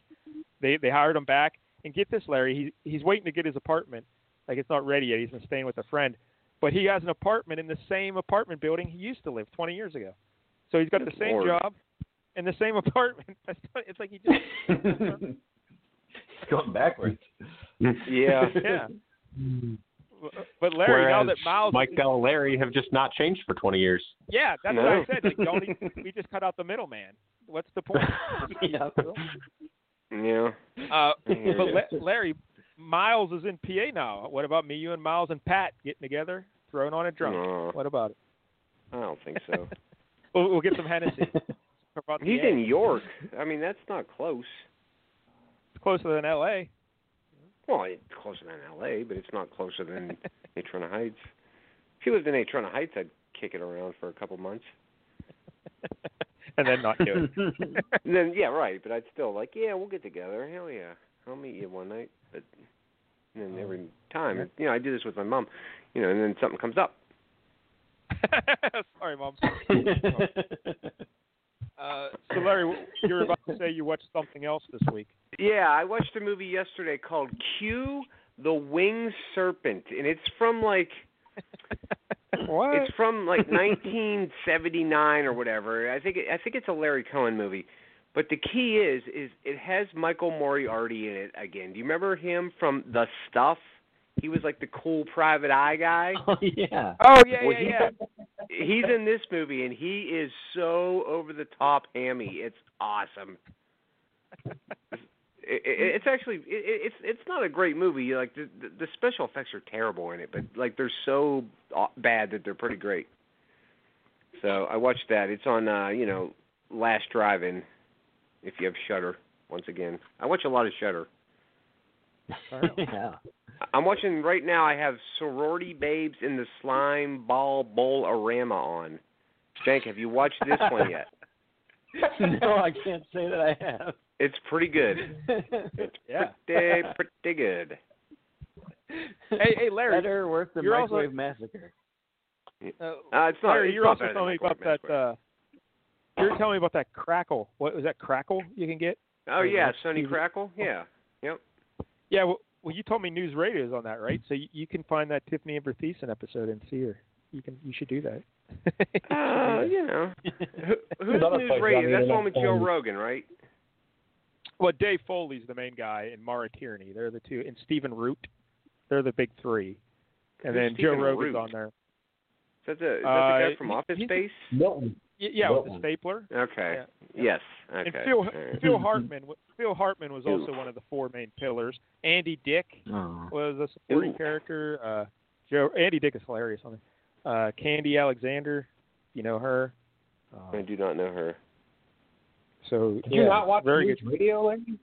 Speaker 2: They they hired him back, and get this, Larry, he he's waiting to get his apartment. Like it's not ready yet. He's been staying with a friend but he has an apartment in the same apartment building he used to live 20 years ago. So he's got the same
Speaker 1: Lord.
Speaker 2: job and the same apartment. That's not, it's like he just
Speaker 6: Going backwards.
Speaker 1: Yeah.
Speaker 2: yeah. But Larry, now
Speaker 7: Whereas
Speaker 2: that Miles,
Speaker 7: Mike Dell and Larry have just not changed for 20 years.
Speaker 2: yeah, that's
Speaker 1: No.
Speaker 2: what I said. Like, don't even- we just cut out the middleman? What's the point?
Speaker 6: yeah.
Speaker 1: Yeah.
Speaker 2: Uh,
Speaker 1: Yeah.
Speaker 2: but La- Larry, Miles is in PA now. What about me, you, and Miles and Pat getting together, throwing on a drum?
Speaker 1: No,
Speaker 2: What about it?
Speaker 1: I don't think so.
Speaker 2: We'll, we'll get some Hennessy. About the
Speaker 1: He's
Speaker 2: end.
Speaker 1: in York. I mean, that's not close.
Speaker 2: It's closer than L.A.
Speaker 1: Well, it's closer than L.A., but it's not closer than Natrona Heights. If he lived in Natrona Heights, I'd kick it around for a couple months.
Speaker 2: and then not do it.
Speaker 1: And then, yeah, right. But I'd still like, yeah, we'll get together. Hell yeah, I'll meet you one night. But and then every time, you know, I do this with my mom. You know, and then something comes up.
Speaker 2: Sorry, mom. Uh, so, Larry, you were about to say you watched something else this week.
Speaker 1: Yeah, I watched a movie yesterday called Q the Winged Serpent, and it's from like
Speaker 2: What?
Speaker 1: it's from like 1979 or whatever. I think it, I think it's a Larry Cohen movie. But the key is is it has Michael Moriarty in it again. Do you remember him from The Stuff? He was like the cool private eye guy.
Speaker 6: Oh, yeah.
Speaker 2: oh yeah,
Speaker 1: Well,
Speaker 2: yeah, yeah.
Speaker 1: He's in this movie and he is so over the top hammy. It's awesome. It,
Speaker 2: Hmm.
Speaker 1: it, it's actually it, it- it's it's not a great movie. Like the, the the special effects are terrible in it, but like they're so aw- bad that they're pretty great. So I watched that. It's on uh, you know Last Drive-In if you have Shutter. Once again, I watch a lot of Shutter.
Speaker 6: yeah.
Speaker 1: I'm watching right now. I have Sorority Babes in the Slime Ball Bowl Arama on. Jank, have you watched this one yet?
Speaker 6: no, I can't say that I have.
Speaker 1: It's pretty good. It's
Speaker 2: Yeah.
Speaker 1: pretty pretty good.
Speaker 2: Hey, hey, Larry.
Speaker 6: Better or worse than
Speaker 2: you're also-
Speaker 6: Microwave Massacre.
Speaker 2: Uh,
Speaker 1: Uh, it's not.
Speaker 2: Larry,
Speaker 1: it's
Speaker 2: you're
Speaker 1: not
Speaker 2: also
Speaker 1: better than
Speaker 2: telling me
Speaker 1: Microwave
Speaker 2: about that.
Speaker 1: Massacre.
Speaker 2: Uh, you're telling me about that crackle. What was that crackle you can get?
Speaker 1: oh yeah,
Speaker 2: Watch
Speaker 1: Sonny
Speaker 2: TV.
Speaker 1: Crackle. Yeah. Yep.
Speaker 2: Yeah. Well, well, you told me News Radio's on that, right? So you, you can find that Tiffany Amber Thiessen episode and see her. You can. You should do that. You should
Speaker 1: Uh,
Speaker 2: do that.
Speaker 1: you know, Who- who's
Speaker 5: Another
Speaker 1: News
Speaker 5: place on
Speaker 1: Radio?
Speaker 5: the
Speaker 1: That's the one with
Speaker 5: internet
Speaker 1: Joe
Speaker 5: phone.
Speaker 1: Rogan, right?
Speaker 2: Well, Dave Foley's the main guy, and Mara Tierney. They're the two, and Stephen Root. They're the big three. And
Speaker 1: Who's
Speaker 2: then Joe
Speaker 1: Stephen
Speaker 2: Rogan's
Speaker 1: Root?
Speaker 2: on there.
Speaker 1: Is that the, is that the
Speaker 2: Uh,
Speaker 1: guy from
Speaker 2: he-
Speaker 1: Office
Speaker 2: he's-
Speaker 1: Space?
Speaker 5: Milton.
Speaker 2: Y- yeah,
Speaker 5: That
Speaker 2: with the
Speaker 5: one.
Speaker 2: stapler.
Speaker 1: Okay.
Speaker 2: yeah.
Speaker 1: Yes.
Speaker 2: And
Speaker 1: Okay.
Speaker 2: Phil
Speaker 1: All right.
Speaker 2: Phil Hartman wa- Phil Hartman was also
Speaker 1: Ooh.
Speaker 2: one of the four main pillars. Andy Dick
Speaker 6: Oh.
Speaker 2: was a supporting
Speaker 1: Ooh.
Speaker 2: character. Uh, Joe Andy Dick is hilarious on there. Uh, Candy Alexander, you know her.
Speaker 1: I
Speaker 2: Uh,
Speaker 1: do not know her.
Speaker 2: so
Speaker 5: Did
Speaker 2: yeah,
Speaker 5: you not watch
Speaker 2: very
Speaker 5: News Radio, Larry?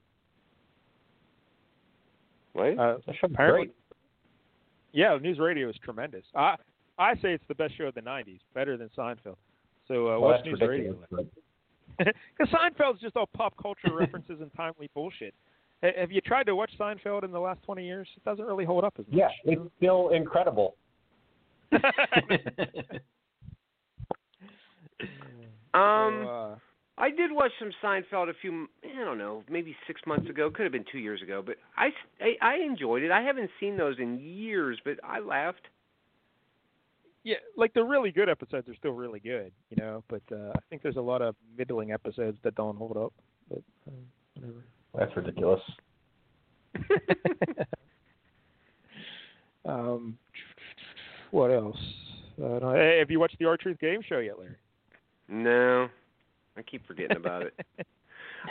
Speaker 1: What?
Speaker 2: good. Uh,
Speaker 5: That show's
Speaker 2: Apparently-
Speaker 5: great.
Speaker 2: yeah, News Radio is tremendous. I I say it's the best show of the '90s, better than Seinfeld. So uh,
Speaker 5: Well,
Speaker 2: watch
Speaker 5: that's
Speaker 2: News Radio.
Speaker 5: ridiculous. but-
Speaker 2: Because Seinfeld's just all pop culture references and timely bullshit. Ha- Have you tried to watch Seinfeld in the last 20 years? It doesn't really hold up as much.
Speaker 5: Yeah, it's still incredible.
Speaker 1: Um.
Speaker 2: So, uh,
Speaker 1: I did watch some Seinfeld a few, I don't know, maybe six months ago. Could have been two years ago, but I, I, I enjoyed it. I haven't seen those in years, but I laughed.
Speaker 2: yeah, like the really good episodes are still really good, you know, but uh, I think there's a lot of middling episodes that don't hold up. But uh, whatever.
Speaker 5: That's ridiculous.
Speaker 2: um, what else? I don't- hey, have you watched the R Truth game show yet, Larry?
Speaker 1: No, I keep forgetting about it.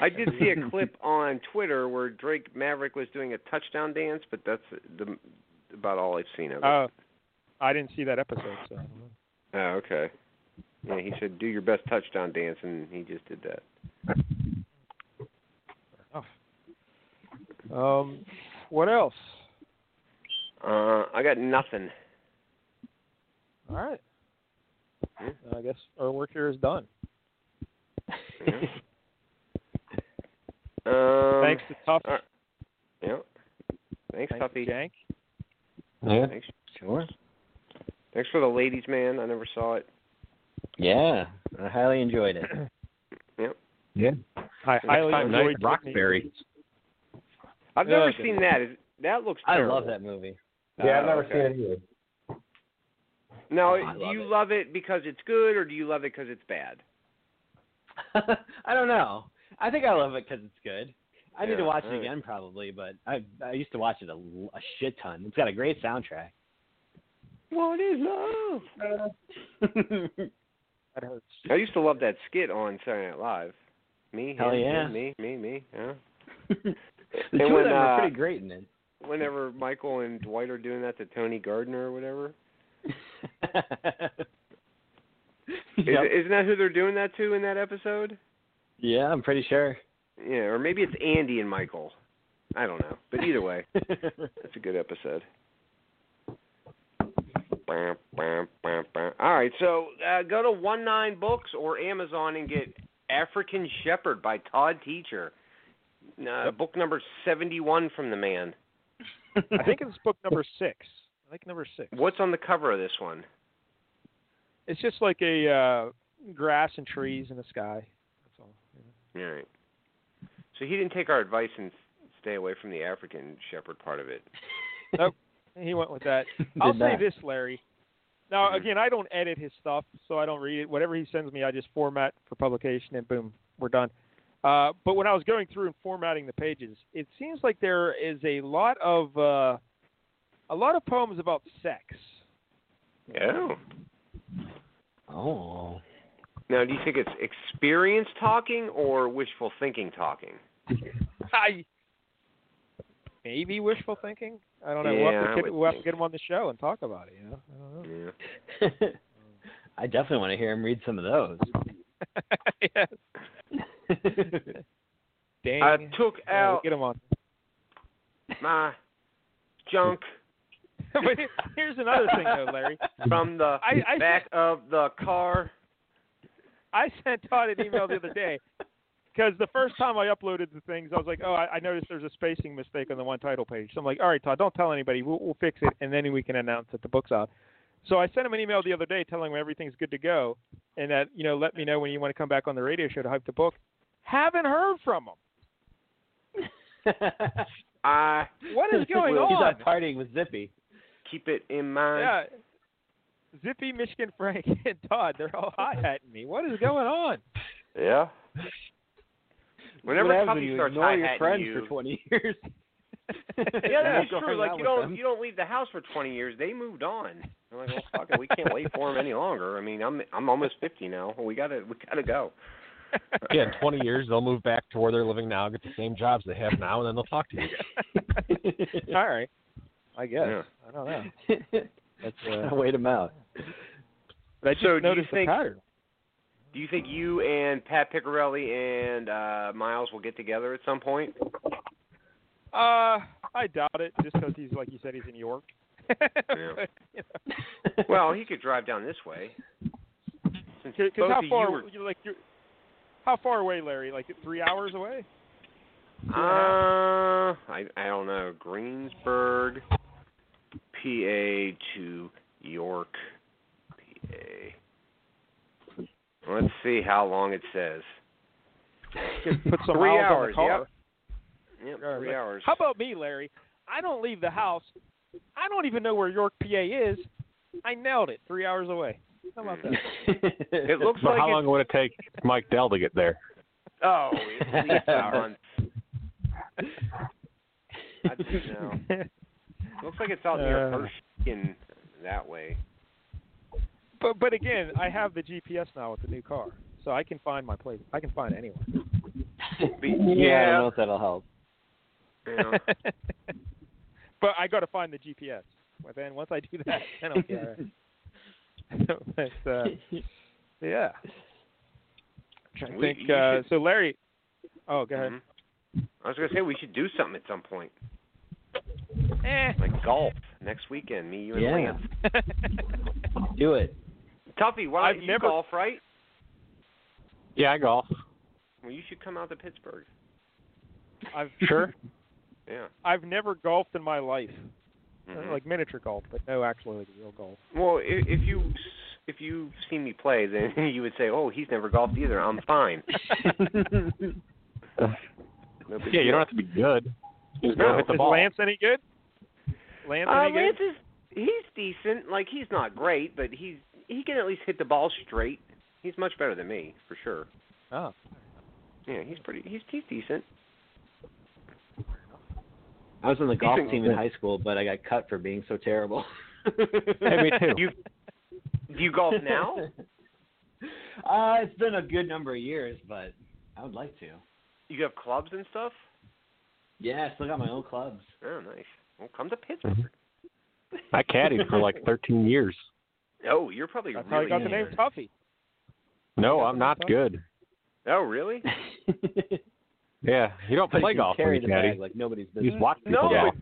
Speaker 1: I did see a clip on Twitter where Drake Maverick was doing a touchdown dance, but that's the, about all I've seen of it.
Speaker 2: Uh, I didn't see that episode, so.
Speaker 1: oh, okay. Yeah, he said do your best touchdown dance, and he just did that.
Speaker 2: Um, what else?
Speaker 1: Uh, I got nothing.
Speaker 2: All right.
Speaker 1: Yeah.
Speaker 2: I guess our work here is done.
Speaker 1: Yeah. um,
Speaker 2: Thanks to Tough.
Speaker 1: all right. Yeah. Thanks,
Speaker 2: Thanks to
Speaker 1: Tuffy.
Speaker 2: Jank.
Speaker 6: Yeah.
Speaker 1: Thanks.
Speaker 6: Sure.
Speaker 1: Thanks for the ladies, man. I never saw it.
Speaker 6: Yeah. I highly enjoyed it.
Speaker 2: I highly
Speaker 5: Time
Speaker 2: enjoyed
Speaker 5: night, Rockberry.
Speaker 1: I've
Speaker 2: Yeah,
Speaker 1: never
Speaker 2: okay.
Speaker 1: seen that. Is, that looks.
Speaker 6: I
Speaker 1: terrible.
Speaker 6: love that movie. Uh,
Speaker 1: Yeah, I've never seen it either. Now,
Speaker 6: Oh, I
Speaker 1: do
Speaker 6: love
Speaker 1: you
Speaker 6: it.
Speaker 1: love it because it's good, or do you love it because it's bad?
Speaker 6: I don't know. I think I love it because it's good. I need to
Speaker 1: Yeah,
Speaker 6: watch
Speaker 1: all
Speaker 6: it
Speaker 1: right.
Speaker 6: again probably, but I I used to watch it a, l- a shit ton. It's got a great soundtrack.
Speaker 1: What is love?
Speaker 2: That hurts.
Speaker 1: I used to love that skit on Saturday Night Live. Me, him,
Speaker 6: Hell yeah.
Speaker 1: him, me, me, me. Yeah.
Speaker 6: The
Speaker 1: And
Speaker 6: two
Speaker 1: when,
Speaker 6: of them are
Speaker 1: uh,
Speaker 6: pretty great in it.
Speaker 1: Whenever Michael and Dwight are doing that to Tony Gardner or whatever, Is-
Speaker 6: Yep.
Speaker 1: isn't that who they're doing that to in that episode?
Speaker 6: Yeah, I'm pretty sure.
Speaker 1: Yeah, or maybe it's Andy and Michael. I don't know, but either way, that's a good episode. Bam, bam, bam, bam. All right, so uh, go to One Nine Books or Amazon and get African Shepherd by Todd Teacher. Uh, book number seventy-one from the man.
Speaker 2: I think it's book number six. I think number six.
Speaker 1: What's on the cover of this one?
Speaker 2: It's just like a uh, grass and trees in the sky. That's all.
Speaker 1: All right. So he didn't take our advice and s- stay away from the African Shepherd part of it.
Speaker 2: He went with that.
Speaker 6: Did
Speaker 2: I'll say
Speaker 6: that.
Speaker 2: this, Larry. Now,
Speaker 1: Mhm.
Speaker 2: again, I don't edit his stuff, so I don't read it. Whatever he sends me, I just format for publication, and boom, we're done. Uh, but when I was going through and formatting the pages, it seems like there is a lot of uh, a lot of poems about sex.
Speaker 1: Yeah.
Speaker 6: Oh.
Speaker 1: Now, do you think it's experience talking or wishful thinking talking?
Speaker 2: I maybe wishful thinking. I don't know.
Speaker 1: Yeah,
Speaker 2: we'll
Speaker 1: I
Speaker 2: have to,
Speaker 1: would
Speaker 2: get, we'll have to
Speaker 1: think.
Speaker 2: get him on the show and talk about it. You know, I don't know.
Speaker 1: Yeah.
Speaker 6: I definitely want to hear him read some of those.
Speaker 2: yes. Dang.
Speaker 1: I took
Speaker 2: Yeah, we'll
Speaker 1: out
Speaker 2: get him on.
Speaker 1: my junk
Speaker 2: But Here's another thing, though, Larry.
Speaker 1: from the
Speaker 2: I, I
Speaker 1: back of the car.
Speaker 2: I sent Todd an email the other day because the first time I uploaded the things, I was like, "Oh, I, I noticed there's a spacing mistake on the one title page." So I'm like, "All right, Todd, don't tell anybody. We'll, we'll fix it, and then we can announce that the book's out." So I sent him an email the other day telling him everything's good to go, and that you know, let me know when you want to come back on the radio show to hype the book. Haven't heard from him.
Speaker 1: I
Speaker 2: What is going
Speaker 6: He's
Speaker 2: on?
Speaker 6: out partying with Zippy.
Speaker 1: keep it in mind.
Speaker 2: Yeah. Zippy, Michigan Frank, and Todd, they're all hot hatting me. What is going on?
Speaker 1: Yeah. Whenever
Speaker 6: what happens when
Speaker 1: Tuffy
Speaker 6: you
Speaker 1: starts
Speaker 6: ignore
Speaker 1: high-hatting
Speaker 6: your friends
Speaker 1: you-
Speaker 6: for 20 years.
Speaker 1: Yeah, that
Speaker 6: Won't
Speaker 1: is
Speaker 6: go
Speaker 1: true.
Speaker 6: hang
Speaker 1: Like
Speaker 6: out
Speaker 1: you
Speaker 6: with
Speaker 1: don't
Speaker 6: them.
Speaker 1: you don't leave the house for 20 years. They moved on. I'm like, well, fuck it. We can't wait for them any longer. I mean, I'm I'm almost 50 now. We gotta we gotta go.
Speaker 5: Yeah, in 20 years they'll move back to where they're living now, get the same jobs they have now, and then they'll talk to you.
Speaker 2: all right. I guess.
Speaker 1: Yeah.
Speaker 2: I don't know. That's, uh,
Speaker 6: Gotta Wait him out.
Speaker 2: But I just
Speaker 1: So do you
Speaker 2: noticed
Speaker 1: think-
Speaker 2: the pattern.
Speaker 1: Do you think you and Pat Picarelli and uh Miles will get together at some point?
Speaker 2: Uh, I doubt it, just because he's like you said, he's in York. But, you know,
Speaker 1: Well, he could drive down this way. Since
Speaker 2: 'cause
Speaker 1: both
Speaker 2: how
Speaker 1: of you
Speaker 2: far?
Speaker 1: were,
Speaker 2: you're, like you're, how far away, Larry? Like three hours away?
Speaker 1: uh, I I don't know Greensburg, PA to York, PA. Let's see how long it says.
Speaker 2: Could Put some
Speaker 1: Three
Speaker 2: miles
Speaker 1: hours,
Speaker 2: on the car.
Speaker 1: yep. Yep,
Speaker 2: All right,
Speaker 1: three
Speaker 2: like,
Speaker 1: hours.
Speaker 2: How about me, Larry? I don't leave the house. I don't even know where York, PA is. I nailed it. Three hours away. How about that?
Speaker 1: It looks
Speaker 5: But
Speaker 1: like
Speaker 5: how
Speaker 1: it's-
Speaker 5: long would it take Mike Dell to get there?
Speaker 1: Oh, at least a month. I don't know. Looks like it's out near
Speaker 2: Uh.
Speaker 1: Hershey that way.
Speaker 2: but but again, I have the GPS now with the new car, so I can find my place. I can find anywhere.
Speaker 1: Be-
Speaker 6: I don't know
Speaker 1: yeah.
Speaker 6: if that'll help.
Speaker 1: yeah.
Speaker 2: but I got to find the GPS. Well, Then once I do that, then I'll be all right. but, uh, yeah. I
Speaker 1: We-
Speaker 2: think
Speaker 1: you
Speaker 2: uh,
Speaker 1: should-
Speaker 2: so. Larry. Oh, go ahead.
Speaker 1: Mhm. I was gonna say we should do something at some point,
Speaker 5: Mm-hmm.
Speaker 2: Eh.
Speaker 1: like golf next weekend. Me, you, and
Speaker 6: Yeah.
Speaker 1: Lance.
Speaker 6: Do it.
Speaker 1: Tuffy, why
Speaker 2: I've
Speaker 1: don't you
Speaker 2: never-
Speaker 1: golf? Right?
Speaker 5: Yeah, I golf.
Speaker 1: Well, you should come out to Pittsburgh.
Speaker 2: I've
Speaker 5: Sure.
Speaker 1: Yeah.
Speaker 2: I've never golfed in my life,
Speaker 5: Mm-hmm.
Speaker 1: Mhm.
Speaker 2: Uh, like miniature golf, but no, actually like real golf.
Speaker 1: Well, i- if you if you've seen me play, then you would say, "Oh, he's never golfed either. I'm fine." No big
Speaker 5: Yeah, you
Speaker 1: deal.
Speaker 5: don't have to be good. Just
Speaker 1: No.
Speaker 5: go hit the
Speaker 2: Is
Speaker 5: ball.
Speaker 2: Lance any good? Lance
Speaker 1: Uh,
Speaker 2: any
Speaker 1: Lance
Speaker 2: good?
Speaker 1: is he's decent. Like he's not great, but he's he can at least hit the ball straight. He's much better than me for sure.
Speaker 2: Oh.
Speaker 1: Yeah, he's pretty. He's he's decent.
Speaker 6: I was on the golf team in high school, but I got cut for being so terrible.
Speaker 5: Hey, me too.
Speaker 1: You do you golf now?
Speaker 6: Uh, it's been a good number of years, but I would like to.
Speaker 1: You have clubs and stuff.
Speaker 6: Yeah, I still got my own clubs.
Speaker 1: Oh, nice. Well, come to Pittsburgh.
Speaker 5: Mm-hmm.
Speaker 2: Mm-hmm.
Speaker 5: I caddied for like 13 years.
Speaker 1: Oh, you're probably
Speaker 2: That's how
Speaker 1: really.
Speaker 2: he got the name Tuffy.
Speaker 5: No, I'm not good.
Speaker 1: Oh, really?
Speaker 5: Yeah, you don't
Speaker 6: But
Speaker 5: play
Speaker 6: you
Speaker 5: golf when
Speaker 6: carry
Speaker 5: you
Speaker 6: the
Speaker 5: caddy.
Speaker 6: bag like nobody's
Speaker 5: You
Speaker 6: business.
Speaker 5: just watch people
Speaker 1: No,
Speaker 5: golf.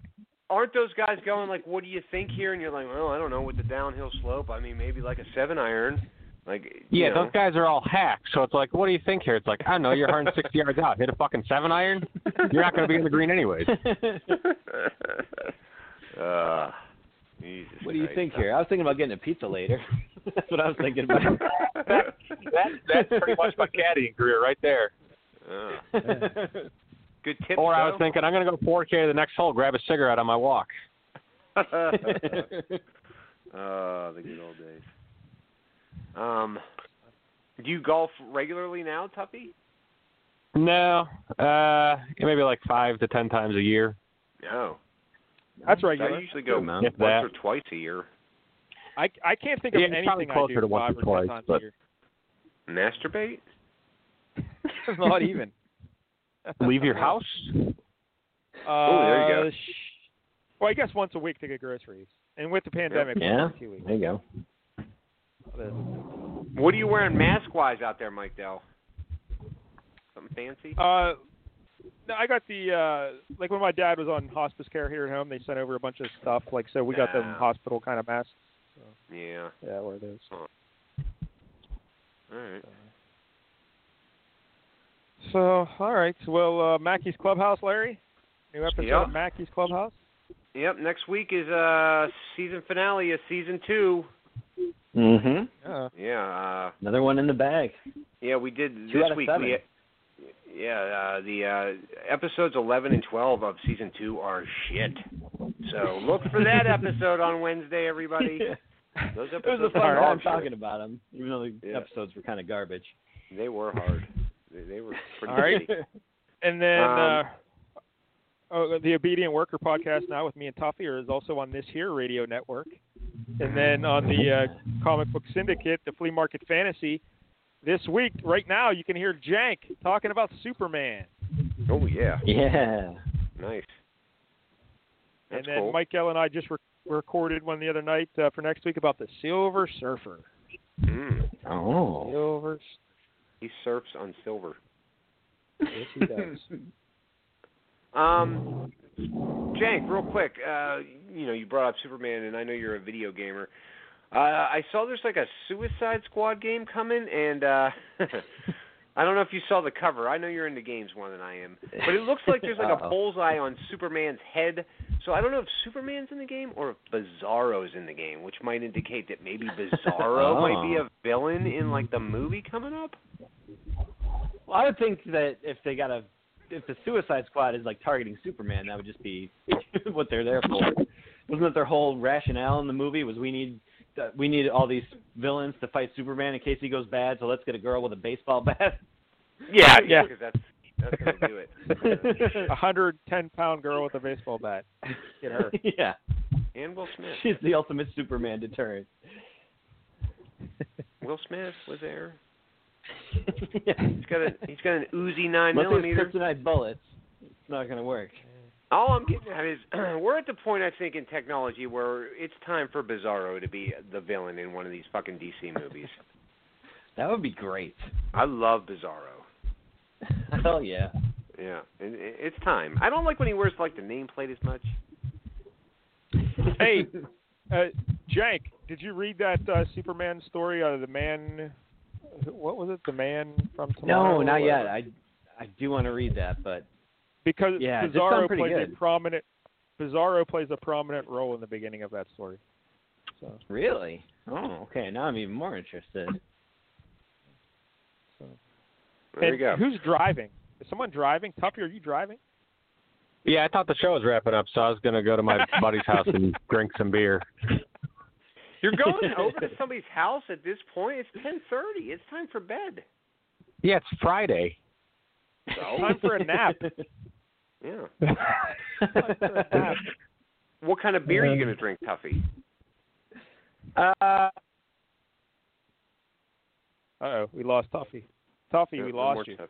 Speaker 1: Aren't those guys going like, "What do you think here?" And you're like, "Well, I don't know." With the downhill slope, I mean, maybe like a seven iron. Like
Speaker 5: Yeah,
Speaker 1: you know.
Speaker 5: those guys are all hacks. So it's like, what do you think here? It's like, I don't know, you're 160 yards out. Hit a fucking seven iron. You're not going to be in the green anyways.
Speaker 1: uh, Jesus
Speaker 6: what do you
Speaker 1: Christ.
Speaker 6: think here? I was thinking about getting a pizza later. That's what I was thinking about.
Speaker 5: that's pretty much my caddying career right there.
Speaker 1: Uh, good tip.
Speaker 5: Or I was
Speaker 1: though.
Speaker 5: thinking, I'm going to go 4K to the next hole, grab a cigarette on my walk.
Speaker 1: oh, the good old days. Um, do you golf regularly now, Tuppy?
Speaker 5: No, uh, maybe like five to ten times a year.
Speaker 1: No,
Speaker 2: That's
Speaker 1: I
Speaker 2: regular.
Speaker 1: usually go
Speaker 5: Good, man.
Speaker 1: once
Speaker 5: If that.
Speaker 1: or twice a year.
Speaker 2: I I can't think of
Speaker 5: Yeah, it's
Speaker 2: anything
Speaker 5: probably
Speaker 2: I do
Speaker 5: closer to once
Speaker 2: five
Speaker 5: or
Speaker 2: or ten
Speaker 5: twice,
Speaker 2: times a
Speaker 5: but-
Speaker 2: year.
Speaker 1: Masturbate?
Speaker 2: Not even.
Speaker 5: Leave your house?
Speaker 2: Uh,
Speaker 1: there you go.
Speaker 2: sh- well, I guess once a week to get groceries, and with the pandemic,
Speaker 6: Yeah.
Speaker 2: once every two weeks.
Speaker 6: there you go.
Speaker 1: What are you wearing mask-wise out there, Mike Dell? Something fancy?
Speaker 2: Uh, no, I got the uh, like when my dad was on hospice care here at home, they sent over a bunch of stuff. Like so, we got them
Speaker 1: Ah.
Speaker 2: hospital kind of masks.
Speaker 1: yeah.
Speaker 2: Yeah, or those.
Speaker 1: All right.
Speaker 2: So, all right. Well, uh, Mackey's Clubhouse, Larry. New episode
Speaker 1: Yeah.
Speaker 2: of Mackey's Clubhouse.
Speaker 1: Yep. Next week is uh season finale of season two.
Speaker 6: Mm-hmm.
Speaker 2: Yeah.
Speaker 1: Yeah. Uh,
Speaker 6: Another one in the bag.
Speaker 1: yeah. We did
Speaker 6: Two
Speaker 1: this
Speaker 6: out of
Speaker 1: week.
Speaker 6: seven.
Speaker 1: We, yeah. Uh, the uh, episodes eleven and twelve of season two are shit. So look for that episode on Wednesday, everybody. Those
Speaker 6: It was
Speaker 1: episodes
Speaker 6: a fun
Speaker 1: are
Speaker 6: time
Speaker 1: hard.
Speaker 6: talking about them, even though the
Speaker 1: Yeah.
Speaker 6: episodes were kind of garbage.
Speaker 1: They were hard. They, they were pretty.
Speaker 2: All right.
Speaker 1: shitty.
Speaker 2: And then
Speaker 1: Um,
Speaker 2: uh, oh, the Obedient Worker podcast now with me and Tuffy is also on this here radio network. And then on the uh, Comic Book Syndicate, the Flea Market Fantasy. This week, right now, you can hear Jank talking about Superman.
Speaker 1: Oh yeah.
Speaker 6: Yeah.
Speaker 1: Nice. That's
Speaker 2: and then
Speaker 1: cool.
Speaker 2: Mike L and I just rec recorded one the other night uh, for next week about the Silver Surfer.
Speaker 1: Mm,
Speaker 6: Oh.
Speaker 2: Silver.
Speaker 1: he surfs on silver.
Speaker 2: Yes, he does.
Speaker 1: Um, Jank, real quick, uh, you know, you brought up Superman, and I know you're a video gamer. Uh, I saw there's like a Suicide Squad game coming, and uh, I don't know if you saw the cover. I know you're into games more than I am, but it looks like there's like a
Speaker 6: Uh-oh.
Speaker 1: bullseye on Superman's head. So I don't know if Superman's in the game or if Bizarro's in the game, which might indicate that maybe Bizarro
Speaker 6: Oh.
Speaker 1: might be a villain in like the movie coming up.
Speaker 6: Well, I would think that if they got a, if the Suicide Squad is like targeting Superman, that would just be what they're there for. Wasn't that their whole rationale in the movie? Was we need, uh, we need all these villains to fight Superman in case he goes bad. So let's get a girl with a baseball bat.
Speaker 1: Yeah,
Speaker 2: yeah.
Speaker 1: because that's that's gonna do it.
Speaker 2: A hundred ten pound girl with a baseball bat. Get her.
Speaker 6: yeah,
Speaker 1: and Will Smith.
Speaker 6: she's the ultimate Superman deterrent.
Speaker 1: Will Smith was there. He's got a he's got an Uzi nine
Speaker 6: Unless there's
Speaker 1: millimeter.
Speaker 6: kryptonite bullets, it's not going to work.
Speaker 1: All I'm getting at is we're at the point I think in technology where it's time for Bizarro to be the villain in one of these fucking DC movies.
Speaker 6: That would be great.
Speaker 1: I love Bizarro.
Speaker 6: Hell yeah.
Speaker 1: Yeah, and it- it's time. I don't like when he wears like the nameplate as much.
Speaker 2: hey, uh, Jank, did you read that uh, Superman story of the man? What was it? The man from tomorrow?
Speaker 6: No, not
Speaker 2: or-
Speaker 6: yet. I I do want to read that, but
Speaker 2: Because
Speaker 6: Yeah, it did
Speaker 2: Bizarro
Speaker 6: sound pretty
Speaker 2: plays a
Speaker 6: good.
Speaker 2: prominent Bizarro plays a prominent role in the beginning of that story. So,
Speaker 6: really? Oh, okay. Now I'm even more interested.
Speaker 1: There
Speaker 2: and
Speaker 1: you go.
Speaker 2: Who's driving? Is someone driving? Tuffy, are you driving?
Speaker 5: Yeah, I thought the show was wrapping up, so I was gonna go to my buddy's house and drink some beer.
Speaker 1: You're going over to somebody's house at this point. It's ten thirty. It's time for bed.
Speaker 5: Yeah, it's Friday.
Speaker 2: Time for a nap.
Speaker 1: Yeah.
Speaker 2: Time for a nap.
Speaker 1: What kind of beer are you gonna drink, Tuffy?
Speaker 6: Uh,
Speaker 2: Uh oh, we lost Tuffy. Tuffy,
Speaker 1: Uh, one
Speaker 2: we
Speaker 1: more
Speaker 2: lost you.
Speaker 1: Tuff-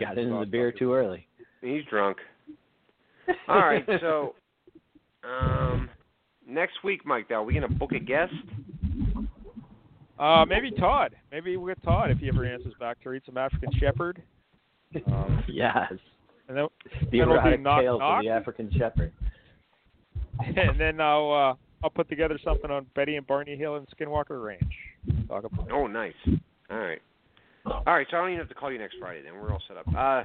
Speaker 6: got into the beer too early.
Speaker 1: He's drunk. All right, so um, next week, Mike. Though, are we gonna book a guest?
Speaker 2: Uh, maybe Todd. Maybe we'll get Todd if he ever answers back to read some African Shepherd. Um,
Speaker 6: yes.
Speaker 2: and then That'll be
Speaker 6: The erotic
Speaker 2: knock,
Speaker 6: tales
Speaker 2: knock.
Speaker 6: of the African Shepherd.
Speaker 2: and then I'll uh, I'll put together something on Betty and Barney Hill and Skinwalker Ranch. Talk about.
Speaker 1: Oh, nice. All right. All right, so I don't even have to call you next Friday. Then we're all set up. Uh,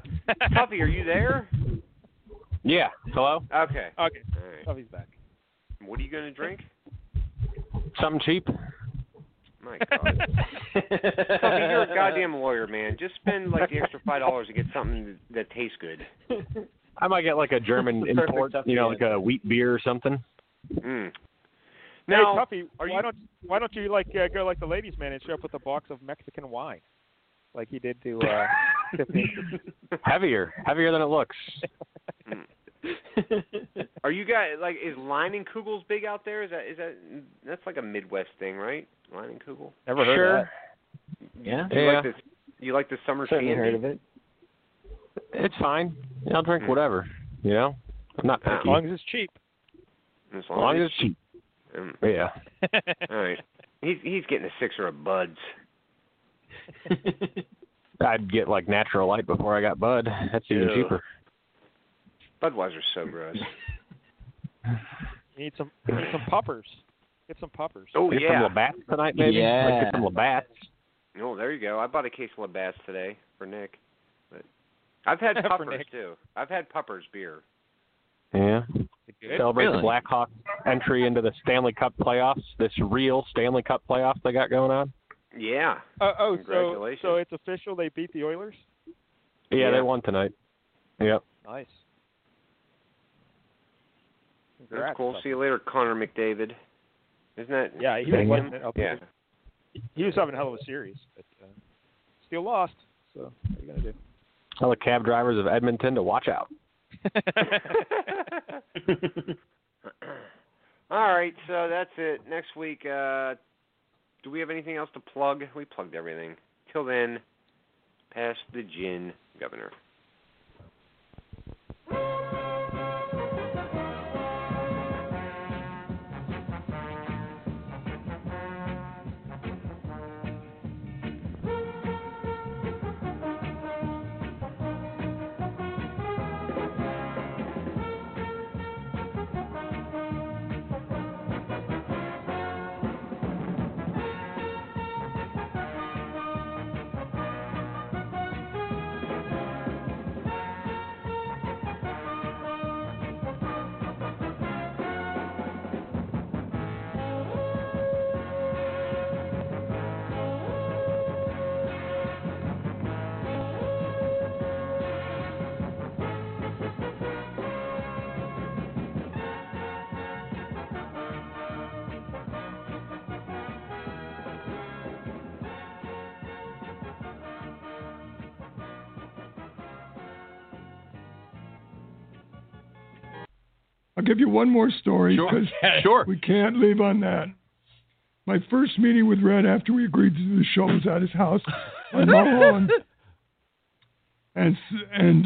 Speaker 1: Tuffy, are you there?
Speaker 5: Yeah. Hello?
Speaker 1: Okay.
Speaker 2: Okay,
Speaker 1: All right.
Speaker 2: Tuffy's back.
Speaker 1: What are you gonna drink?
Speaker 5: Something cheap?
Speaker 1: My God. Tuffy, you're a goddamn lawyer, man. Just spend like the extra five dollars to get something th- that tastes good.
Speaker 5: I might get like a German
Speaker 6: Perfect
Speaker 5: import,
Speaker 6: stuff
Speaker 5: you know,
Speaker 6: to
Speaker 5: like a wheat beer or something.
Speaker 1: Mm. Now,
Speaker 2: hey, Tuffy,
Speaker 1: are
Speaker 2: why
Speaker 1: you-
Speaker 2: don't why don't you like uh, go like the ladies' man and show up with a box of Mexican wine, like he did to uh, Tiffany?
Speaker 5: Heavier, heavier than it looks.
Speaker 1: are you guys like is Lining Kugel's big out there? Is that is that that's like a Midwest thing, right? Lining Kugel.
Speaker 2: Never heard
Speaker 5: sure.
Speaker 2: of that.
Speaker 6: yeah,
Speaker 1: You
Speaker 5: Yeah,
Speaker 1: like this? You like the summer
Speaker 6: certainly
Speaker 1: candy?
Speaker 6: heard of it.
Speaker 5: it's fine. I'll drink whatever, you know. I'm not
Speaker 2: As
Speaker 5: picky.
Speaker 2: long as it's cheap.
Speaker 1: As
Speaker 5: As long
Speaker 1: long
Speaker 5: as it's cheap.
Speaker 1: Mm.
Speaker 5: Yeah.
Speaker 1: all right. He's he's getting a sixer of buds.
Speaker 5: I'd get like natural light before I got Bud. That's even
Speaker 1: Ew.
Speaker 5: cheaper.
Speaker 1: Budweiser's so gross.
Speaker 2: You need some you need some poppers. Get some poppers.
Speaker 1: Oh
Speaker 5: get
Speaker 1: yeah.
Speaker 5: some Labatt's tonight, maybe. Like,
Speaker 6: Yeah.
Speaker 5: get some Labatt's.
Speaker 1: Oh, there you go. I bought a case of Labatt's today for Nick. But I've had
Speaker 2: For
Speaker 1: Puppers
Speaker 2: Nick.
Speaker 1: too. I've had Puppers beer.
Speaker 5: Yeah. Celebrate
Speaker 6: Really?
Speaker 5: the Blackhawks' entry into the Stanley Cup playoffs. This real Stanley Cup playoffs they got going on.
Speaker 1: Yeah.
Speaker 2: Uh, oh, so
Speaker 1: Congratulations.
Speaker 2: so it's official. They beat the Oilers.
Speaker 5: Yeah,
Speaker 1: Yeah.
Speaker 5: they won tonight. Yep.
Speaker 2: Nice.
Speaker 1: That's
Speaker 2: Congrats,
Speaker 1: cool.
Speaker 2: Tuffy.
Speaker 1: See you later, Connor McDavid. Isn't that?
Speaker 2: Yeah, he
Speaker 5: Thank
Speaker 2: was
Speaker 1: you.
Speaker 2: winning it up
Speaker 1: Yeah.
Speaker 2: he was having a hell of a series, but uh, still lost. So what are you gonna do?
Speaker 5: Tell the cab drivers of Edmonton to watch out.
Speaker 1: All right, so that's it. Next week, uh, do we have anything else to plug? We plugged everything. Till then, pass the gin, Governor.
Speaker 8: I'll give you one more story
Speaker 5: Sure.
Speaker 8: because
Speaker 5: Sure.
Speaker 8: we can't leave on that. My first meeting with Red after we agreed to do the show was at his house on Mulholland. And, s- and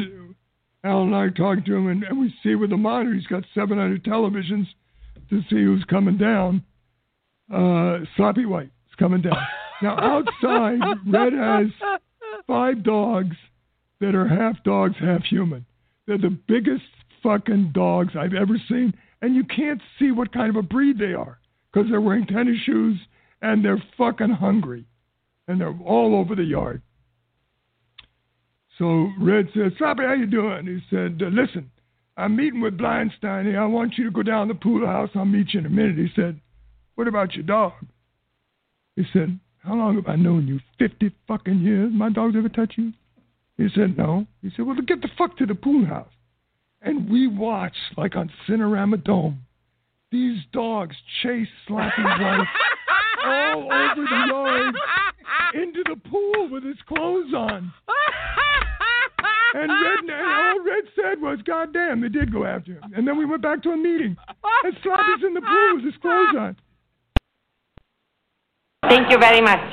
Speaker 8: Al and I talked to him, and, and we see with the monitor, he's got 700 televisions to see who's coming down. Uh, Sloppy White is coming down. Now, outside, Red has five dogs that are half dogs, half human. They're the biggest fucking dogs I've ever seen, and you can't see what kind of a breed they are because they're wearing tennis shoes and they're fucking hungry, and they're all over the yard. So Red said, "Sloppy, how you doing?" He said, "Uh, "Listen, I'm meeting with Blindstein here. I want you to go down to the pool house. I'll meet you in a minute." He said, "What about your dog?" He said, "How long have I known you? Fifty fucking years. My dog's ever touched you?" He said, "No." He said, "Well, then get the fuck to the pool house." And we watched like on Cinerama Dome. These dogs chase Sloppy White all over the yard into the pool with his clothes on. And Red and all Red said was, God damn, they did go after him. And then we went back to a meeting. And Sloppy's in the pool with his clothes on.
Speaker 9: Thank you very much.